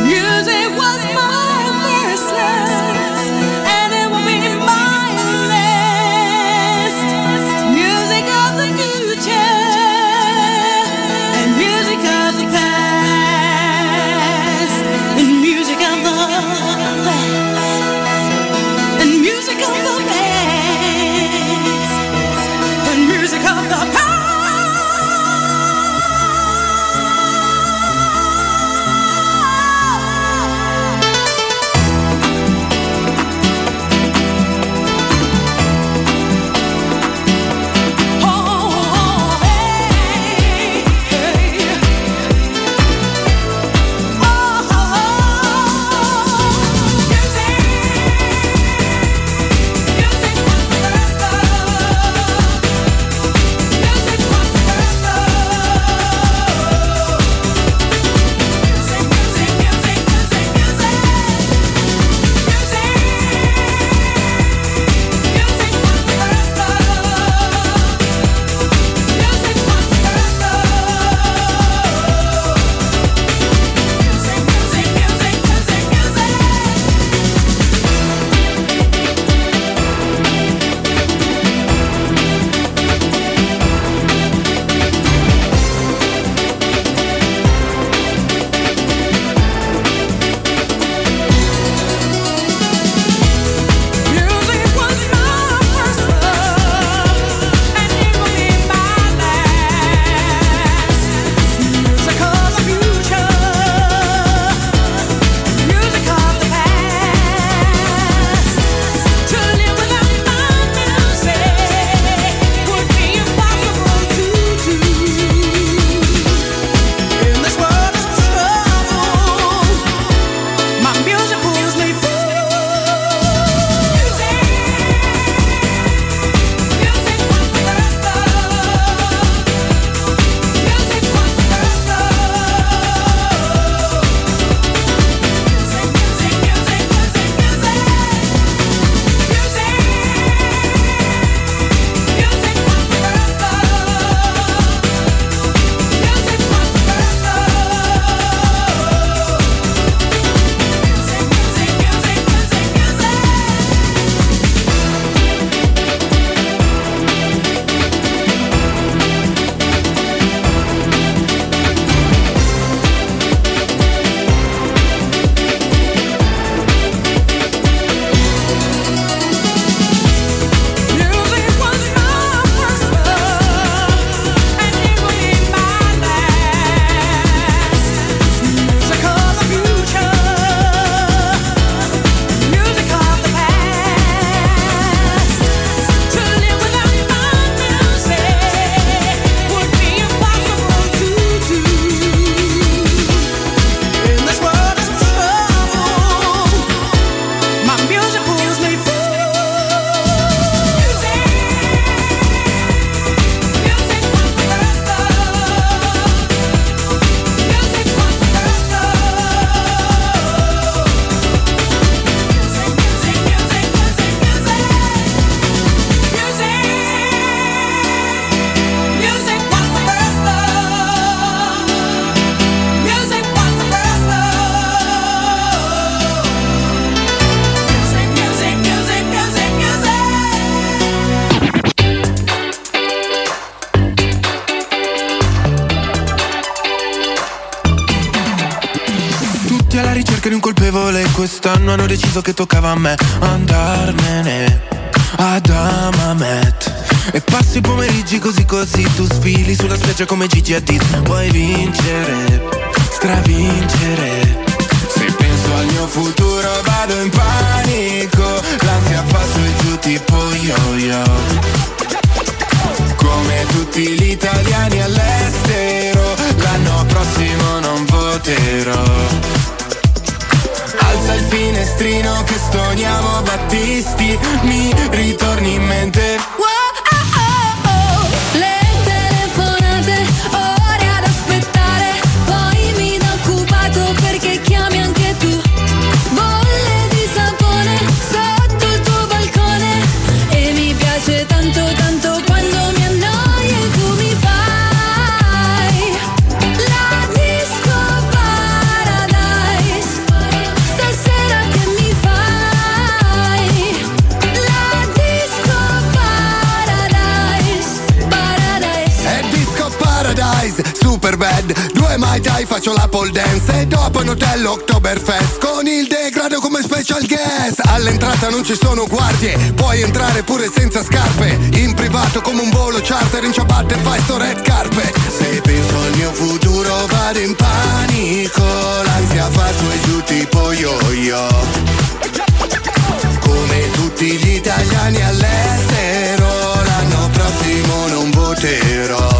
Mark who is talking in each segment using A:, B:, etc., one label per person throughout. A: Music was my first love, and it will be my last. Music of the future and music of the past, and music of the past, and music of the past, and music of the past.
B: quest'anno hanno deciso che toccava a me andarmene ad Amamet E passo i pomeriggi così così Tu sfili sulla spiaggia come Gigi Hadid Puoi vincere, stravincere Se penso al mio futuro vado in panico L'ansia fa su e giù tipo yo-yo Come tutti gli italiani all'estero L'anno prossimo non voterò Alza il finestrino che stoniamo Battisti Mi ritorni in mente
C: Wow, oh, oh, oh. Le telefonate, ore ad aspettare Poi mi da occupato perché chiami anche tu Bolle di sapone sotto il tuo balcone E mi piace tanto tanto quando mi annoio e tu mi fai La disco paradise Stasera che mi fai la disco paradise, paradise
B: È disco paradise, super bad Due mai dai faccio la pole dance E dopo un hotel Oktoberfest Con il degrado come special guest All'entrata non ci sono guardie Puoi entrare pure senza scarpe In privato come un volo charter In ciabatte fai sto red carpet Se penso al mio futuro vado in panico L'ansia fa su e giù tipo yo-yo come tutti gli italiani all'estero, l'anno prossimo non voterò.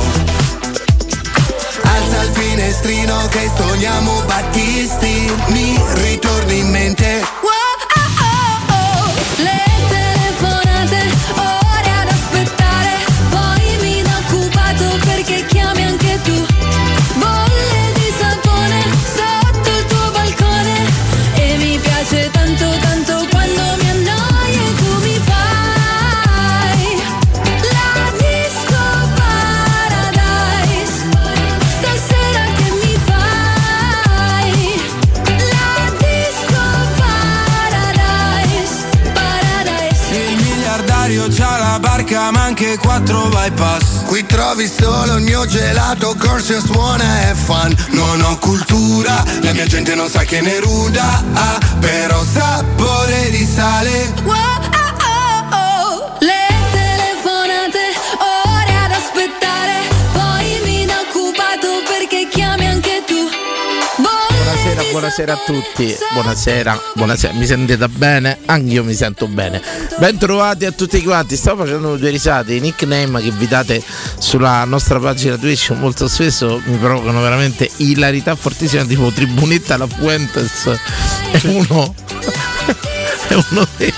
B: Alza il finestrino che stoniamo Battisti, mi ritorni in mente.
C: Wow, oh, oh, oh. Le telefonate, ore ad aspettare Poi mi da occupato perché chiami anche tu Bolle di sapone sotto il tuo balcone E mi piace tanto tanto quando mi annoio e tu mi fai La disco paradise Stasera che mi fai La disco paradise Paradise
B: Il miliardario c'ha la barca ma anche quattro bypass Qui trovi solo il mio gelato, corso suona e fan Non ho cultura, la mia gente non sa che ne ruda ah, Però sapore di sale
C: Wow, oh, oh, oh. Le telefonate, ore ad aspettare Poi mi da occupato perché chiami anche tu
D: Buonasera, buonasera a tutti. Buonasera, buonasera. Mi sentite bene? Anch'io mi sento bene. Bentrovati a tutti quanti. Stavo facendo due risate. I nickname che vi date sulla nostra pagina Twitch molto spesso mi provocano veramente ilarità fortissima, tipo Tribunetta La Fuentes. È uno. È uno dei,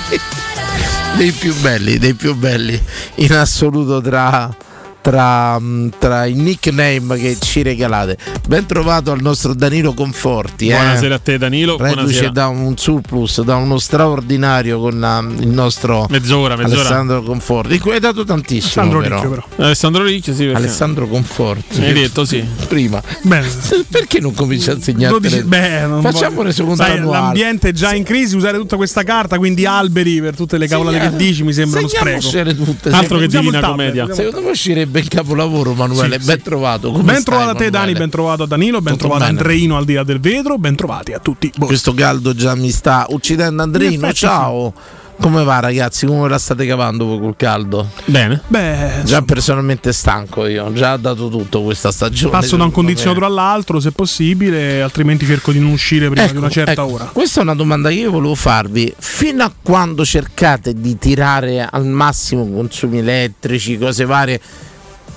D: dei più belli, dei più belli in assoluto tra. Tra, tra i nickname che ci regalate, ben trovato al nostro Danilo Conforti. eh.
E: Buonasera a te Danilo,
D: Reduce
E: buonasera.
D: da un surplus, da uno straordinario con la- il nostro
E: Mezz'ora, mezz'ora.
D: Alessandro Conforti, di cui hai dato tantissimo.
F: Alessandro
D: però.
F: Ricchio però.
E: Alessandro Ricci, sì, perché...
D: Alessandro Conforti.
E: Mi hai detto sì.
D: Prima.
F: Bene.
D: Perché non cominci a insegnare?
F: 12, beh, non
D: Facciamo
F: voglio-
D: un secondo
F: Sai,
D: annuale.
F: L'ambiente è già in crisi, usare tutta questa carta, quindi alberi per tutte le cavolate che dici mi sembra uno
D: Segniamocele
F: spreco.
D: tutte.
E: Altro che
F: Usiamo il
E: divina
F: tablet,
E: commedia.
F: usiamo il
D: Secondo me uscirebbe il capolavoro, Manuele.
F: Sì,
D: ben
F: sì.
D: trovato. Come
F: Ben
D: stai,
F: trovato a te Dani,
D: Manuele?
F: ben trovato a Danilo, ben
D: Tutto
F: trovato a
D: bene.
F: Andreino al di là del vetro, ben trovati a tutti voi.
D: Questo caldo già mi sta uccidendo.
F: In
D: Andrino,
F: effetti,
D: ciao. Come va, ragazzi? Come ve la state cavando voi col caldo?
E: Bene.
F: Beh,
D: Già personalmente stanco io, già ho dato tutto questa stagione.
F: passo da un
D: secondo
F: condizionatore
D: me.
F: all'altro se possibile, altrimenti cerco di non uscire prima di
D: Ecco,
F: una certa
D: ecco,
F: ora.
D: Questa è una domanda che io volevo farvi. Fino a quando cercate di tirare al massimo consumi elettrici, cose varie?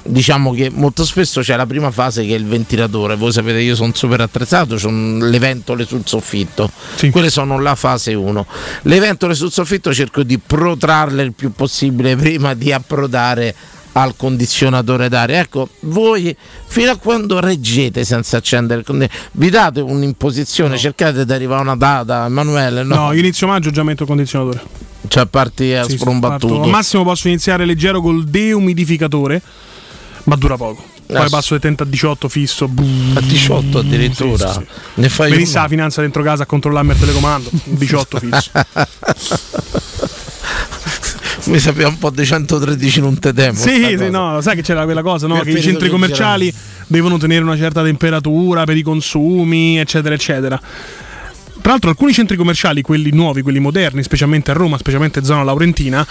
D: Diciamo che molto spesso c'è la prima fase che è il ventilatore. Voi sapete, io sono super attrezzato, c'ho un- le ventole sul soffitto.
F: Sì.
D: Quelle sono la fase 1. Le ventole sul soffitto cerco di protrarle il più possibile prima di approdare al condizionatore d'aria. Ecco, voi fino a quando reggete senza accendere il condizionatore? Vi date un'imposizione, cercate di arrivare a una data, Emanuele, no?
F: No, io inizio maggio già metto il condizionatore.
D: Cioè parti a
F: Sì, sì,
D: sprombattuto.
F: parto. Al massimo posso iniziare leggero col deumidificatore, ma dura poco. Poi
D: Eh,
F: passo dai 30 a 18 fisso.
D: a 18 addirittura.
F: Sì, sì,
D: Ne fai
F: Venisse la
D: uno.
F: finanza dentro casa a controllarmi al telecomando. 18 fisso.
D: Mi sapeva un po' di 113 non te temo. sta
F: sì,
D: cosa.
F: sì, no, lo sai che c'era quella cosa, no?
D: Per
F: Che i
D: periodo
F: centri commerciali devono tenere una certa temperatura per i consumi, eccetera, eccetera. Tra l'altro alcuni centri commerciali, quelli nuovi, quelli moderni, specialmente a Roma, specialmente zona Laurentina,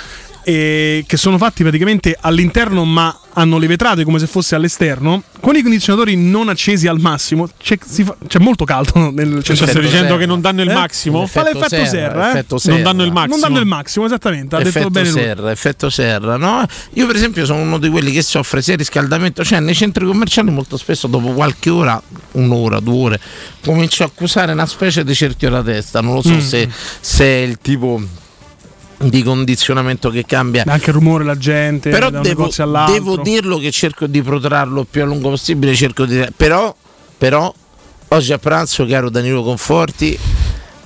F: eh, che sono fatti praticamente all'interno ma hanno le vetrate come se fosse all'esterno, con i condizionatori non accesi al massimo, c'è, si fa- c'è molto caldo nel
E: Cioè,
F: centro
E: stai
F: commerciale.
E: dicendo
D: serra.
E: che non danno il
F: Eh?
E: massimo?
F: Fa l'effetto
D: Effetto
F: serra,
D: serra,
F: eh?
D: effetto
E: Non danno il
D: serra.
E: massimo.
F: Non danno il massimo, esattamente, ha detto
D: effetto
F: bene lui.
D: serra, effetto serra, no? Io per esempio sono uno di quelli che soffre sia riscaldamento, cioè nei centri commerciali molto spesso dopo qualche ora, un'ora, due ore, comincio a accusare una specie di cerchio alla testa, non lo
F: Mm.
D: so se, se è il tipo di condizionamento che cambia.
F: Anche il rumore, la gente,
D: Però
F: da un
D: devo,
F: negozio all'altro.
D: devo dirlo che cerco di protrarlo il più a lungo possibile, cerco di... Però, però, oggi a pranzo, caro Danilo Conforti,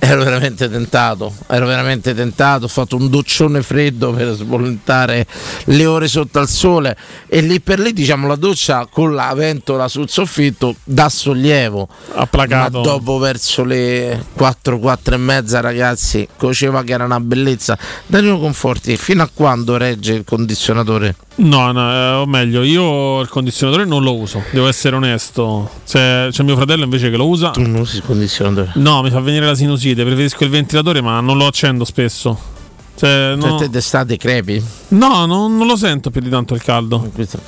D: ero veramente tentato, ero veramente tentato, ho fatto un doccione freddo per sbollentare le ore sotto al sole e lì per lì, diciamo, la doccia con la ventola sul soffitto dà sollievo.
E: Ha
D: Ma
E: placato.
D: dopo verso le 4, 4 e mezza ragazzi, coceva che era una bellezza. Danilo Conforti, fino a quando regge il condizionatore?
E: No, no, eh, o meglio, io il condizionatore non lo uso, devo essere onesto. C'è, c'è mio fratello invece che lo usa.
D: Tu non usi il condizionatore.
E: No, mi fa venire la sinusite, preferisco il ventilatore, ma non lo accendo spesso. Cioè,
D: Cioè,
E: no,
D: te d'estate crepi?
E: no, non- non lo sento più di tanto il caldo.
D: Questo-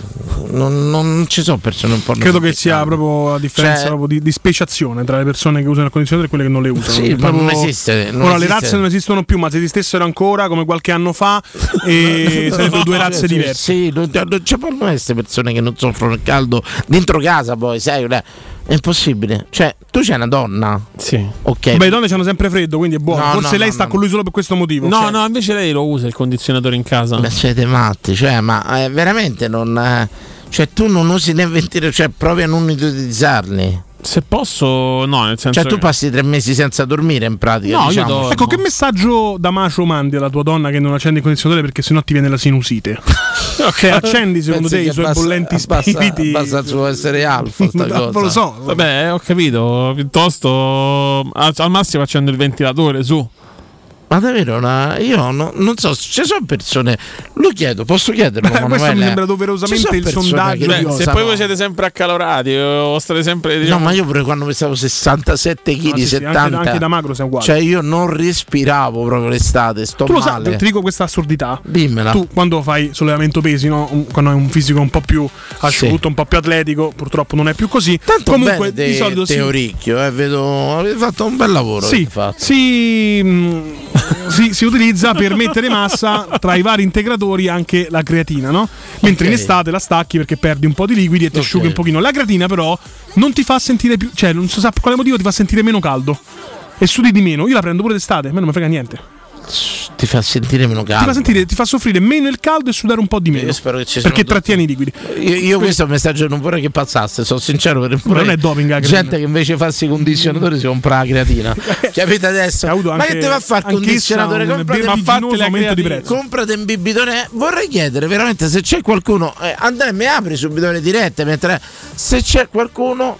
D: Non, non- non ci sono persone un po'.
F: Credo che sia proprio la differenza
D: Cioè-
F: proprio di, di speciazione tra le persone che usano il condizionatore e quelle che non le usano.
D: Sì,
F: È
D: ma
F: proprio-
D: non esiste, non
F: Ora le
D: esiste.
F: razze non esistono più, ma se esistessero ancora come qualche anno fa, e sarebbero due razze diverse.
D: Sì, non, non ci possono essere persone che non soffrono il caldo dentro casa, poi, sai, è impossibile. Cioè, tu sei una donna,
E: Sì.
D: ok?
F: Beh, le donne hanno sempre freddo, quindi è buono.
D: No,
F: Forse
D: no,
F: lei
D: no,
F: sta
D: no.
F: con lui solo per questo motivo.
E: No,
F: Cioè,
E: no, invece lei lo usa il condizionatore in casa.
D: Ma siete matti, cioè, ma eh, veramente non. eh, cioè, tu non usi né ventire, cioè, provi a non utilizzarli.
E: Se posso, no, nel senso.
D: Cioè, tu
E: che-
D: passi tre mesi senza dormire in pratica.
E: No, io
D: diciamo.
E: do-
F: Ecco, che messaggio da Macio mandi alla tua donna che non accende il condizionatore perché sennò ti viene la sinusite? ok, accendi secondo
D: Pensi
F: te i
D: che
F: suoi
D: abbassa-
F: bollenti
D: abbassa-
F: spiriti?
D: Abbassa il suo essere alfa. sta
F: Non
D: cosa.
F: lo so.
E: Vabbè, eh, ho capito. Piuttosto, al al massimo accendo il ventilatore, su.
D: Ma davvero, una- io no- non so, ci sono persone. Lo chiedo, posso chiederlo.
F: Beh, questo
D: Manuele?
F: mi sembra
D: Ci
F: doverosamente
D: sono
F: il
D: persone
F: sondaggio
D: che
E: Beh,
D: lo
E: se
D: usano?
E: poi voi siete sempre accalorati eh, o state sempre
D: No,
E: diciamo,
D: ma io pure quando pesavo 67 kg,
F: No, sì, sì, anche-
D: 70
F: anche, da magro sei uguale.
D: cioè io non respiravo proprio l'estate, sto
F: tu lo sai,
D: male.
F: ti dico questa assurdità.
D: Dimmela.
F: Tu quando fai sollevamento pesi, no? Un- quando hai un fisico un po' più asciutto, un po' più atletico, purtroppo non è più così.
D: Tanto
F: Comunque,
D: bene
F: di
D: te-
F: solito si-
D: Teoricchio, eh, vedo, avete fatto un bel lavoro.
F: Sì,
D: avete fatto.
F: si, mm, si- si utilizza per mettere massa tra i vari integratori anche la creatina, no? Mentre in
D: Ok.
F: estate la stacchi perché perdi un po' di liquidi e ti
D: Ok.
F: asciughi un pochino. La creatina però non ti fa sentire più, cioè non si sa per quale motivo ti fa sentire meno caldo e sudi di meno. Io la prendo pure d'estate, a me non mi frega niente.
D: Ti fa sentire meno
F: Ti fa
D: caldo.
F: sentire, ti fa soffrire meno il caldo e sudare un po' di meno.
D: Io spero che ci
F: perché
D: siano
F: trattieni i liquidi.
D: Io, io questo è un messaggio che non vorrei che passasse, sono sincero perché
F: non è doping la creatina.
D: Gente che invece farsi condizionatore si compra la creatina. Capite adesso?
F: Ha avuto
D: Ma che
F: anche-
D: te va a fare il
F: anch'essa
D: condizionatore?
F: un
D: Comprate,
F: vertiginoso
D: ma
F: aumento
D: fatela
F: di
D: creatina.
E: Certo.
F: prezzo.
D: Comprate un bibitone. Eh, Vorrei chiedere veramente se c'è qualcuno. eh, Andrea mi apri subito le dirette mentre se c'è qualcuno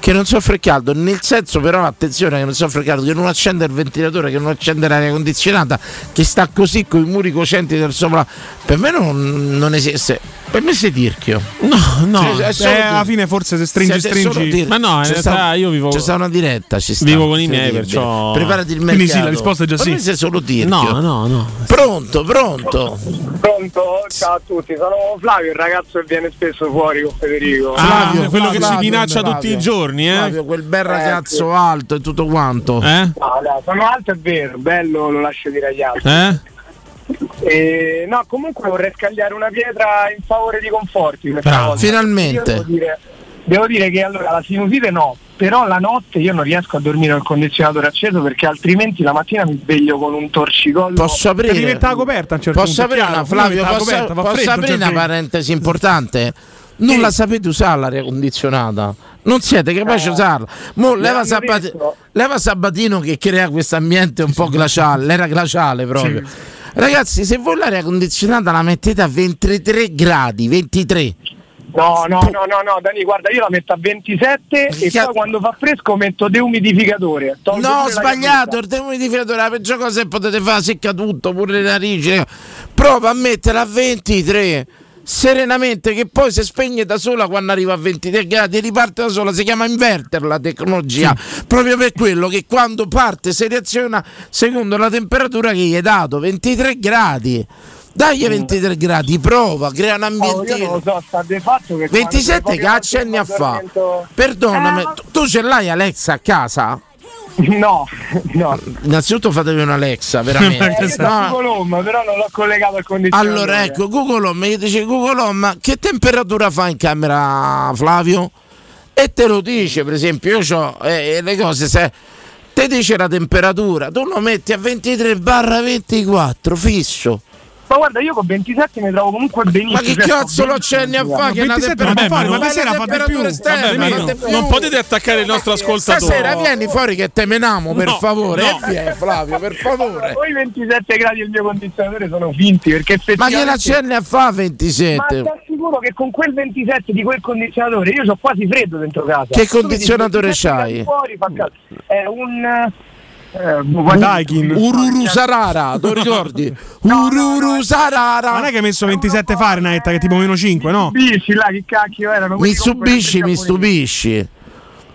D: che non soffre il caldo, nel senso però attenzione che non soffre il caldo, che non accende il ventilatore, che non accende l'aria condizionata, che sta così con i muri cocenti del sopra, per me non, non esiste, per me sei tirchio.
E: No, no.
D: Sì, sì, è solo
F: Eh,
D: tir-
F: alla fine forse se stringi
D: siete solo
F: stringi
D: tir-
E: Ma no, in
D: c'è
E: realtà io vivo-
D: C'è stata una diretta, ci sta,
E: Vivo con i miei,
D: incredibile.
E: perciò-
D: Preparati il mercato.
F: Quindi sì, la risposta è già
D: Per
F: sì.
D: me sei solo tirchio.
E: No, no, no.
D: Pronto, pronto.
G: Pronto? Ciao a tutti, sono Flavio, il ragazzo che viene spesso fuori con Federico.
E: Ah, quello che
D: Flavio,
E: ci minaccia
D: Flavio.
E: tutti i giorni, eh?
D: Flavio, quel bel
G: sì.
D: ragazzo
H: Ecco.
D: eh. alto e tutto quanto.
E: Eh?
G: No, no, sono alto è vero, bello lo lascio dire agli altri.
E: Eh?
G: E, no, comunque vorrei scagliare una pietra in favore di conforti. questa
E: Bravo.
G: volta.
D: Finalmente.
G: Io Devo dire, devo dire che allora la sinusite no, però la notte io non riesco a dormire col condizionatore acceso perché altrimenti la mattina mi sveglio con un torcicollo.
D: Posso
F: per
D: aprire?
F: diventare la coperta a un certo
D: Posso
F: punto,
D: aprire
F: chiaro,
D: una,
F: come
D: Flavio?
F: diventa la
D: Posso,
F: coperta? Fa
D: posso
F: freddo,
D: aprire
F: cioè,
D: una
F: che-
D: parentesi importante? Non la sapete usare l'aria condizionata. Non siete
G: Eh.
D: capaci di usarla. Mo leva,
G: hanno
D: Sabati-
G: detto.
D: leva Sabatino che crea questo ambiente un po' glaciale, l'era glaciale proprio. Ragazzi, se voi l'aria condizionata la mettete a 23 gradi, 23.
G: No, no, no, no, no, Dani, guarda, io la metto a 27 e
D: Cazzo.
G: poi quando fa fresco metto deumidificatore. Tolgo pure
D: No,
G: la
D: sbagliato,
G: camicia.
D: il deumidificatore è la peggio eh. cosa che potete fare, secca tutto, pure le narici. Prova a metterla a 23. serenamente che poi si spegne da sola quando arriva a 23 gradi e riparte da sola, si chiama inverter la tecnologia, proprio per quello che quando parte si reaziona secondo la temperatura che gli hai dato, 23 gradi. Dagli 23 gradi, prova, crea un
G: Oh, io
D: ambiente.
G: non lo so, sta di fatto che...
D: 27
G: quando-
D: caccia e ne ha fa.
G: quando
D: Perdonami,
G: Eh,
D: tu- tu ce l'hai Alexa a casa?
G: dormento- No, no.
D: Innanzitutto fatevi un'Alexa, veramente.
G: Eh, io
D: No,
G: ho Google Home, però non l'ho collegato al condizionatore.
D: Esatto. Allora, ecco, Google Home, gli dice Google Home, che temperatura fa in camera Flavio? E te lo dice, per esempio, io ho le cose, se te dice la temperatura, tu lo metti a 23 barra 24, fisso.
G: Ma guarda, io con 27 mi trovo comunque benissimo.
D: Ma che
G: cioè, sto
D: cazzo lo accenni a
G: benissimo.
D: fare? Che è una
F: 27 non
D: temperatura,
F: può fare, ma
D: la
F: stasera fate
D: temperatura
F: più.
D: esterna,
E: Vabbè, ma
D: la
E: non,
D: temperatura-
E: non potete attaccare il nostro ascoltatore.
D: Stasera vieni fuori che te menamo, per
E: No,
D: favore.
E: no.
D: Eh, via, Flavio, per favore.
G: Poi 27 gradi e il mio condizionatore sono finti perché
D: Ma che
G: effettivamente...
D: l'accenni a fa
G: Ma ti
D: 27?
G: assicuro che con quel 27 di quel condizionatore io ho quasi freddo dentro casa.
D: Che
G: Tu mi
D: condizionatore
G: dici, 27
D: c'hai?
G: gradi Fuori, fa caldo. È un... Eh,
D: Ururu Sarara, Ah, tu ricordi? Ururu
F: Ma non
D: Sarara.
F: è che hai messo 27 Fahrenheit, che è tipo meno 5, no?
G: Bici là, che cacchio erano?
D: Mi
G: quelli con quelle
D: stupisci, mi
G: giapponesi.
D: stupisci.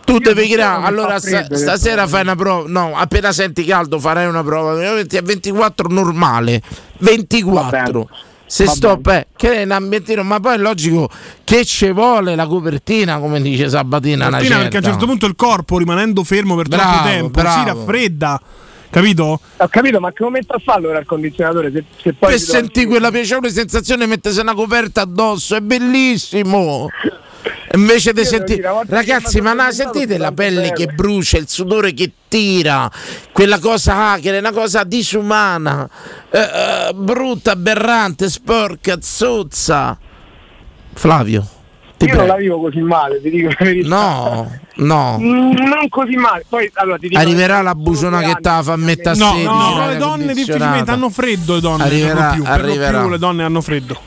D: Tu devi
G: non so
D: creare.
G: come
D: Allora,
G: fa freddo,
D: sta- stasera fai una prova. No, appena senti caldo, farai una prova. Veramente A 24 normale, 24. Se
G: Va
D: sto beh, che è un ambientino, ma poi è logico che ci vuole la copertina, come dice Sabatina. una
F: Martina, perché a un
D: certa.
F: certo punto il corpo, rimanendo fermo per
D: Bravo,
F: troppo tempo, si
D: bravo.
F: raffredda. Capito?
G: Ho capito, ma che momento fa allora il condizionatore? Se, se poi
D: per
G: ti trovi-
D: sentire quella piacevole sensazione mettersi una coperta addosso è bellissimo invece di
G: devo
D: sentire
G: dire, a volte
D: ragazzi
G: che mi
D: ma
G: hanno
D: la
G: presentato
D: sentite la
G: tanto
D: pelle
G: bene.
D: che brucia il sudore che tira quella cosa hacker è una cosa disumana eh, eh, brutta aberrante sporca zozza Flavio ti
G: Io non la
D: prego
G: vivo così male, ti dico la verità.
D: no no
G: Mm, Non così male. Poi allora ti dico.
D: arriverà la
G: sono
D: buciona
G: due
D: che
G: anni.
D: te la fa mettere a
F: No,
D: 16
F: no,
D: l'aria
F: le donne difficilmente
D: condizionata.
F: hanno freddo le donne. per lo
D: Arriverà,
F: più, per lo
D: arriverà.
F: più le donne hanno freddo.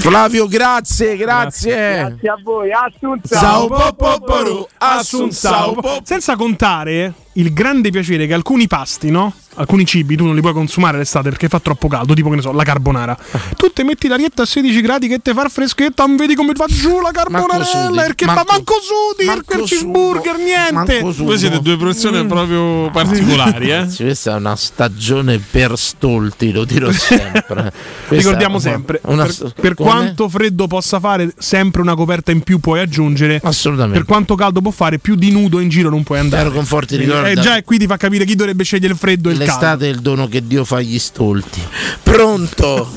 D: Flavio grazie grazie,
G: Grazie a voi, Assunza.
D: Ciao, po, po, po, ru, assunzao, po.
F: Senza contare il grande piacere che alcuni pasti, no? Alcuni cibi tu non li puoi consumare l'estate perché fa troppo caldo, tipo che ne so, la carbonara. Tu te metti l'arietta a 16 gradi che te fa il freschetto, non vedi come va giù la
D: sudi,
F: carbonarella, perché ma
D: manco-
F: manco sudi,
D: manco
F: perché il
D: sugo,
F: cheeseburger, niente.
D: manco sugo.
E: Voi siete due persone proprio particolari, eh?
D: Ragazzi, questa è una stagione per stolti, lo dirò sempre. Questa
F: Ricordiamo
D: è una-
F: sempre,
D: una-
F: per, per
D: come?
F: quanto freddo possa fare, sempre una coperta in più puoi aggiungere.
D: Assolutamente.
F: Per quanto caldo può fare, più di nudo in giro non puoi andare.
D: Chiaro Conforti ricorda
F: Eh, già qui ti fa capire chi dovrebbe scegliere il freddo e il caldo.
D: l'estate è il dono che Dio fa agli stolti. Pronto?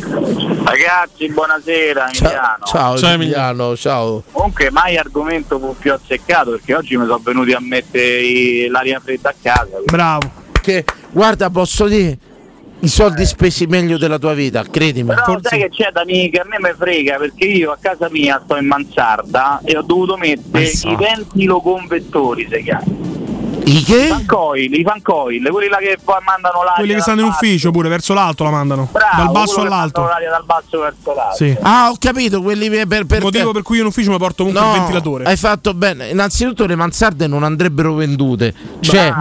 I: Ragazzi, buonasera
D: Ciao,
I: Emiliano.
D: ciao,
E: Ciao,
D: Emiliano, ciao.
I: Comunque mai argomento fu più azzeccato perché oggi mi sono venuti a mettere i- l'aria fredda a casa. quindi-
F: Bravo.
D: Che guarda, posso dire i soldi spesi meglio della tua vita, credimi.
I: Però
D: Forse-
I: sai che c'è Dani che a me mi frega perché io a casa mia sto in mansarda e ho dovuto mettere
D: Esatto.
I: i ventiloconvettori, se chiamano.
D: I che?
I: Fancoil, i fancoil, quelli là che poi mandano l'aria.
F: Quelli che
I: dal
F: stanno in
I: basso.
F: ufficio pure, verso l'alto la mandano.
I: Bravo,
F: dal basso
I: quello che
F: all'alto.
I: mandano l'aria dal basso verso l'alto.
F: Sì. Il
D: Ah, ho capito, quelli per, per, per
F: motivo per cui io in ufficio mi porto comunque
D: No,
F: il ventilatore.
D: Hai fatto bene. Innanzitutto le mansarde non andrebbero vendute. Cioè,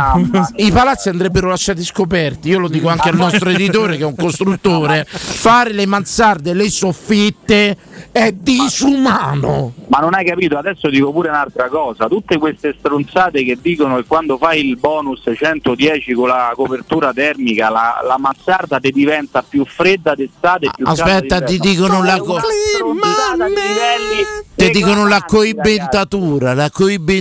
D: i palazzi andrebbero lasciati scoperti. Io lo dico anche al nostro editore che è un costruttore. Fare le mansarde, le soffitte è disumano.
I: Ma non hai capito, adesso dico pure un'altra cosa, tutte queste stronzate che dicono che quando fai il bonus 110 con la copertura termica la, la mazzarda ti diventa più fredda d'estate e più calda
D: Aspetta, ti
I: d'inverno.
D: dicono la co-
I: Una stronzata di livelli
D: Ti dicono la
I: eclatanti,
D: coibentatura, la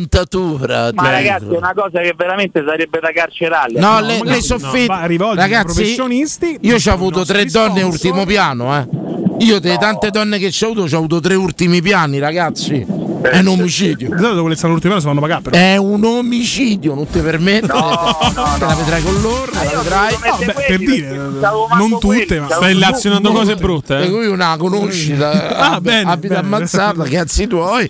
D: coibentatura.
I: ragazzi. Ma
D: ti
I: ragazzi è
D: dicono.
I: una cosa che veramente sarebbe da carcerarli.
D: No, le,
F: no,
D: le
F: no,
D: soffitte.
F: va, rivolgiti ai
D: ragazzi,
F: professionisti,
D: io
F: dici
D: ci ho
F: ai
D: avuto
F: nostri
D: tre donne
F: sponsor.
D: ultimo piano, eh. Io delle tante donne che ci ho avuto, ci ho avuto tre ultimi piani, ragazzi. È un omicidio.
F: Di solito quelli che stanno l'ultimo piano si fanno pagare però.
D: È un omicidio, non ti permetto. Te la vedrai con loro, te la vedrai.
I: Come se
F: beh,
I: quelli,
F: per dire,
I: perché stavo manco
F: non tutte,
I: quelli,
F: ma
I: stavo-
E: Stai lazionando cose brutte,
D: E
E: eh?
D: qui una conoscita
F: Ah,
D: ab-
F: bene,
D: abita
F: bene.
D: ammazzata, cazzi tuoi.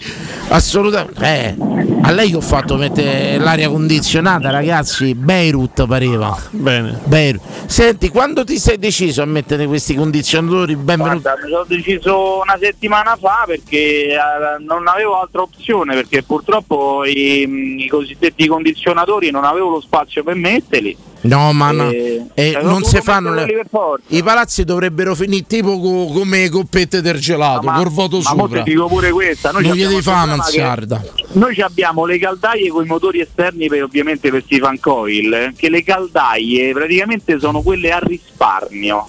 D: Assolutamente. Eh, a lei che ho fatto mettere l'aria condizionata, ragazzi, Beirut pareva.
E: Bene.
D: Beirut. Senti, quando ti sei deciso a mettere questi condizionatori benvenuti?
I: Guarda, mi sono deciso una settimana fa perché eh, non avevo altra opzione perché purtroppo i, i cosiddetti condizionatori non avevo lo spazio per metterli.
D: No, ma no.
I: Eh,
D: Eh,
I: cioè,
D: non
I: dovevo
D: si fanno le-
I: metterli per forza.
D: I palazzi dovrebbero finire tipo co- come le coppette del gelato,
I: Ma-
D: col voto
I: ma mo
D: sopra.
I: ti dico pure questa, noi
D: non gli
I: abbiamo
D: devi
I: il
D: fare una
I: problema che-
D: mansarda.
I: Noi ci abbiamo le caldaie con i motori esterni per, ovviamente per questi fancoil, eh, che le caldaie praticamente sono quelle a risparmio.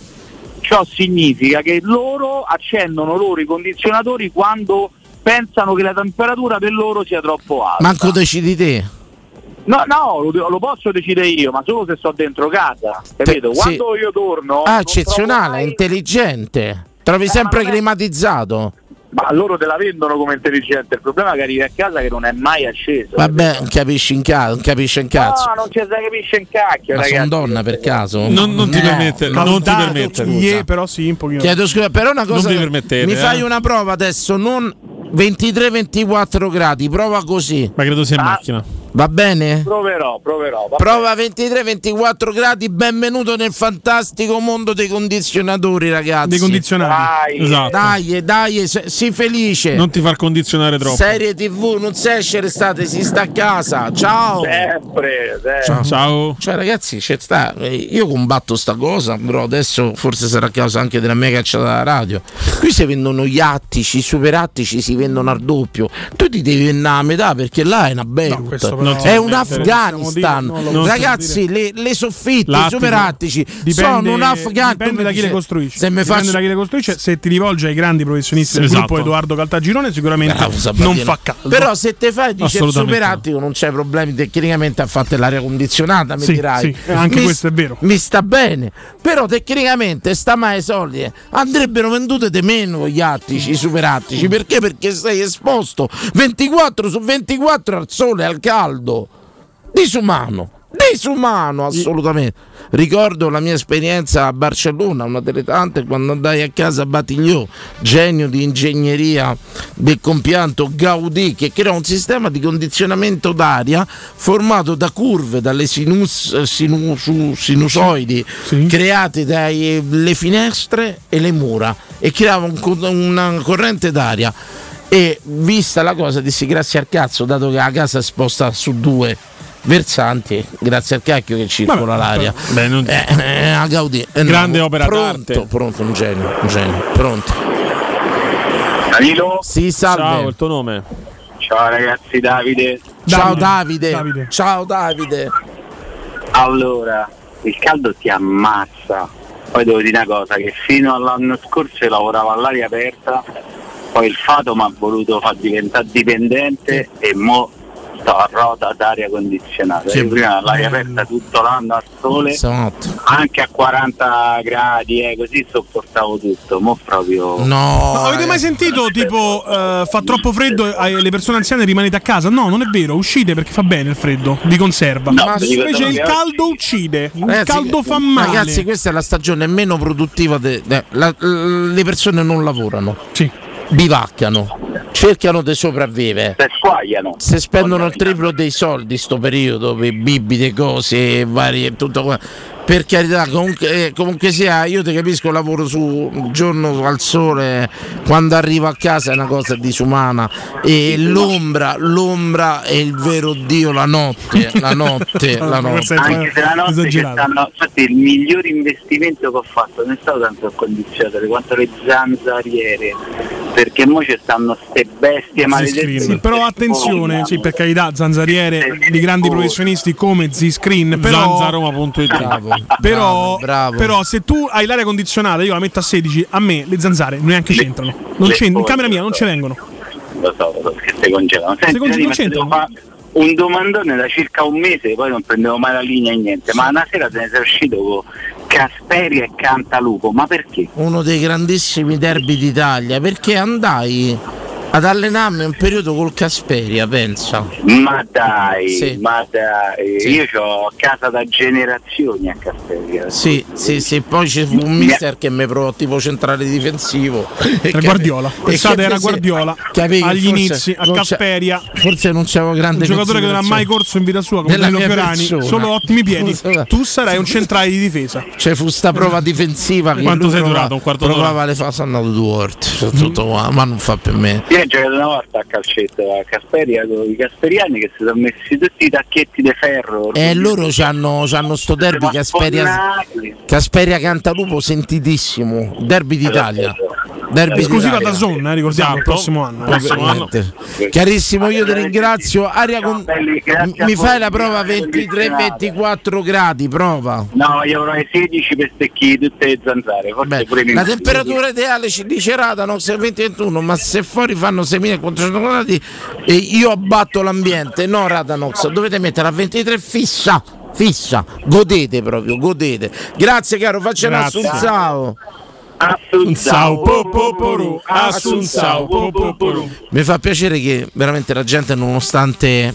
I: Ciò significa che loro accendono loro i condizionatori quando pensano che la temperatura per loro sia troppo alta.
D: Manco decidi te.
I: No, no, lo, lo posso decidere io, ma solo se sto dentro casa. Capito?
D: Te- sì.
I: Quando io torno.
D: ah,
I: non trovo
D: eccezionale,
I: mai- Eh,
D: intelligente. Trovi sempre climatizzato.
I: Ma loro te la vendono come intelligente. Il problema è che arrivi a casa che non è mai acceso.
D: Vabbè, non capisci in ca- non capisci in cazzo.
I: No, non ci si capisce un cacchio,
D: Ma sono
I: Ah, ragazzi.
D: donna per caso?
E: Non, non ti
D: No.
E: permette, non ti permette.
F: Yeah, però sì, un pochino.
D: Eh, Chiedo scusa, però una cosa.
E: Non vi permettete,
D: mi fai
E: eh.
D: una prova adesso, non 23-24 gradi, prova così.
E: Ma credo sia in
I: Ah.
E: macchina.
D: Va bene?
I: Proverò, proverò. va
D: Prova 23-24 gradi, benvenuto nel fantastico mondo dei condizionatori, ragazzi.
F: Dei
I: bene.
F: condizionati.
I: Dai,
E: Esatto.
D: dai, dai, se- sii felice.
E: Non ti far condizionare troppo.
D: Serie TV, non si esce l'estate, si sta a casa. Ciao.
I: sempre, sempre.
E: Ciao.
D: Cioè, ragazzi, c'è sta- eh, io combatto sta cosa, però adesso forse sarà a causa anche della mia cacciata alla radio. Qui si vendono gli attici, i superattici si vendono al doppio. Tu ti devi vendere a metà perché là è una
F: No,
D: Beirut.
F: questo però-
D: è un
E: Non
D: Afghanistan,
F: possiamo dire, no, lo
D: ragazzi. Le, le soffitte, i
E: L'attico
D: superattici sono un Afghanistan.
F: Dipende da chi le costruisce.
D: Se mi
F: Dipende
D: faccio-
F: da chi le costruisce. Se ti rivolge ai grandi professionisti del
E: Esatto.
F: gruppo Edoardo Caltagirone, sicuramente
D: Bravo, Sabatino.
F: non fa caldo.
D: Però se te fai dice il
E: Assolutamente
D: superattico non c'è problemi tecnicamente ha fatto l'aria condizionata, mi
F: Sì,
D: dirai.
F: sì, anche
D: Mi-
F: questo è vero.
D: Mi sta bene. Però tecnicamente sta mai ai soldi. eh. Andrebbero vendute di meno gli attici, i superattici. Perché? Perché sei esposto 24 su 24 al sole, al caldo. Disumano. Disumano assolutamente. Ricordo la mia esperienza a Barcellona, una delle tante, quando andai a casa a Batigliò, genio di ingegneria del compianto Gaudì, che creò un sistema di condizionamento d'aria formato da curve, dalle sinus- sinu- su- sinusoidi
F: Sì.
D: create dalle finestre e le mura e creava un co- una corrente d'aria. E vista la cosa, dissi grazie al cazzo, dato che la casa è sposta su due versanti, grazie al cacchio che circola l'aria.
E: Beh, non-
D: Eh, eh, a Gaudì, eh,
E: Grande opera
D: pronto,
E: d'arte.
D: Pronto, un genio, un genio, pronto.
I: Danilo.
D: Sì,
E: Ciao,
D: salve.
E: il tuo nome.
I: Ciao ragazzi, Davide.
D: Ciao, Davide.
F: Davide. Davide.
D: Ciao Davide.
I: Allora, il caldo ti ammazza. Poi devo dire una cosa, che fino all'anno scorso io lavoravo all'aria aperta, poi il fato mi ha voluto far diventare dipendente e mo sto a rota d'aria condizionata.
D: Che
I: Io prima all'aria
F: bello.
I: aperta tutto l'anno al sole.
D: Salve.
I: anche a 40 gradi, eh, così sopportavo tutto, mo proprio...
D: No. eh.
F: Ma avete mai sentito tipo eh, fa troppo freddo e eh, le persone anziane rimanete a casa? No, non è vero, uscite perché fa bene il freddo, vi conserva.
I: No,
D: Ma
I: vi ricordo
F: Invece
I: che
F: il
I: oggi-
F: caldo uccide, il
D: Ragazzi,
F: caldo fa male.
D: Ragazzi, questa è la stagione meno produttiva. de- de- la- l- le persone non lavorano,
F: Sì.
D: bivacchiano, cercano di sopravvivere.
I: Se squagliano.
D: Se spendono il triplo dei soldi sto periodo per bibite, cose varie e tutto qua. Per carità, comunque, eh, comunque sia, io ti capisco, lavoro su un giorno al sole, quando arrivo a casa è una cosa disumana. E l'ombra, l'ombra è il vero Dio, la notte, la notte, la
F: Questo
D: notte.
F: è
I: Anche se la notte ci
F: esagerato.
I: stanno, infatti il miglior investimento che ho fatto non è stato tanto il condizionatore quanto le zanzariere, perché mo ci stanno ste bestie maledette.
F: Sì, però attenzione, sì, per carità, zanzariere di grandi professionisti come Z-Screen, però,
E: Zanzaroma.it.
D: Bravo,
F: però,
D: bravo, bravo.
F: Ah, però se tu hai l'aria condizionata, io la metto a 16, a me le zanzare neanche c'entrano. Non
I: le
F: c'entrano, in
I: foglie,
F: camera mia non
I: so.
E: eh.
F: ci vengono.
I: Lo so, lo so, che si congelano. Senti,
F: congelano,
I: Dani, ma se
F: c'entrano?
I: devo fa- un domandone da circa un mese, poi non prendevo mai la linea e niente, ma una sera te ne sei uscito con Casperi e Cantalupo, ma perché?
D: uno dei grandissimi derby d'Italia perché andai ad allenarmi un periodo col Casperia, pensa.
I: Ma dai,
D: Sì.
I: ma dai,
D: Sì.
I: io ho casa da generazioni a eh. Castelli.
D: Sì, sì, sì, poi c'è fu un mister che mi provò tipo centrale difensivo.
F: Era
D: Era
F: Guardiola, pensate era Guardiola agli inizi, a Casperia,
D: Forse non c'avevo grande
F: un giocatore che non ha mai
D: considerazione.
F: corso in vita sua come
D: Della
F: Danilo
D: mia
F: Fiorani,
D: persona.
F: solo ottimi piedi.
D: Scusa.
F: Tu sarai un centrale di difesa.
D: Cioè fu sta prova difensiva che
E: Quanto
D: lui
E: sei
D: prova-
E: durato? Un quarto d'ora?
D: Provava le fasi andato due volte, tutto qua, ma non fa per me.
I: Io ha giocato una volta a calcetto a Casperia con i casperiani che si sono messi tutti i tacchetti di ferro.
D: E loro c'hanno, c'hanno sto derby
I: Ma
D: Casperia,
I: sfornati.
D: Casperia Cantalupo sentitissimo, derby d'Italia. Derby
F: Esclusiva
D: d'Italia.
F: da Zonna, ricordiamo, il prossimo anno.
E: Esatto. Prossimo anno.
D: Veramente. Chiarissimo, io ti ringrazio. Aria con-
I: belli, grazie
D: Mi
I: a
D: fai
I: voi,
D: la prova
I: grazie
D: 23-24 gradi, prova.
I: No, io avrò i 16 per stecchi tutte le zanzare, forse
D: Beh,
I: pure
D: la
I: meno.
D: temperatura ideale ci dice Radano 621, ma se fuori fanno 6400 gradi e io abbatto l'ambiente, no Radanox, dovete mettere a 23 fissa, fissa, godete proprio, godete. Grazie caro, facciamo
F: Grazie.
D: assunzao.
I: Assunzao
E: popoporu, assunzao, popoporu.
D: Mi fa piacere che veramente la gente nonostante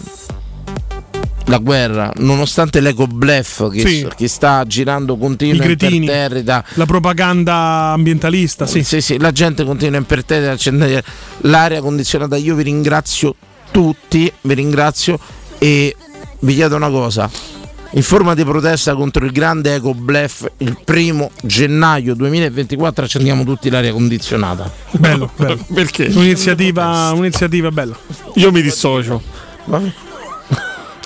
D: la guerra, nonostante l'eco bluff che,
F: Sì.
D: che sta girando continua
F: I cretini.
D: imperterrita
F: La propaganda ambientalista, sì.
D: Sì, sì, la gente continua imperterrita ad accendere l'aria condizionata. Io vi ringrazio tutti, vi ringrazio e vi chiedo una cosa. In forma di protesta contro il grande eco bluff, il primo gennaio 2024 accendiamo tutti l'aria condizionata.
F: Bello, bello.
E: Perché?
F: Un'iniziativa, un'iniziativa bella.
E: Io mi dissocio.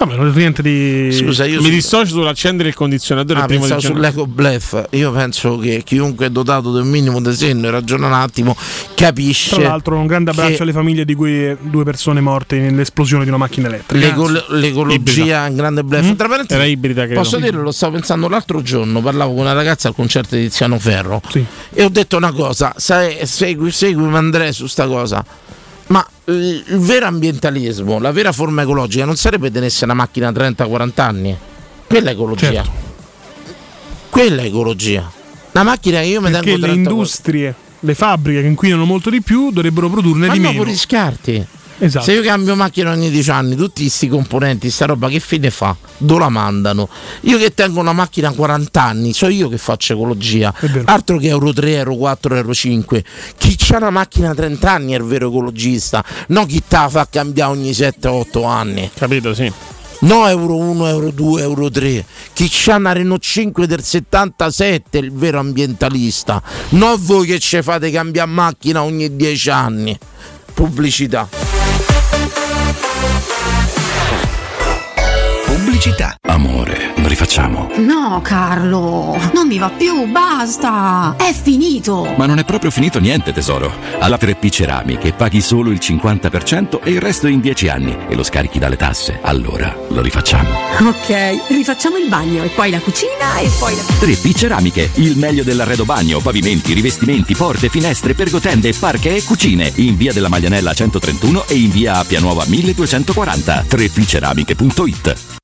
F: Vabbè, non è niente di.
D: Scusa, io
E: Mi
D: su-
E: dissocio sull'accendere il condizionatore
D: ah,
E: prima di
D: pensavo sull'eco bluff. Io penso che chiunque è dotato di un minimo di senno e ragiona un attimo capisce.
F: Tra l'altro, un grande abbraccio
D: che-
F: alle famiglie di quei due persone morte nell'esplosione di una macchina elettrica.
D: L'eco- l'ecologia è un grande bluff.
F: Mm?
D: Tra parentesi,
E: Era ibrida, credo.
D: Posso dirlo, lo stavo pensando l'altro giorno, parlavo con una ragazza al concerto di Tiziano Ferro
F: Sì.
D: e ho detto una cosa, sai, segui, segui Andrea su sta cosa. Ma eh, il vero ambientalismo, la vera forma ecologica non sarebbe tenersi una macchina 30-40 anni. Quella è ecologia.
F: Certo.
D: Quella è ecologia. Una macchina che io mi
F: Perché
D: tengo
F: le
D: 30
F: industrie, le fabbriche che inquinano molto di più dovrebbero produrne
D: Ma
F: di
D: no,
F: meno.
D: pure i scarti.
F: Esatto.
D: Se io cambio macchina ogni 10 anni, tutti questi componenti, sta roba che fine fa? Dove la mandano? Io che tengo una macchina a 40 anni, so io che faccio ecologia.
F: È vero.
D: Altro che Euro 3, Euro 4, Euro 5. Chi ha una macchina a 30 anni è il vero ecologista, non chi te la fa cambiare ogni 7-8 anni.
E: Capito, sì.
D: No Euro 1, Euro 2, Euro 3. Chi c'ha una Renault 5 del 77 è il vero ambientalista. Non voi che ci fate cambiare macchina ogni 10 anni. Pubblicità.
J: Pubblicità. Amore, lo rifacciamo.
K: No, Carlo, non mi va più, basta! È finito!
J: Ma non è proprio finito niente, tesoro. Alla 3P Ceramiche paghi solo il 50% e il resto in 10 anni e lo scarichi dalle tasse. Allora lo rifacciamo.
K: Ok, rifacciamo il bagno e poi la cucina e poi la.
J: 3P Ceramiche, il meglio dell'arredo bagno, pavimenti, rivestimenti, porte, finestre, pergotende, parche e cucine. In via della Maglianella 131 e in via Appia Nuova 1240. 3pceramiche.it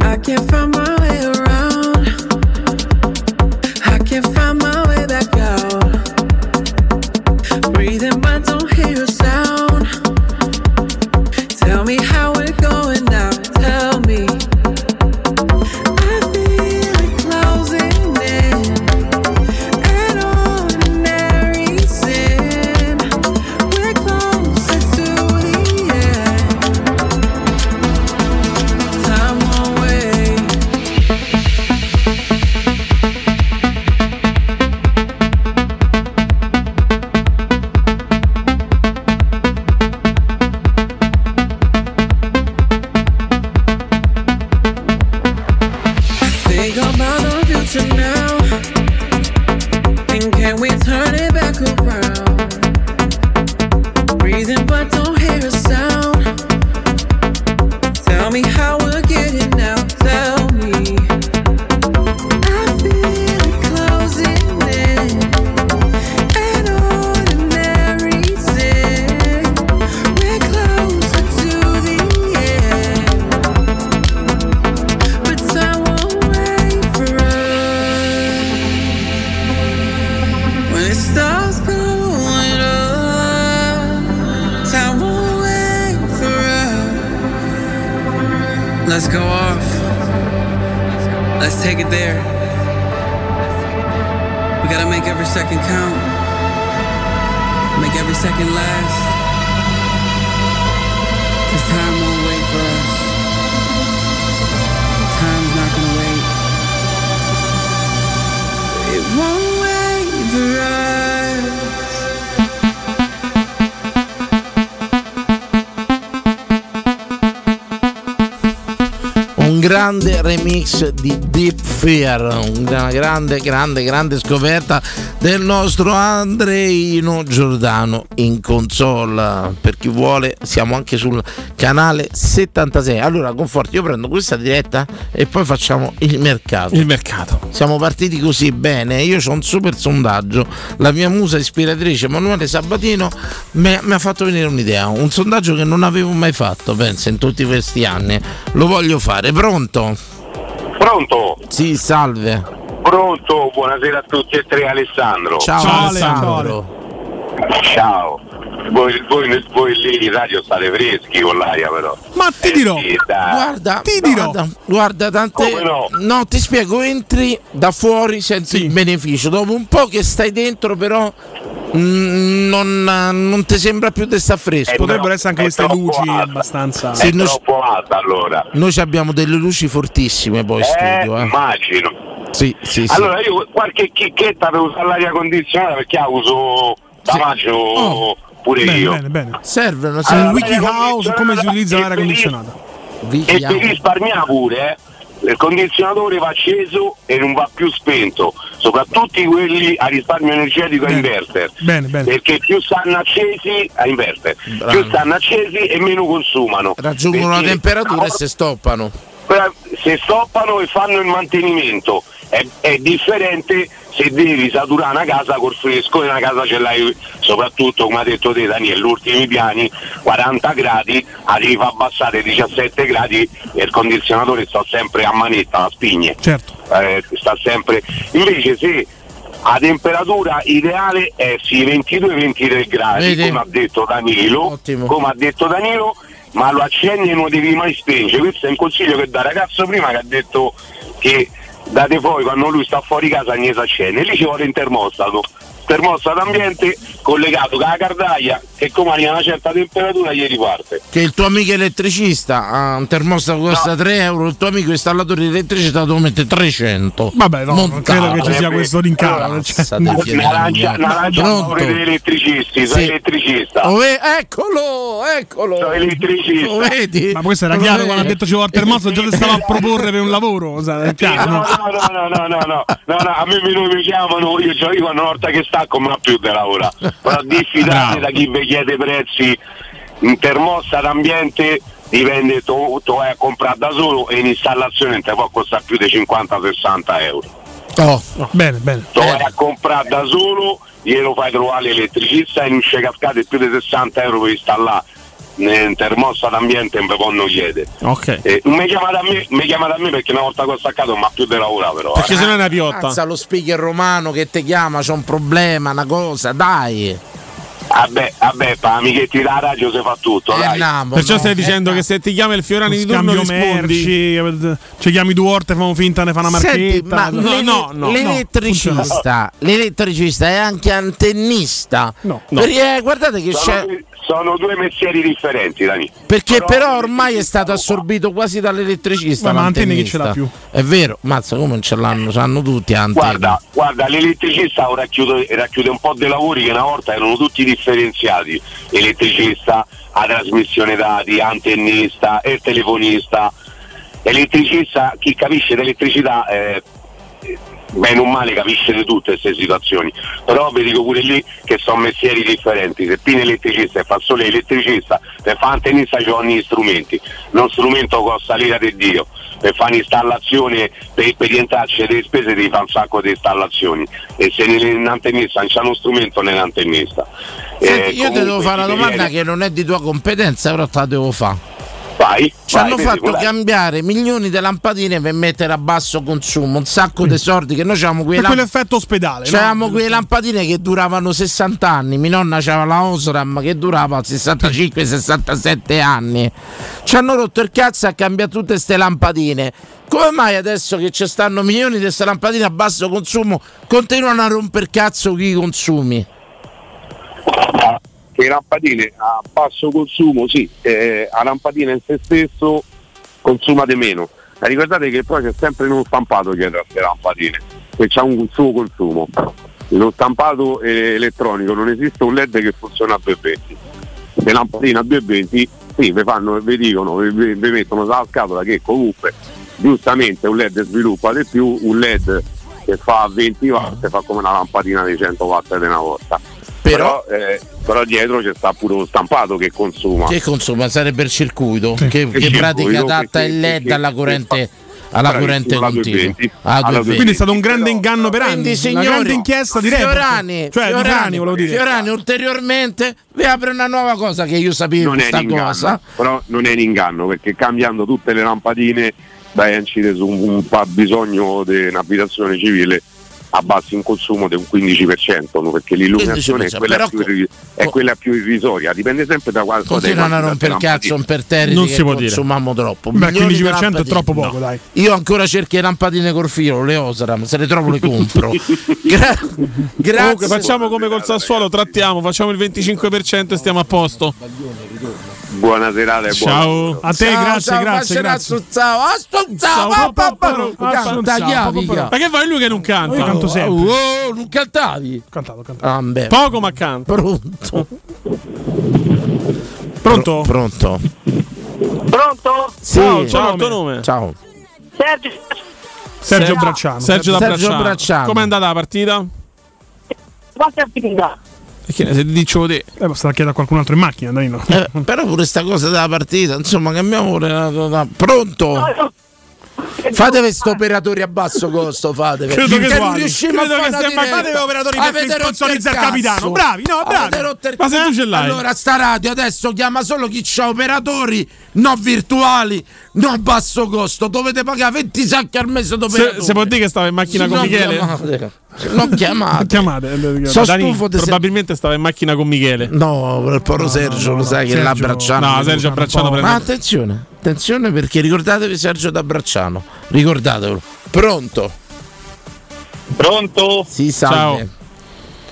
L: I can't find my way around. I can't find my way back out. Breathing, but don't hear a sound. Tell me how we're going now. Tell me. I feel it closing in. An ordinary sin. look around. Breathing, but don't hear a sound. Tell me how we're getting out. Tell me. I feel it closing in. An ordinary sin. We're closer to the end. But time won't wait for us. When it starts going up, time won't wait for us. Let's go off. Let's take it there. We gotta make every second count. Make every second last. Cause time won't wait for us. Time's not gonna wait. It won't wait for us.
D: Un grande remix di Deep Fear, una grande, grande, grande scoperta del nostro Andreino Giordano in console. Per chi vuole, siamo anche sul canale 76. Allora, Conforti, io prendo questa diretta e poi facciamo il mercato.
E: Il mercato.
D: Siamo partiti così bene. Io ho un super sondaggio. La mia musa ispiratrice, Emanuele Sabatino, mi mi ha fatto venire un'idea. Un sondaggio che non avevo mai fatto, penso, in tutti questi anni. Lo voglio fare. Pronto?
M: Pronto?
D: Sì, salve.
M: Pronto, buonasera a tutti e tre Alessandro.
D: Ciao, Alessandro.
M: Ciao. Voi, voi- voi lì in radio state freschi con l'aria però.
D: Ma ti
M: dirò. sì, dai.
D: Eh, guarda, ti dirò. Guarda, guarda, tante. No? ti spiego, entri da fuori, senti il beneficio. Dopo un po' che stai dentro, però. mm, Non, non ti sembra più di sta
M: Eh,
D: fresco.
F: Potrebbero essere anche queste luci abbastanza.
D: Sì, noi-
M: alta allora.
D: Noi ci abbiamo delle luci fortissime poi in
M: Eh,
D: studio. Eh.
M: Immagino.
D: Sì, sì, sì.
M: Allora io qualche chicchetta per usare l'aria condizionata perché la uso da maggio
D: Oh,
M: pure io.
D: Serve
F: serve.
D: una
M: Allora,
F: wiki house come si utilizza
M: e
F: l'aria
M: per il-
F: condizionata.
M: E per risparmiare pure, eh, il condizionatore va acceso e non va più spento, soprattutto quelli a risparmio energetico a inverter.
F: Bene, bene.
M: Perché più stanno accesi a inverter, più stanno accesi e meno consumano.
D: Raggiungono la
M: Perché-
D: temperatura e si stoppano.
M: Però se stoppano e fanno il mantenimento è, è differente se devi saturare una casa col fresco e una casa ce l'hai soprattutto come ha detto te Daniel gli ultimi piani 40 gradi la devi far abbassare ai 17 gradi e il condizionatore sta sempre a manetta la spigne Eh, sta sempre invece se a temperatura ideale è sì 22-23 gradi
D: Vedi?
M: come ha detto Danilo
D: Ottimo.
M: come ha detto Danilo ma lo accendi e non devi mai spengere questo è un consiglio che da ragazzo prima che ha detto che date fuori quando lui sta fuori casa non si accende lì ci vuole il termostato termostato ambiente collegato con la cardaglia che come arriva a una certa temperatura gli riparte
D: Che il tuo amico elettricista ha un termostato che costa 3 euro, il tuo amico installatore di elettricità lo mette 300.
F: Vabbè, no, non
D: Montato.
F: credo che ci sia
M: Eh,
F: questo rincaro. cioè.
M: Narancia, narancia a favore degli elettricisti, sei
D: Sì.
M: elettricista.
D: Oh, eh, eccolo, eccolo.
M: Sono elettricista.
D: Lo vedi?
F: Ma questo era
D: Lo
F: chiaro
D: vedi?
F: quando ha detto ci vuole il termoso, già ti stava a proporre per un lavoro. sa, è
M: Sì, no,
F: chiaro.
M: no, no, no, no, no, no, no, no, a me mi- non mi chiamano, io cioè, io una volta che stacco non ho più da lavora. Però diffidate da chi vi chiede prezzi in termostato ambiente dipende tu, tu vai a comprare da solo e in installazione non ti può costare più di 50-60 euro.
D: Oh,
F: bene, bene.
M: Tu vai a comprare da solo, glielo fai trovare l'elettricista e non ci cascate più di 60 euro per installare. Nel termostato ambiente non vi possono chiedere.
E: Ok.
M: Eh, non mi chiamate a me, mi chiamate a me perché una volta che ho staccato non ho più di lavora però. eh.
D: sennò Alza lo speaker romano che ti chiama, c'è un problema, una cosa, dai.
M: Vabbè, vabbè, pa, amichetti da radio si fa
D: Eh,
M: tutto, dai.
E: Perciò stai dicendo che se ti chiama il Fiorani di turno
F: Scambio
E: rispondi.
F: merci, eh, ci chiami due volte, fanno finta, ne fa una
D: Senti,
F: marchetta.
D: ma l'ele- l'elettricista, l'elettricista è anche antennista. Perché, eh, guardate che
M: sono,
D: c'è.
M: due- sono due mestieri differenti, Dani.
D: Perché però ormai è stato assorbito quasi dall'elettricista.
M: Ma- ma antenne chi
D: l'antennista.
M: ce l'ha più?
D: È vero, mazza come non ce l'hanno, sanno tutti antenne.
M: Guarda, guarda, l'elettricista ora racchiude, racchiude un po' dei lavori che una volta erano tutti differenziati. Elettricista, a trasmissione dati, antennista e telefonista. Elettricista, chi capisce l'elettricità eh, bene o male capisce di tutte queste situazioni. Però vi dico pure lì che sono mestieri differenti. Se Pino è elettricista e fa solo elettricista, per fare un tennista c'ho ogni strumenti. Non strumento costa l'ira di Dio. Per fare un'installazione, per, per rientrarci delle spese devi fare un sacco di installazioni. E se nell'antennista non c'è uno strumento nell'antennista. Eh,
D: Io ti devo
M: comunque
D: fare una
M: ti
D: domanda
M: viene-
D: che non è di tua competenza, però te la devo fare.
M: Vai,
D: Ci
M: vai,
D: hanno
M: vedi,
D: fatto
M: guarda.
D: cambiare milioni di lampadine per mettere a basso consumo, un sacco di soldi che noi avevamo quei
F: Per
D: lamp-
F: quell'effetto ospedale. no?
D: C'avevamo quelle lampadine che duravano 60 anni. Mia nonna c'aveva la Osram che durava 65-67 anni. Ci hanno rotto il cazzo a cambiare tutte queste lampadine. Come mai adesso che ci stanno milioni di queste lampadine a basso consumo continuano a romper cazzo chi consumi?
M: che le lampadine a basso consumo, sì, eh, a lampadina in se stesso consumate meno. Ma Ricordate che poi c'è sempre uno stampato dietro a queste lampadine, che c'ha un suo consumo. Lo stampato eh, elettronico non esiste un LED che funziona a 220. Le lampadine a 220 sì, vi fanno, vi dicono, vi, vi- vi mettono la scatola che comunque giustamente un LED sviluppa di più, un LED che fa 20 watt fa come una lampadina di 100 watt di una volta. Però, eh, però dietro c'è sta pure lo stampato che consuma.
D: Che consuma? Sarebbe il circuito che, che
M: circuito,
D: pratica adatta
M: perché-
D: il LED
M: perché-
D: alla corrente, alla
M: bravissimo,
D: corrente
M: alla
D: continua.
M: 220.
D: Alla
M: Alla
D: 220.
F: Quindi è stato un grande inganno per anni.
D: Quindi,
F: una
D: signori,
F: grande inchiesta di Report.
D: Fiorani,
F: Cioè, di
D: Fiorani,
F: Frani, volevo dire.
D: Fiorani, ulteriormente vi apre una nuova cosa che io sapevo
M: non è
D: questa
M: un inganno,
D: cosa.
M: però non è un inganno perché cambiando tutte le lampadine dai a incidere su un bisogno di un'abitazione civile a basso in consumo del 15% no? perché l'illuminazione è
D: 15%,
M: quella,
D: però
M: più, irri- è quella più irrisoria dipende sempre da qualcosa
D: Continuano a romper cazzo un per terra
M: Non
D: che
M: si può dire.
D: consumiamo troppo.
M: Beh,
D: Milioni di
M: 15% è
D: lampadine.
M: troppo
F: poco, dai.
D: Io ancora cerco le lampadine col filo, le Osram, se le trovo le compro. Gra- grazie.
E: Comunque facciamo come col Sassuolo, trattiamo, facciamo il 25% e stiamo a posto.
M: buona serata e buona
E: Ciao. A te,
D: Ciao,
E: grazie,
D: Ah,
E: grazie,
D: ciao, faccio
E: grazie.
D: razzuzza- ah, stuzzà, pa, pa, pa, canta, chiavi,
E: Ma
D: chiavi.
E: che vai lui che non canta? Oh,
D: Io canto sempre. Oh, non cantavi?
F: Cantavo, cantavo.
D: Ah, beh.
E: Poco ma canta.
D: Pronto.
F: Pronto?
D: Pronto.
N: Pronto?
D: Sì.
E: Ciao, ciao, il tuo nome?
D: Ciao.
N: Sergio,
E: Sergio
N: Sergio
E: Bracciano. Sergio, da
D: Sergio
E: Bracciano.
D: Bracciano.
E: Com'è andata la partita?
N: quanto è finita?
E: Perché se ti dicevo te.
F: Eh, basta chiedere a qualcun altro in macchina, Danilo.
D: Eh, però pure sta cosa della partita, insomma, cambiamo pure la- la- la- Pronto? Fatevi sto operatore a basso costo, fatevi.
F: Credo che
D: non
F: uguali.
D: riusciamo
F: Credo
D: a
F: che
D: fare una
F: stiamo-
D: diretta.
F: fatevi operatori per
D: Avete rotto
F: sponsorizzare il
D: cazzo.
F: capitano. Bravi, no, bravi.
D: Avete rotto il
F: Ma se
D: cazzo.
F: tu ce l'hai.
D: Allora, sta radio adesso chiama solo chi c'ha operatori non virtuali, non a basso costo. Dovete pagare 20 sacchi al mese d'operatore.
E: Se, se può dire che stava in macchina con
D: Non
E: Michele?
D: chiamate. Non chiamate.
F: eh,
E: Chiamate.
D: Sono stufo di se-
E: probabilmente stava in macchina con Michele.
D: No, il povero Sergio lo sai che l'ha abbracciato.
E: No, Sergio Bracciano prende.
D: Ma attenzione, attenzione perché ricordatevi Sergio da Bracciano. Ricordatevelo. Pronto?
N: Pronto?
D: Sì, salve.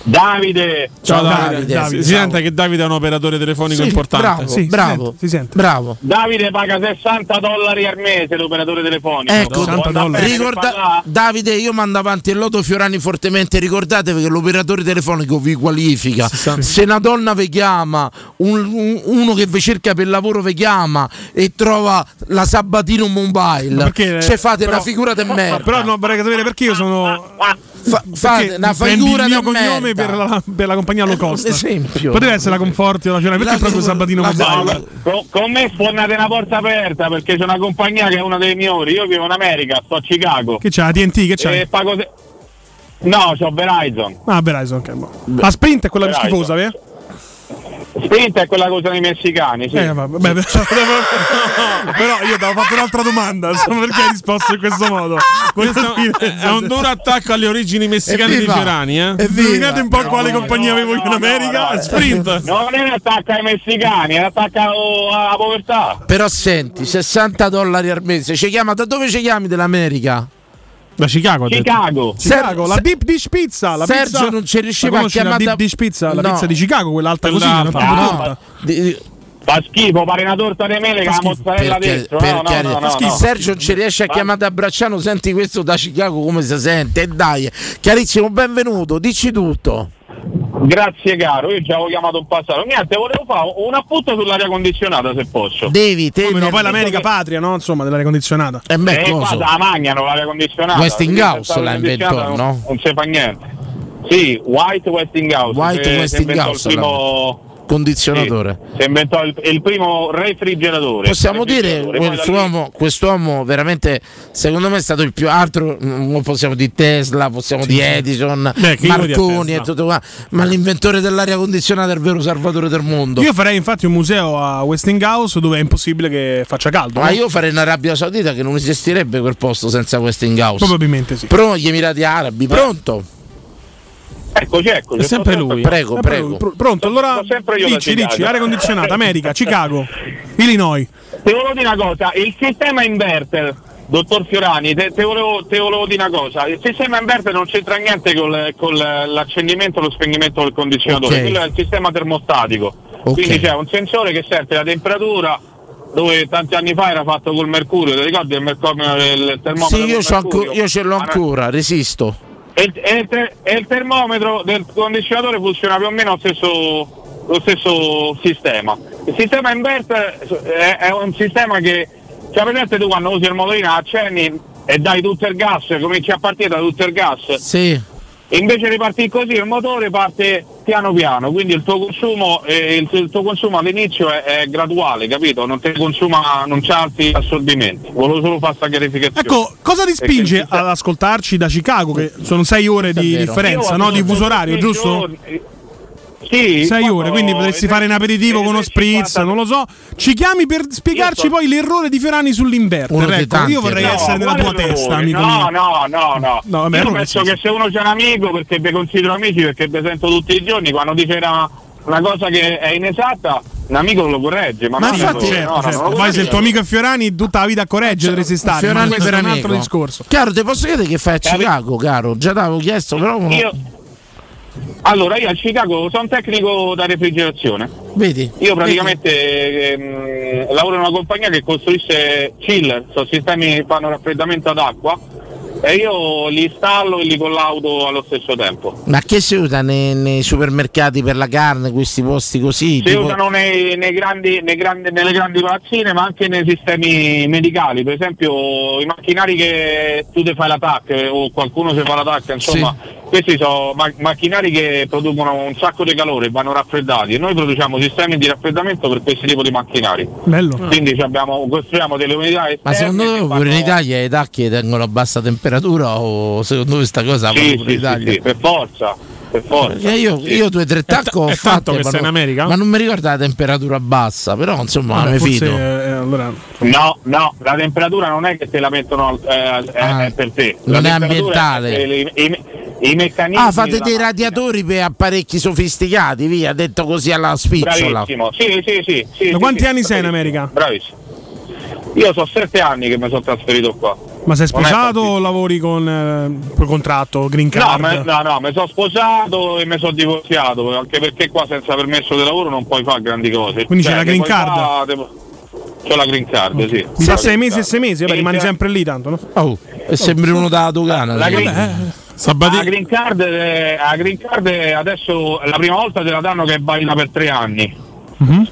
N: Davide.
D: Ciao, Davide.
E: Si,
D: Davide,
E: si
D: ciao.
E: sente che Davide è un operatore telefonico
D: Sì,
E: importante.
D: Bravo, bravo, bravo.
N: Davide paga 60 dollari al mese l'operatore telefonico.
D: Ecco, ricorda-
N: Ricorda...
D: Davide, io mando avanti il loto Fiorani fortemente. Ricordatevi che l'operatore telefonico vi qualifica. Se una donna vi chiama, un- un- uno che vi cerca per lavoro vi chiama e trova la Sabatino Mobile,
F: Perché,
D: cioè fate
F: però-
D: una figura di merda.
F: Però no, vorrei capire perché io sono.
D: Fa- fate una
F: prendi
D: figura
F: il mio
D: di
F: cognome
D: merda.
F: per la, per la compagnia low cost.
D: un esempio.
F: Poteva essere la Conforti o la Fiorani, perché è proprio Sabatino Mobile?
N: con me sfornate una porta aperta perché c'è una compagnia che è una delle migliori. Io vivo in America, sto a Chicago.
F: Che c'ha? TNT, che c'ha?
E: Eh.
N: E pago se- No, c'ho Verizon.
F: Ah, Verizon, ok. boh. La Sprint è quella più
N: Verizon.
F: schifosa, vero?
N: Sprint è quella cosa dei messicani. Sì.
F: Eh, vabbè, beh, però- però io ti avevo fatto un'altra domanda, insomma, perché hai risposto in questo modo?
E: Questo è un duro attacco alle origini messicane di
F: Evviva!
E: Fiorani. Eh?
F: Evviva! Indovinate un po' quale compagnia avevo io in America? Sprint.
N: Non è un attacco ai messicani, è un attacco alla povertà.
D: Però senti, 60 dollari al mese. Ci chiama da dove ci chiami dell'America?
E: Da Chicago.
N: Chicago.
F: Chicago, la Deep Dish Pizza. La
D: Sergio
F: pizza,
D: non ci riusciva
F: la
D: a
F: conosci la
D: chiamare
F: Deep
D: da-
F: Dish Pizza, la
D: No.
F: pizza di Chicago, quell'alta così,
D: Quella
F: non
D: fa-
F: proprio
D: no.
F: torta.
N: Fa schifo, pare una torta di mele che ha la mozzarella
D: Perché,
N: dentro.
D: per
N: No, no,
D: chiari-
N: no, no, no.
D: Sergio non ci riesce a chiamare da Bracciano. Senti questo da Chicago come si sente? E dai, chiarissimo, benvenuto, dici tutto.
N: Grazie caro, io già avevo chiamato in passato. Niente, volevo fare un appunto sull'aria condizionata se posso.
D: Devi, te.
F: Come no, poi l'America patria, no? Insomma, dell'aria condizionata.
D: E
N: eh, qua la magnano l'aria condizionata.
F: Westinghouse
N: Quindi, senza
F: la
N: l'aria
F: inventò,
N: condizionata
F: no?
N: Non, non si fa niente. Sì, White Westinghouse.
D: White
N: che- che
D: Westinghouse,
N: inventò Il primo,
D: condizionatore.
N: si inventò il, il primo refrigeratore.
D: Possiamo dire
N: Refrigeratore. Poi da lì-
D: quest'uomo, quest'uomo veramente, secondo me è stato il più altro, mm, possiamo di Tesla, possiamo
F: Sì,
D: di
F: sì.
D: Edison,
F: Beh, che io odio
D: Marconi e
F: Tesla. Eh.
D: tutto qua, ma l'inventore dell'aria condizionata è il vero salvatore del mondo.
F: Io farei infatti un museo a Westinghouse dove è impossibile che faccia caldo. eh.
D: ma
F: no?
D: io farei in Arabia Saudita che non esistirebbe quel posto senza Westinghouse.
F: Probabilmente sì.
D: Però gli Emirati Arabi, pronto?
N: Eccoci, eccoci.
D: È sempre lui. Prego,
F: Eh,
D: prego.
F: pr- pronto, allora dici,
N: da
F: dici,
N: Chicago.
F: aria condizionata, America, Chicago, Illinois.
N: Ti volevo dire una cosa, il sistema inverter, dottor Fiorani, te, te volevo, te volevo dire una cosa, il sistema inverter non c'entra niente col- con l'accendimento e lo spegnimento del condizionatore,
O: Ok.
N: quello è il sistema termostatico.
O: Ok.
N: Quindi c'è un sensore che sente la temperatura dove tanti anni fa era fatto col mercurio, ti ricordi il, mercurio, il termometro?
D: Sì, io,
N: col
D: c'ho anco-
N: mercurio?
D: io ce l'ho
N: Ah,
D: ancora, resisto.
N: E, il- e il ter- e il termometro del condizionatore funziona più o meno lo stesso, lo stesso sistema. Il sistema inverter è, è un sistema che, cioè vedete tu quando usi il motorino accendi e dai tutto il gas, cominci a partire da tutto il gas.
D: Sì.
N: E Invece di partire così il motore parte piano piano, quindi il tuo consumo, eh, il, il tuo consumo all'inizio è, è graduale, capito? Non ti consuma, non c'ha altri assorbimenti. Volevo solo fare questa chiarificazione.
F: Ecco, cosa ti
N: Perché
F: spinge
N: il
F: ad ascoltarci da Chicago? Che sono sei ore di
N: vero.
F: differenza,
N: Io
F: no? Di
N: sono
F: fuso
N: tutti
F: orario,
N: i
F: giusto?
N: giorni. Sì.
F: Sei
N: quando-
F: ore, quindi potresti fare un aperitivo con uno spritz, non lo so. Ci chiami per spiegarci poi l'errore di Fiorani
D: Uno
F: sull'inverter.
D: dei
F: Ecco,
D: tanti
F: io
N: eh,
F: vorrei
D: errori.
F: essere
D: No,
F: nella tua
D: quale errore?
F: testa, amico
N: no,
F: mio.
N: no, no, no.
F: No, vabbè,
N: Io
F: allora
N: penso
F: sì,
N: che se uno c'è un amico, perché vi considero amici, perché vi sento tutti i giorni, quando dice una, una cosa che è inesatta, un amico lo corregge. Ma,
F: Ma
N: un amico-
F: infatti, certo,
N: no, no,
F: certo.
N: non lo
F: Poi se il tuo
N: corregge.
F: amico è Fiorani, tutta la vita a correggere dovresti stare. ma
D: Fiorani
F: questo
D: per
F: è un altro
D: amico.
F: discorso.
D: Chiaro, ti posso chiedere che fai a Chicago, caro? Già t'avevo chiesto, però. non-
N: Io- Allora, io a Chicago sono un tecnico da refrigerazione.
D: Vedi?
N: Io praticamente ehm, lavoro in una compagnia che costruisce chiller, sono sistemi che fanno raffreddamento ad acqua e io li installo e li collaudo allo stesso tempo.
D: Ma che si usa nei, nei supermercati per la carne, questi posti così?
N: Si
D: tipo-
N: usano nei, nei grandi- nei grandi- nelle grandi palazzine ma anche nei sistemi medicali, per esempio i macchinari che tu ti fai la TAC eh, o qualcuno si fa la TAC, insomma questi sono ma- macchinari che producono un sacco di calore e vanno raffreddati e noi produciamo sistemi di raffreddamento per questi tipo di macchinari. Ah.
F: Bello.
N: Quindi ci abbiamo- costruiamo delle unità esterne.
D: Ma secondo te pure in Italia i tacchi tengono a bassa temperatura o secondo me sta cosa
N: Sì,
D: va pure
N: sì,
D: in Italia?
N: sì, sì, per forza, per forza.
D: Perché Eh, io,
N: Sì.
D: io due o tre tacco ho
F: è
D: fatto,
F: tanto che
D: ma,
F: sei
D: non-
F: in America?
D: ma non mi ricordo la temperatura bassa, però insomma
F: Vabbè,
D: me
F: forse,
D: fido.
F: eh, allora-
N: No, no, la temperatura non è che te la mettono eh, è- è per te. La
D: Ah, non è
N: temperatura
D: ambientale.
N: è- i, i- i meccanismi.
D: Ah, fate
N: della
D: dei
N: macchina.
D: radiatori per apparecchi sofisticati, via, detto così alla spicciola.
N: Bravissimo. Sì, sì, sì. sì,
F: Da
N: sì,
F: quanti
N: sì,
F: anni sei in
N: bravissimo,
F: America?
N: Bravissimo. Io sono sette anni che mi sono trasferito qua.
F: Ma sei
N: Non è
F: sposato o lavori con eh, col contratto, green
N: No,
F: card?
N: ma- no, no, mi sono sposato e mi sono divorziato, anche perché qua senza permesso di lavoro non puoi fare grandi cose.
F: Quindi c'è la
N: che
F: green
N: puoi
F: card?
N: fare- devo- C'ho la green card, sì.
F: Mi
N: C'ho
F: sa
N: la
F: sei
N: green
F: mesi e
N: card.
F: sei mesi, vabbè,
N: Sì,
F: rimani
N: c'è-
F: sempre lì tanto, no? eh.
D: Oh, e sembri uno della dogana.
N: La
D: cioè.
N: green, la green card, eh, la green card eh, adesso la prima volta te la danno che è valida per tre anni.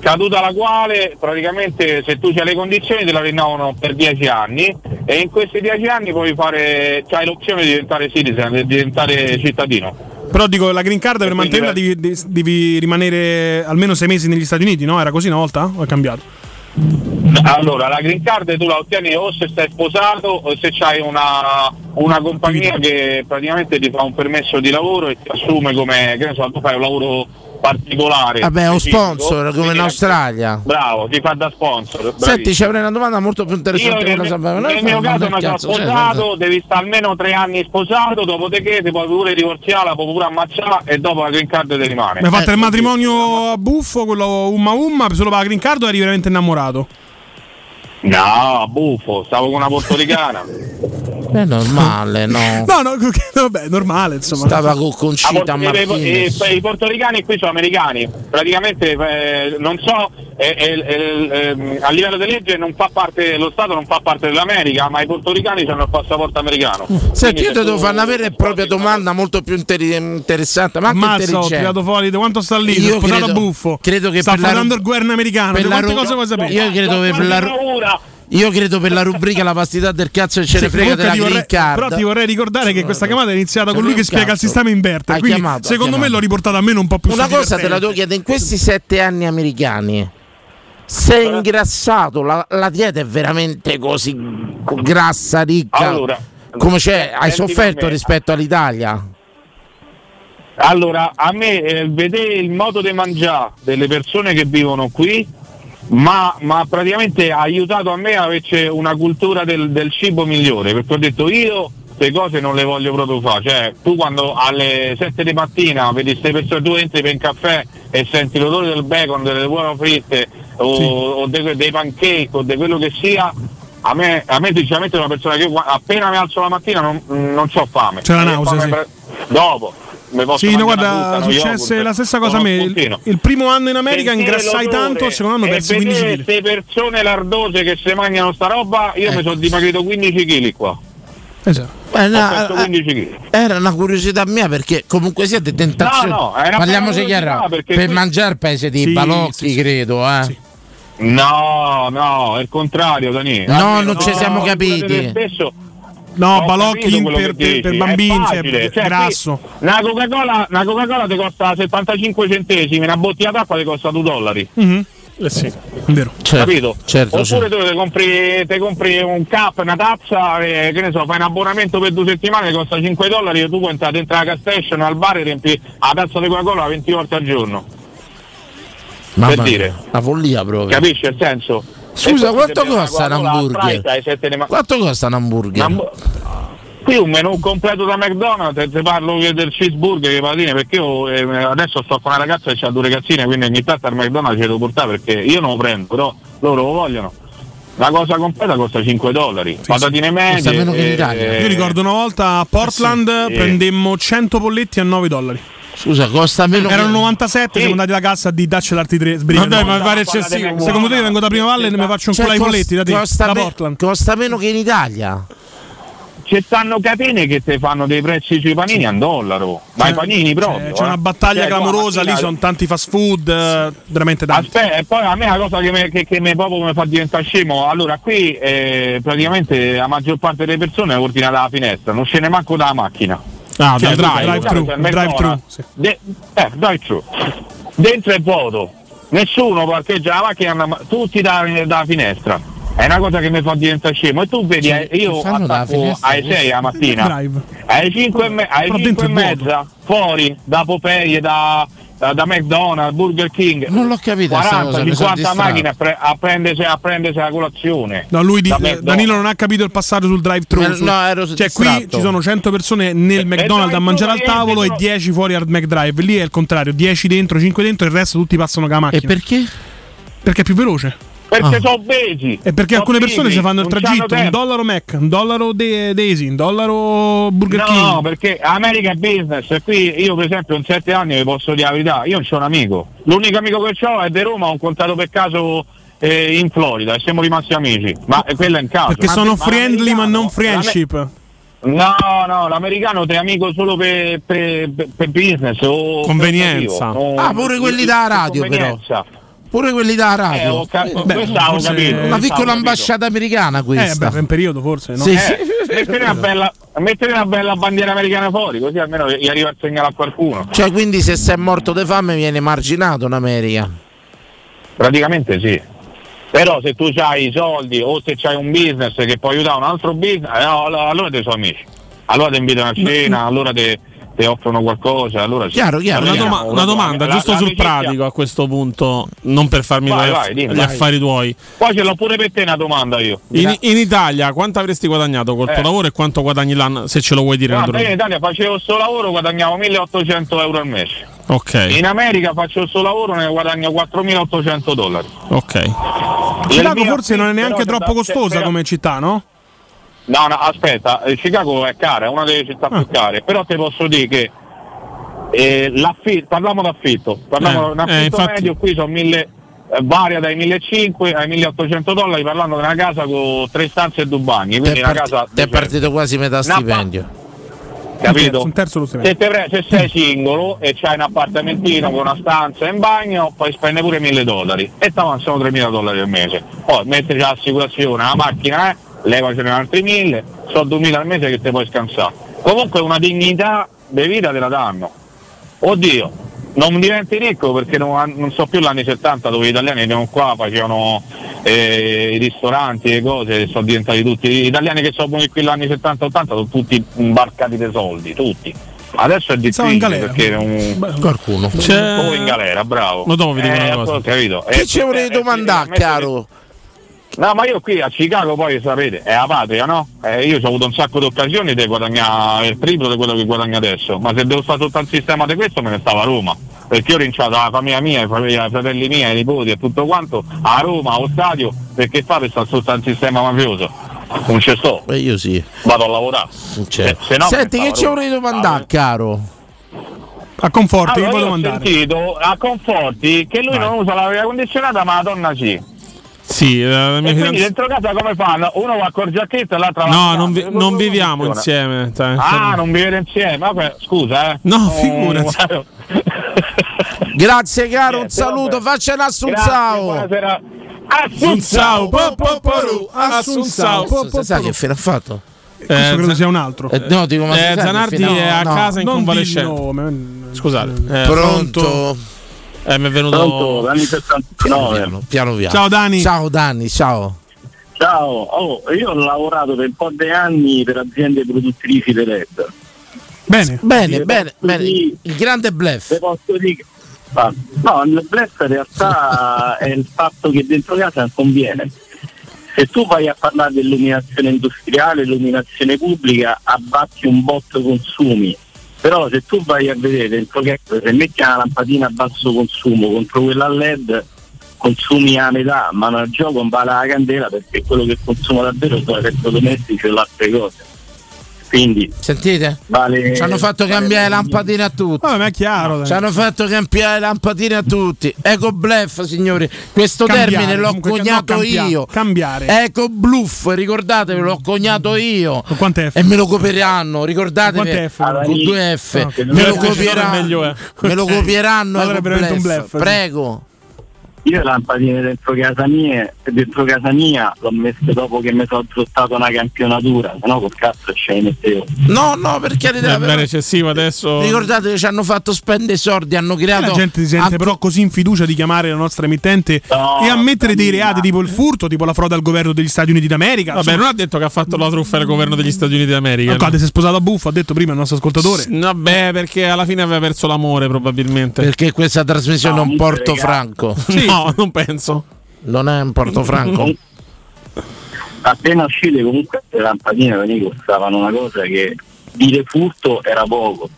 N: Scaduta la quale praticamente se tu c'hai le condizioni te la rinnovano per dieci anni e in questi dieci anni puoi fare, c'hai l'opzione di diventare citizen, di diventare cittadino.
F: Però dico, la green card per mantenerla devi, devi- devi rimanere almeno sei mesi negli Stati Uniti, no? Era così una volta? O è cambiato?
N: Allora, la green card tu la ottieni o se stai sposato o se c'hai una, una compagnia che praticamente ti fa un permesso di lavoro e ti assume come, che ne so, tu fai un lavoro particolare.
D: Vabbè, ho
N: specifico,
D: sponsor come in
N: quindi-
D: Australia.
N: Bravo, ti fa da sponsor.
D: Senti,
N: bravissimo.
D: c'è una domanda molto più interessante
N: Io
D: che la
N: nel,
D: sapeva. Noi
N: nel
D: fanno
N: mio caso
D: un
N: mi sono
D: cazzo, cioè,
N: sposato, devi stare almeno tre anni sposato, dopodiché ti puoi pure divorziare, la puoi pure ammazzare e dopo la green card ti rimane. Eh.
F: Mi hai fatto il matrimonio a buffo, quello umma umma, solo per la green card o eri veramente innamorato?
N: No, buffo, stavo con una portoricana.
D: È normale, no?
F: No, no, vabbè, normale, insomma.
D: Stava con Concita
N: Ah, porto- e- e-
D: Martinez.
N: e- I portoricani qui sono americani, praticamente eh, non so, eh, eh, eh, eh, a livello di legge non fa parte, lo Stato non fa parte dell'America, ma i portoricani hanno il passaporto americano.
D: Senti,
N: Quindi
D: io
N: se
D: ti devo
N: tu-
D: fare una vera e propria domanda
N: diciamo.
D: molto più interi- interessante, ma anche
F: Mazza, ho
D: intelligente.
F: tirato fuori di quanto sta lì,
D: Cioè, Io
F: sono sposato a
D: credo-
F: buffo.
D: credo che
F: sta
D: per la-
F: parlando il governo americano,
D: per
F: di
D: la
F: quante
D: Ru-
F: cose vuoi sapere?
D: Io credo che per la Ru- Io credo per la rubrica la vastità del cazzo che ce ne
F: Sì,
D: frega
F: comunque
D: della
F: ti vorrei-
D: green card.
F: Però ti vorrei ricordare che questa chiamata è iniziata con lui che
D: un
F: spiega il
D: cazzo.
F: sistema inverter.
D: Hai
F: quindi,
D: chiamato, hai
F: secondo me
D: chiamato.
F: l'ho riportata a me non un po' più
D: Una
F: sul
D: cosa te la devo
F: divertente.
D: chiedere, in questi sette anni americani sei ingrassato, la, la dieta è veramente così grassa, ricca.
N: Allora, eh,
D: come c'è, hai
N: senti per
D: sofferto
N: me.
D: rispetto all'Italia?
N: Allora, a me eh, vedere il modo di mangiare delle persone che vivono qui, ma, ma praticamente ha aiutato a me a avere una cultura del, del cibo migliore, perché ho detto io queste cose non le voglio proprio fare, cioè tu quando alle 7 di mattina vedi queste persone, tu entri per un caffè e senti l'odore del bacon, delle uova fritte o, o de- dei pancake o di quello che sia, a me, a me sinceramente è una persona che io, appena mi alzo la mattina non, non ho fame.
F: C'è la
N: E
F: nausea,
N: poi
F: sì.
N: mi pre- Dopo, mi posso
F: Sì, no,
N: mangiare
F: guarda,
N: tutta, no,
F: successe
N: yogurt,
F: la stessa cosa a
N: sono
F: me. Il,
N: spuntino.
F: il primo anno in America
N: Sentire
F: ingrassai
N: l'odore
F: tanto, secondo anno
N: e
F: persi
N: vedere
F: 15 kg.
N: queste persone lardose che se mangiano sta roba, io
F: Eh.
N: mi sono dimagrito 15 kg qua.
F: Esatto.
D: Eh, no,
N: Ho perso
D: eh,
N: 15 kg.
D: Era una curiosità mia perché comunque siete tentazioni.
N: No, no, era
D: Parliamoci
N: una curiosità
D: chiaro. Per
N: perché qui-
D: mangiare paese di
N: Sì,
D: balocchi, credo. Eh.
N: No, no, è il contrario, Daniele.
D: No, non ci siamo capiti.
F: No, Balocchi per, per- per bambini, cioè, grasso.
N: Una Coca-Cola, una Coca-Cola ti costa 75 centesimi, una bottiglia d'acqua ti costa 2 dollari.
F: Mhm. Eh sì, è vero.
N: capito?
I: Oh,
F: certo,
N: Oppure tu te compri, te compri un cap, una tazza, e, che ne so, fai un abbonamento per due settimane che costa 5 dollari e tu puoi entrare dentro la gas station al bar e riempi la tazza di Coca-Cola 20 volte al giorno.
D: Mamma
N: per
D: mia,
N: dire.
D: Una follia proprio.
N: Capisci il senso?
D: Scusa,
N: E poi
D: quanto
N: se bevi una
D: costa un
N: Coca-Cola
D: hamburger?
N: Sprite ai sette di ma-
D: Quanto costa un hamburger?
N: Qui un menù completo da McDonald's, e te parlo che del cheeseburger che patine, perché io eh, adesso sto con una ragazza che ha due ragazzine, quindi ogni tanto al McDonald's ce lo portare perché io non lo prendo, però loro lo vogliono. La cosa completa costa 5 dollari, patatine medie. eh,
F: Io ricordo una volta a Portland
N: sì. Eh.
F: prendemmo 100 polletti a 9 dollari.
D: Scusa, costa meno.
F: Erano 97, siamo andati alla cassa di Dacce d'Arti 3.
D: Ma dai, ma mi pare eccessivo.
F: Secondo te io vengo da Prima Valle e ne mi faccio un
D: Cioè,
F: culo ai
D: costa-
F: polletti da te,
D: costa
F: da
D: me-
F: Portland.
D: Costa meno che in Italia.
N: Ci stanno catene che ti fanno dei prezzi sui panini a un dollaro, ma
D: Cioè,
N: i panini proprio.
F: Eh, C'è
N: eh.
F: una battaglia
N: Cioè, qua
F: clamorosa, lì
N: mattina-
F: sono tanti fast food, eh, veramente tanti.
N: Aspetta, e poi a me la cosa che mi, che- che mi proprio mi fa diventare scemo, allora qui eh, praticamente la maggior parte delle persone ordina dalla finestra, non scende manco dalla macchina.
F: Ah,
N: Cioè,
F: dal drive,
N: guardate,
F: drive-thru,
N: c'è il
F: drive-thru,
N: McDonald's,
F: sì.
N: de- eh, drive-thru. Dentro è vuoto, nessuno parcheggia la macchina, ma- tutti da- dalla finestra. È una cosa che mi fa diventare scemo. E tu vedi, eh, io
D: Cioè, fanno dalla
N: attacco
D: finestra,
N: alle
D: questo?
N: 6 la mattina,
F: Drive.
N: alle 5 e, me- alle
F: Però
N: 5
F: dentro
N: e
F: è vuoto.
N: mezza, fuori, da Popeye, da, da, da McDonald's, Burger King.
D: Non l'ho capita sta cosa, mi sono
N: 40-50
D: distratto.
N: macchine a, pre- a prendersi, a prendersi la colazione.
F: No, lui di-
N: Da boh.
F: eh,
N: McDonald's.
F: Danilo non ha capito il passaggio sul drive-thru.
N: Eh,
F: sul-
N: no, ero
F: cioè, qui
N: distratto.
F: ci sono 100 persone
N: Eh,
F: nel McDonald's a
N: drive-thru
F: mangiare al
N: niente,
F: tavolo e
N: però-
F: 10 fuori al McDrive. Lì è il contrario: 10 dentro, 5 dentro, il resto tutti passano con la macchina. E
D: perché?
F: Perché è più veloce.
N: Perché sono obesi.
F: E perché
N: sono
F: alcune persone
N: pigri,
F: si fanno il
N: non c'hanno
F: tragitto: un
N: tempo.
F: dollaro Mac, un dollaro De- Daisy, un dollaro Burger King.
N: No, perché America è business e qui io per esempio in sette anni vi posso dire la verità, io non c'ho un amico. L'unico amico che ho è di Roma, ho incontrato per caso eh, in Florida e siamo rimasti amici. Ma eh, quello è in caso.
F: Perché
N: Ma-
F: sono
N: ma
F: friendly ma non
N: l'amer-
F: friendship.
N: No, no, l'americano te è amico solo per, per- per- per business o
F: Convenienza.
N: per motivo, o-
D: Ah, pure quelli da
N: per
D: radio,
N: convenienza.
D: Pure quelli da
N: Eh,
D: radio.
N: ho capito,
D: Beh,
N: questo avevo
D: forse-
N: capito,
D: Una
N: questo
D: piccola
N: avevo
D: ambasciata americana
F: Eh,
D: questa.
F: beh, per un periodo forse. No?
D: Sì,
F: Eh,
D: sì.
N: Eh, mettere una, bella, mettere una bella bandiera americana fuori, così almeno gli arriva il segnale a qualcuno.
D: Cioè, quindi se sei morto di fame viene marginato in America.
N: Praticamente sì. Però se tu hai i soldi o se c'hai un business che può aiutare un altro business, eh, no, allora- allora ti sono amici. Allora ti invitano a cena, allora ti ti offrono qualcosa, allora sì.
E: Una,
N: Allora,
E: doma-
N: siamo-
E: una domanda,
N: la-
E: giusto
N: la-
E: sul
N: l'amicizia-
E: pratico a questo punto, non per farmi
N: Vai,
E: gli aff-
N: vai, dimmi,
E: gli
N: vai.
E: affari tuoi.
N: Poi ce l'ho pure per te una domanda io.
E: In, in Italia quanto avresti guadagnato col tuo
N: Eh.
E: lavoro e quanto guadagni l'anno? Se ce lo vuoi dire,
N: Guarda, io in
E: naturalmente.
N: Italia facevo questo lavoro, guadagnavo 1800 euro al mese.
E: Ok,
N: In America faccio questo lavoro e ne guadagno 4800 dollari.
E: ok.
N: Il
F: Chicago
N: mio
F: forse non è
N: affitto,
F: neanche
N: però,
F: troppo
N: da- se-
F: costosa
N: però-
F: come città, no?
N: No, no, aspetta, eh, Chicago è cara, è una delle città
E: Ah.
N: più care, però ti posso dire che eh, l'affitto, parliamo d'affitto, parliamo
E: Eh,
N: un affitto
E: eh, infatti.
N: medio qui sono mille, eh, varia dai 1.500 ai 1.800 dollari, parlando di una casa con tre stanze e due bagni,
D: Ti
N: quindi
D: è,
N: una
D: parti-
N: casa...
D: ti è
N: decente.
D: partito quasi metà
N: Una pa-
D: stipendio.
N: Capito?
F: Un terzo lo stipendio.
N: Se, te pre- se sei singolo e c'hai un appartamentino con una stanza e un bagno, poi spendi pure 1000 dollari e ti avanzano 3000 dollari al mese. Poi metti l'assicurazione, la macchina, eh, levacene altri 1000, sono 2000 al mese che te puoi scansare. Comunque una dignità di vita te la danno. Oddio, non diventi ricco perché non, non so più l'anni 70 dove gli italiani erano qua, facevano eh, i ristoranti e cose, sono diventati tutti, gli italiani che sono venuti qui negli anni 70-80 sono tutti imbarcati dei soldi, tutti. Adesso è difficile perché non...
D: Qualcuno.
N: o in galera, bravo.
E: Ma dopo vi dico
N: Eh,
E: una cosa.
N: ho capito.
D: Che
N: Eh,
D: ci volevi
N: eh,
D: domandare,
N: eh,
D: caro?
N: No, ma io qui a Chicago poi sapete, è la patria, no? Eh, io ho avuto un sacco di occasioni di guadagnare il triplo di quello che guadagno adesso, ma se devo stare sotto un sistema di questo me ne stavo a Roma, perché io ho rinciato la famiglia mia, i fratelli- i fratelli miei, i nipoti e tutto quanto a Roma, allo stadio, perché fa per stare sotto un sistema mafioso? Non ci sto.
D: E Eh, io sì.
N: Vado a lavorare. Eh,
D: Cioè.
N: Se- se no,
D: Senti, che
N: pensavo
D: ci
N: tu.
D: volevi
N: eh.
D: domandare, caro?
F: A conforti,
N: Allora, io ho sentito a Conforti che lui non usa l'aria condizionata ma la donna sì.
E: Sì, eh, la la mia
N: E quindi dentro
E: fidanzata.
N: casa come fanno? Uno va col giacchetto e l'altro va
E: No,
N: con
E: non, vi-
N: la-
E: non viviamo
N: funziona?
E: insieme. cioè,
N: Ah,
E: insomma.
N: non vivere insieme, vabbè, scusa, eh.
E: No,
N: Oh,
E: figurati.
D: Grazie, caro. Un
N: Niente, vabbè.
D: saluto. Faccia
N: Grazie,
D: l'assunzao.
N: buonasera. Assunzao, po, po, po, ru, assunzao, po, po, po,
D: Sai che fine ha fatto?
F: Questo credo sia un altro.
D: Eh, no, dico, ma
E: Eh,
D: sai che
E: Zanardi
D: fine- no,
E: è a
D: no.
E: casa in
F: Non
E: convalescenza.
F: dillo,
E: Scusate. eh,
D: Pronto?
E: Eh, mi è venuto.
D: Pronto,
E: Danni
D: Piano piano, piano piano.
E: Ciao, Dani.
D: Ciao Dani, ciao.
I: Ciao, oh, io ho lavorato per un po' di anni per aziende produttrici di LED.
F: Bene,
D: bene, bene, bene. Il grande blef.
I: Posso dire, ma- no, il blef in realtà è il fatto che dentro casa non conviene. Se tu vai a parlare dell'illuminazione industriale, illuminazione pubblica, abbatti un botto consumi. Però se tu vai a vedere dentro casa, se metti una lampadina a basso consumo contro quella a LED, consumi a metà, ma non al gioco non vale la candela perché quello che consumo davvero sono elettrodomestici e le altre cose. Quindi
D: sentite?
I: Vale,
D: Ci hanno fatto
I: vale
D: cambiare le
I: la-
D: lampadine a tutti.
F: ma è chiaro.
D: Ci hanno fatto cambiare le lampadine a tutti. Eco bluff, signori. Questo
F: Cambiare,
D: termine l'ho
F: comunque, no,
D: cognato
F: cambia-
D: io.
F: cambiare.
D: Eco bluff, ricordatevelo, l'ho cognato io. E me lo copieranno, ricordatevi.
F: Quante F? Allora,
D: Con
F: lì-
D: due F.
F: Ah, ok.
D: Me lo
F: Due F ci sono, meglio
D: copieranno.
F: è.
D: Me lo
F: Ok.
D: copieranno.
F: Allora è
D: Eco
F: veramente un
D: bluff.
F: bluff.
D: Prego.
I: Io le lampadine dentro casa mia, dentro casa mia l'ho messe dopo che mi sono azzottate una campionatura, sennò col cazzo ce le mettevo.
D: No, no, per carità.
E: È
D: però-
E: eccessivo adesso.
D: Ricordate che ci hanno fatto spendere i soldi, hanno creato.
F: La gente si sente però così in fiducia di chiamare la nostra emittente e ammettere dei reati tipo il furto, tipo la frode al governo degli Stati Uniti d'America.
E: Vabbè, non ha detto che ha fatto la truffa al governo degli Stati Uniti d'America. no?
F: Guardate, si è sposato a buffo, Ecco, ha detto prima il nostro ascoltatore.
E: S- Vabbè, perché alla fine aveva perso l'amore, probabilmente.
D: Perché questa trasmissione è un portofranco.
E: No, non penso.
D: Non è un portofranco.
I: Appena uscite comunque le lampadine venivo, costavano una cosa che dire furto era poco.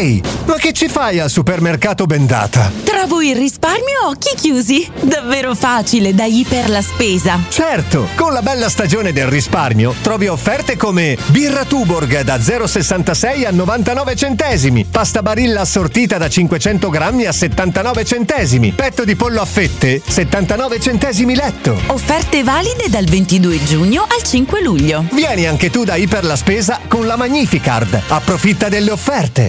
P: Ehi, ma che ci fai al supermercato bendata?
Q: Trovo il risparmio a occhi chiusi. Davvero facile da Iper la spesa.
P: Certo, con la bella stagione del risparmio trovi offerte come birra Tuborg da 0,66 a 99 centesimi, pasta barilla assortita da 500 grammi a 79 centesimi, petto di pollo a fette 79 centesimi letto.
Q: Offerte valide dal 22 giugno al 5 luglio.
P: Vieni anche tu da Iper la Spesa con la Magnificard. Approfitta delle offerte.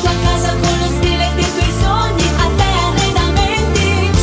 R: tua casa con lo stile dei tuoi sogni, a te arredamenti.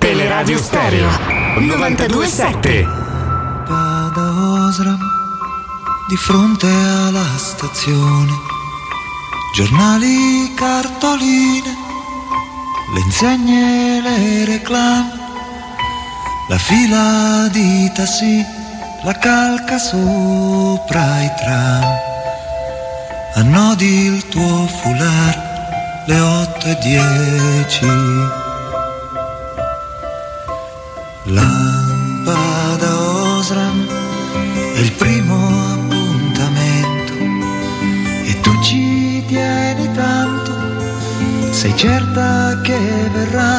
A: Teleradio Stereo 927.
S: Vada Osram di fronte alla stazione. Giornali, cartoline, le insegne, le reclame, la fila di tassi, la calca sopra i tram. Annodi il tuo foulard, le otto e dieci. Lampada Osram è il primo appuntamento e tu ci tieni tanto, sei certa che verrà.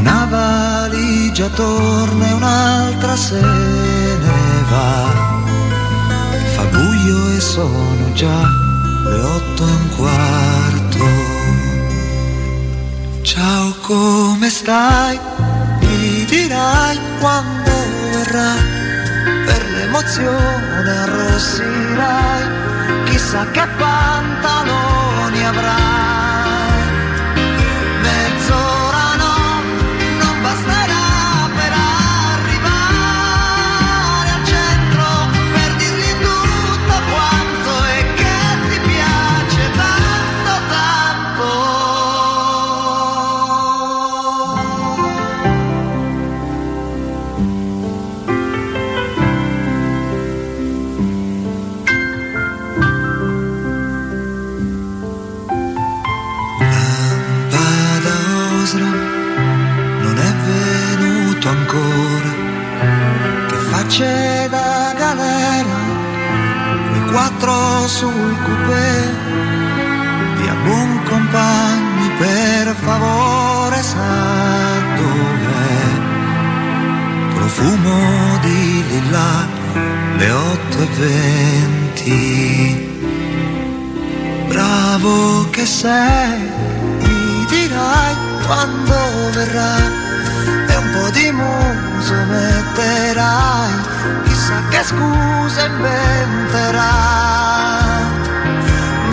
S: Una valigia torna e un'altra se ne va. Fa buio e sono già le otto e un quarto. Ciao, come stai? Mi dirai quando verrà, per l'emozione arrossirai, chissà che pantaloni avrai. Mezz'ora no, non basterà per arrivare al centro, per dirgli tutto quanto e che ti piace tanto tanto. Lampada Osram non è venuto ancora. Che facce da galera, le quattro sul coupé. Dia buon compagno per favore sa dov'è. Profumo di lilla, le otto e venti. Bravo che sei, mi dirai quando verrà e un po' di muso metterai, chissà che scusa inventerai.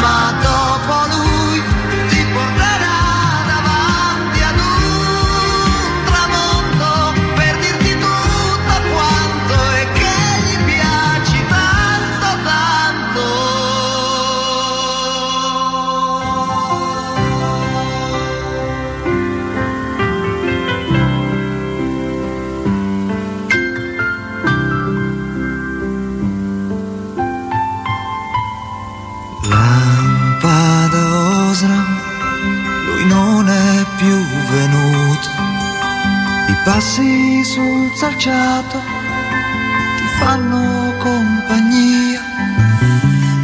S: Ma dopo lui ti porterà davanti ad
R: Ah,
S: un tramonto per dirti tutto quanto e che gli piaci tanto tanto. Lampada Osram, lui non è più venuto. I passi sul selciato ti fanno compagnia. compagnia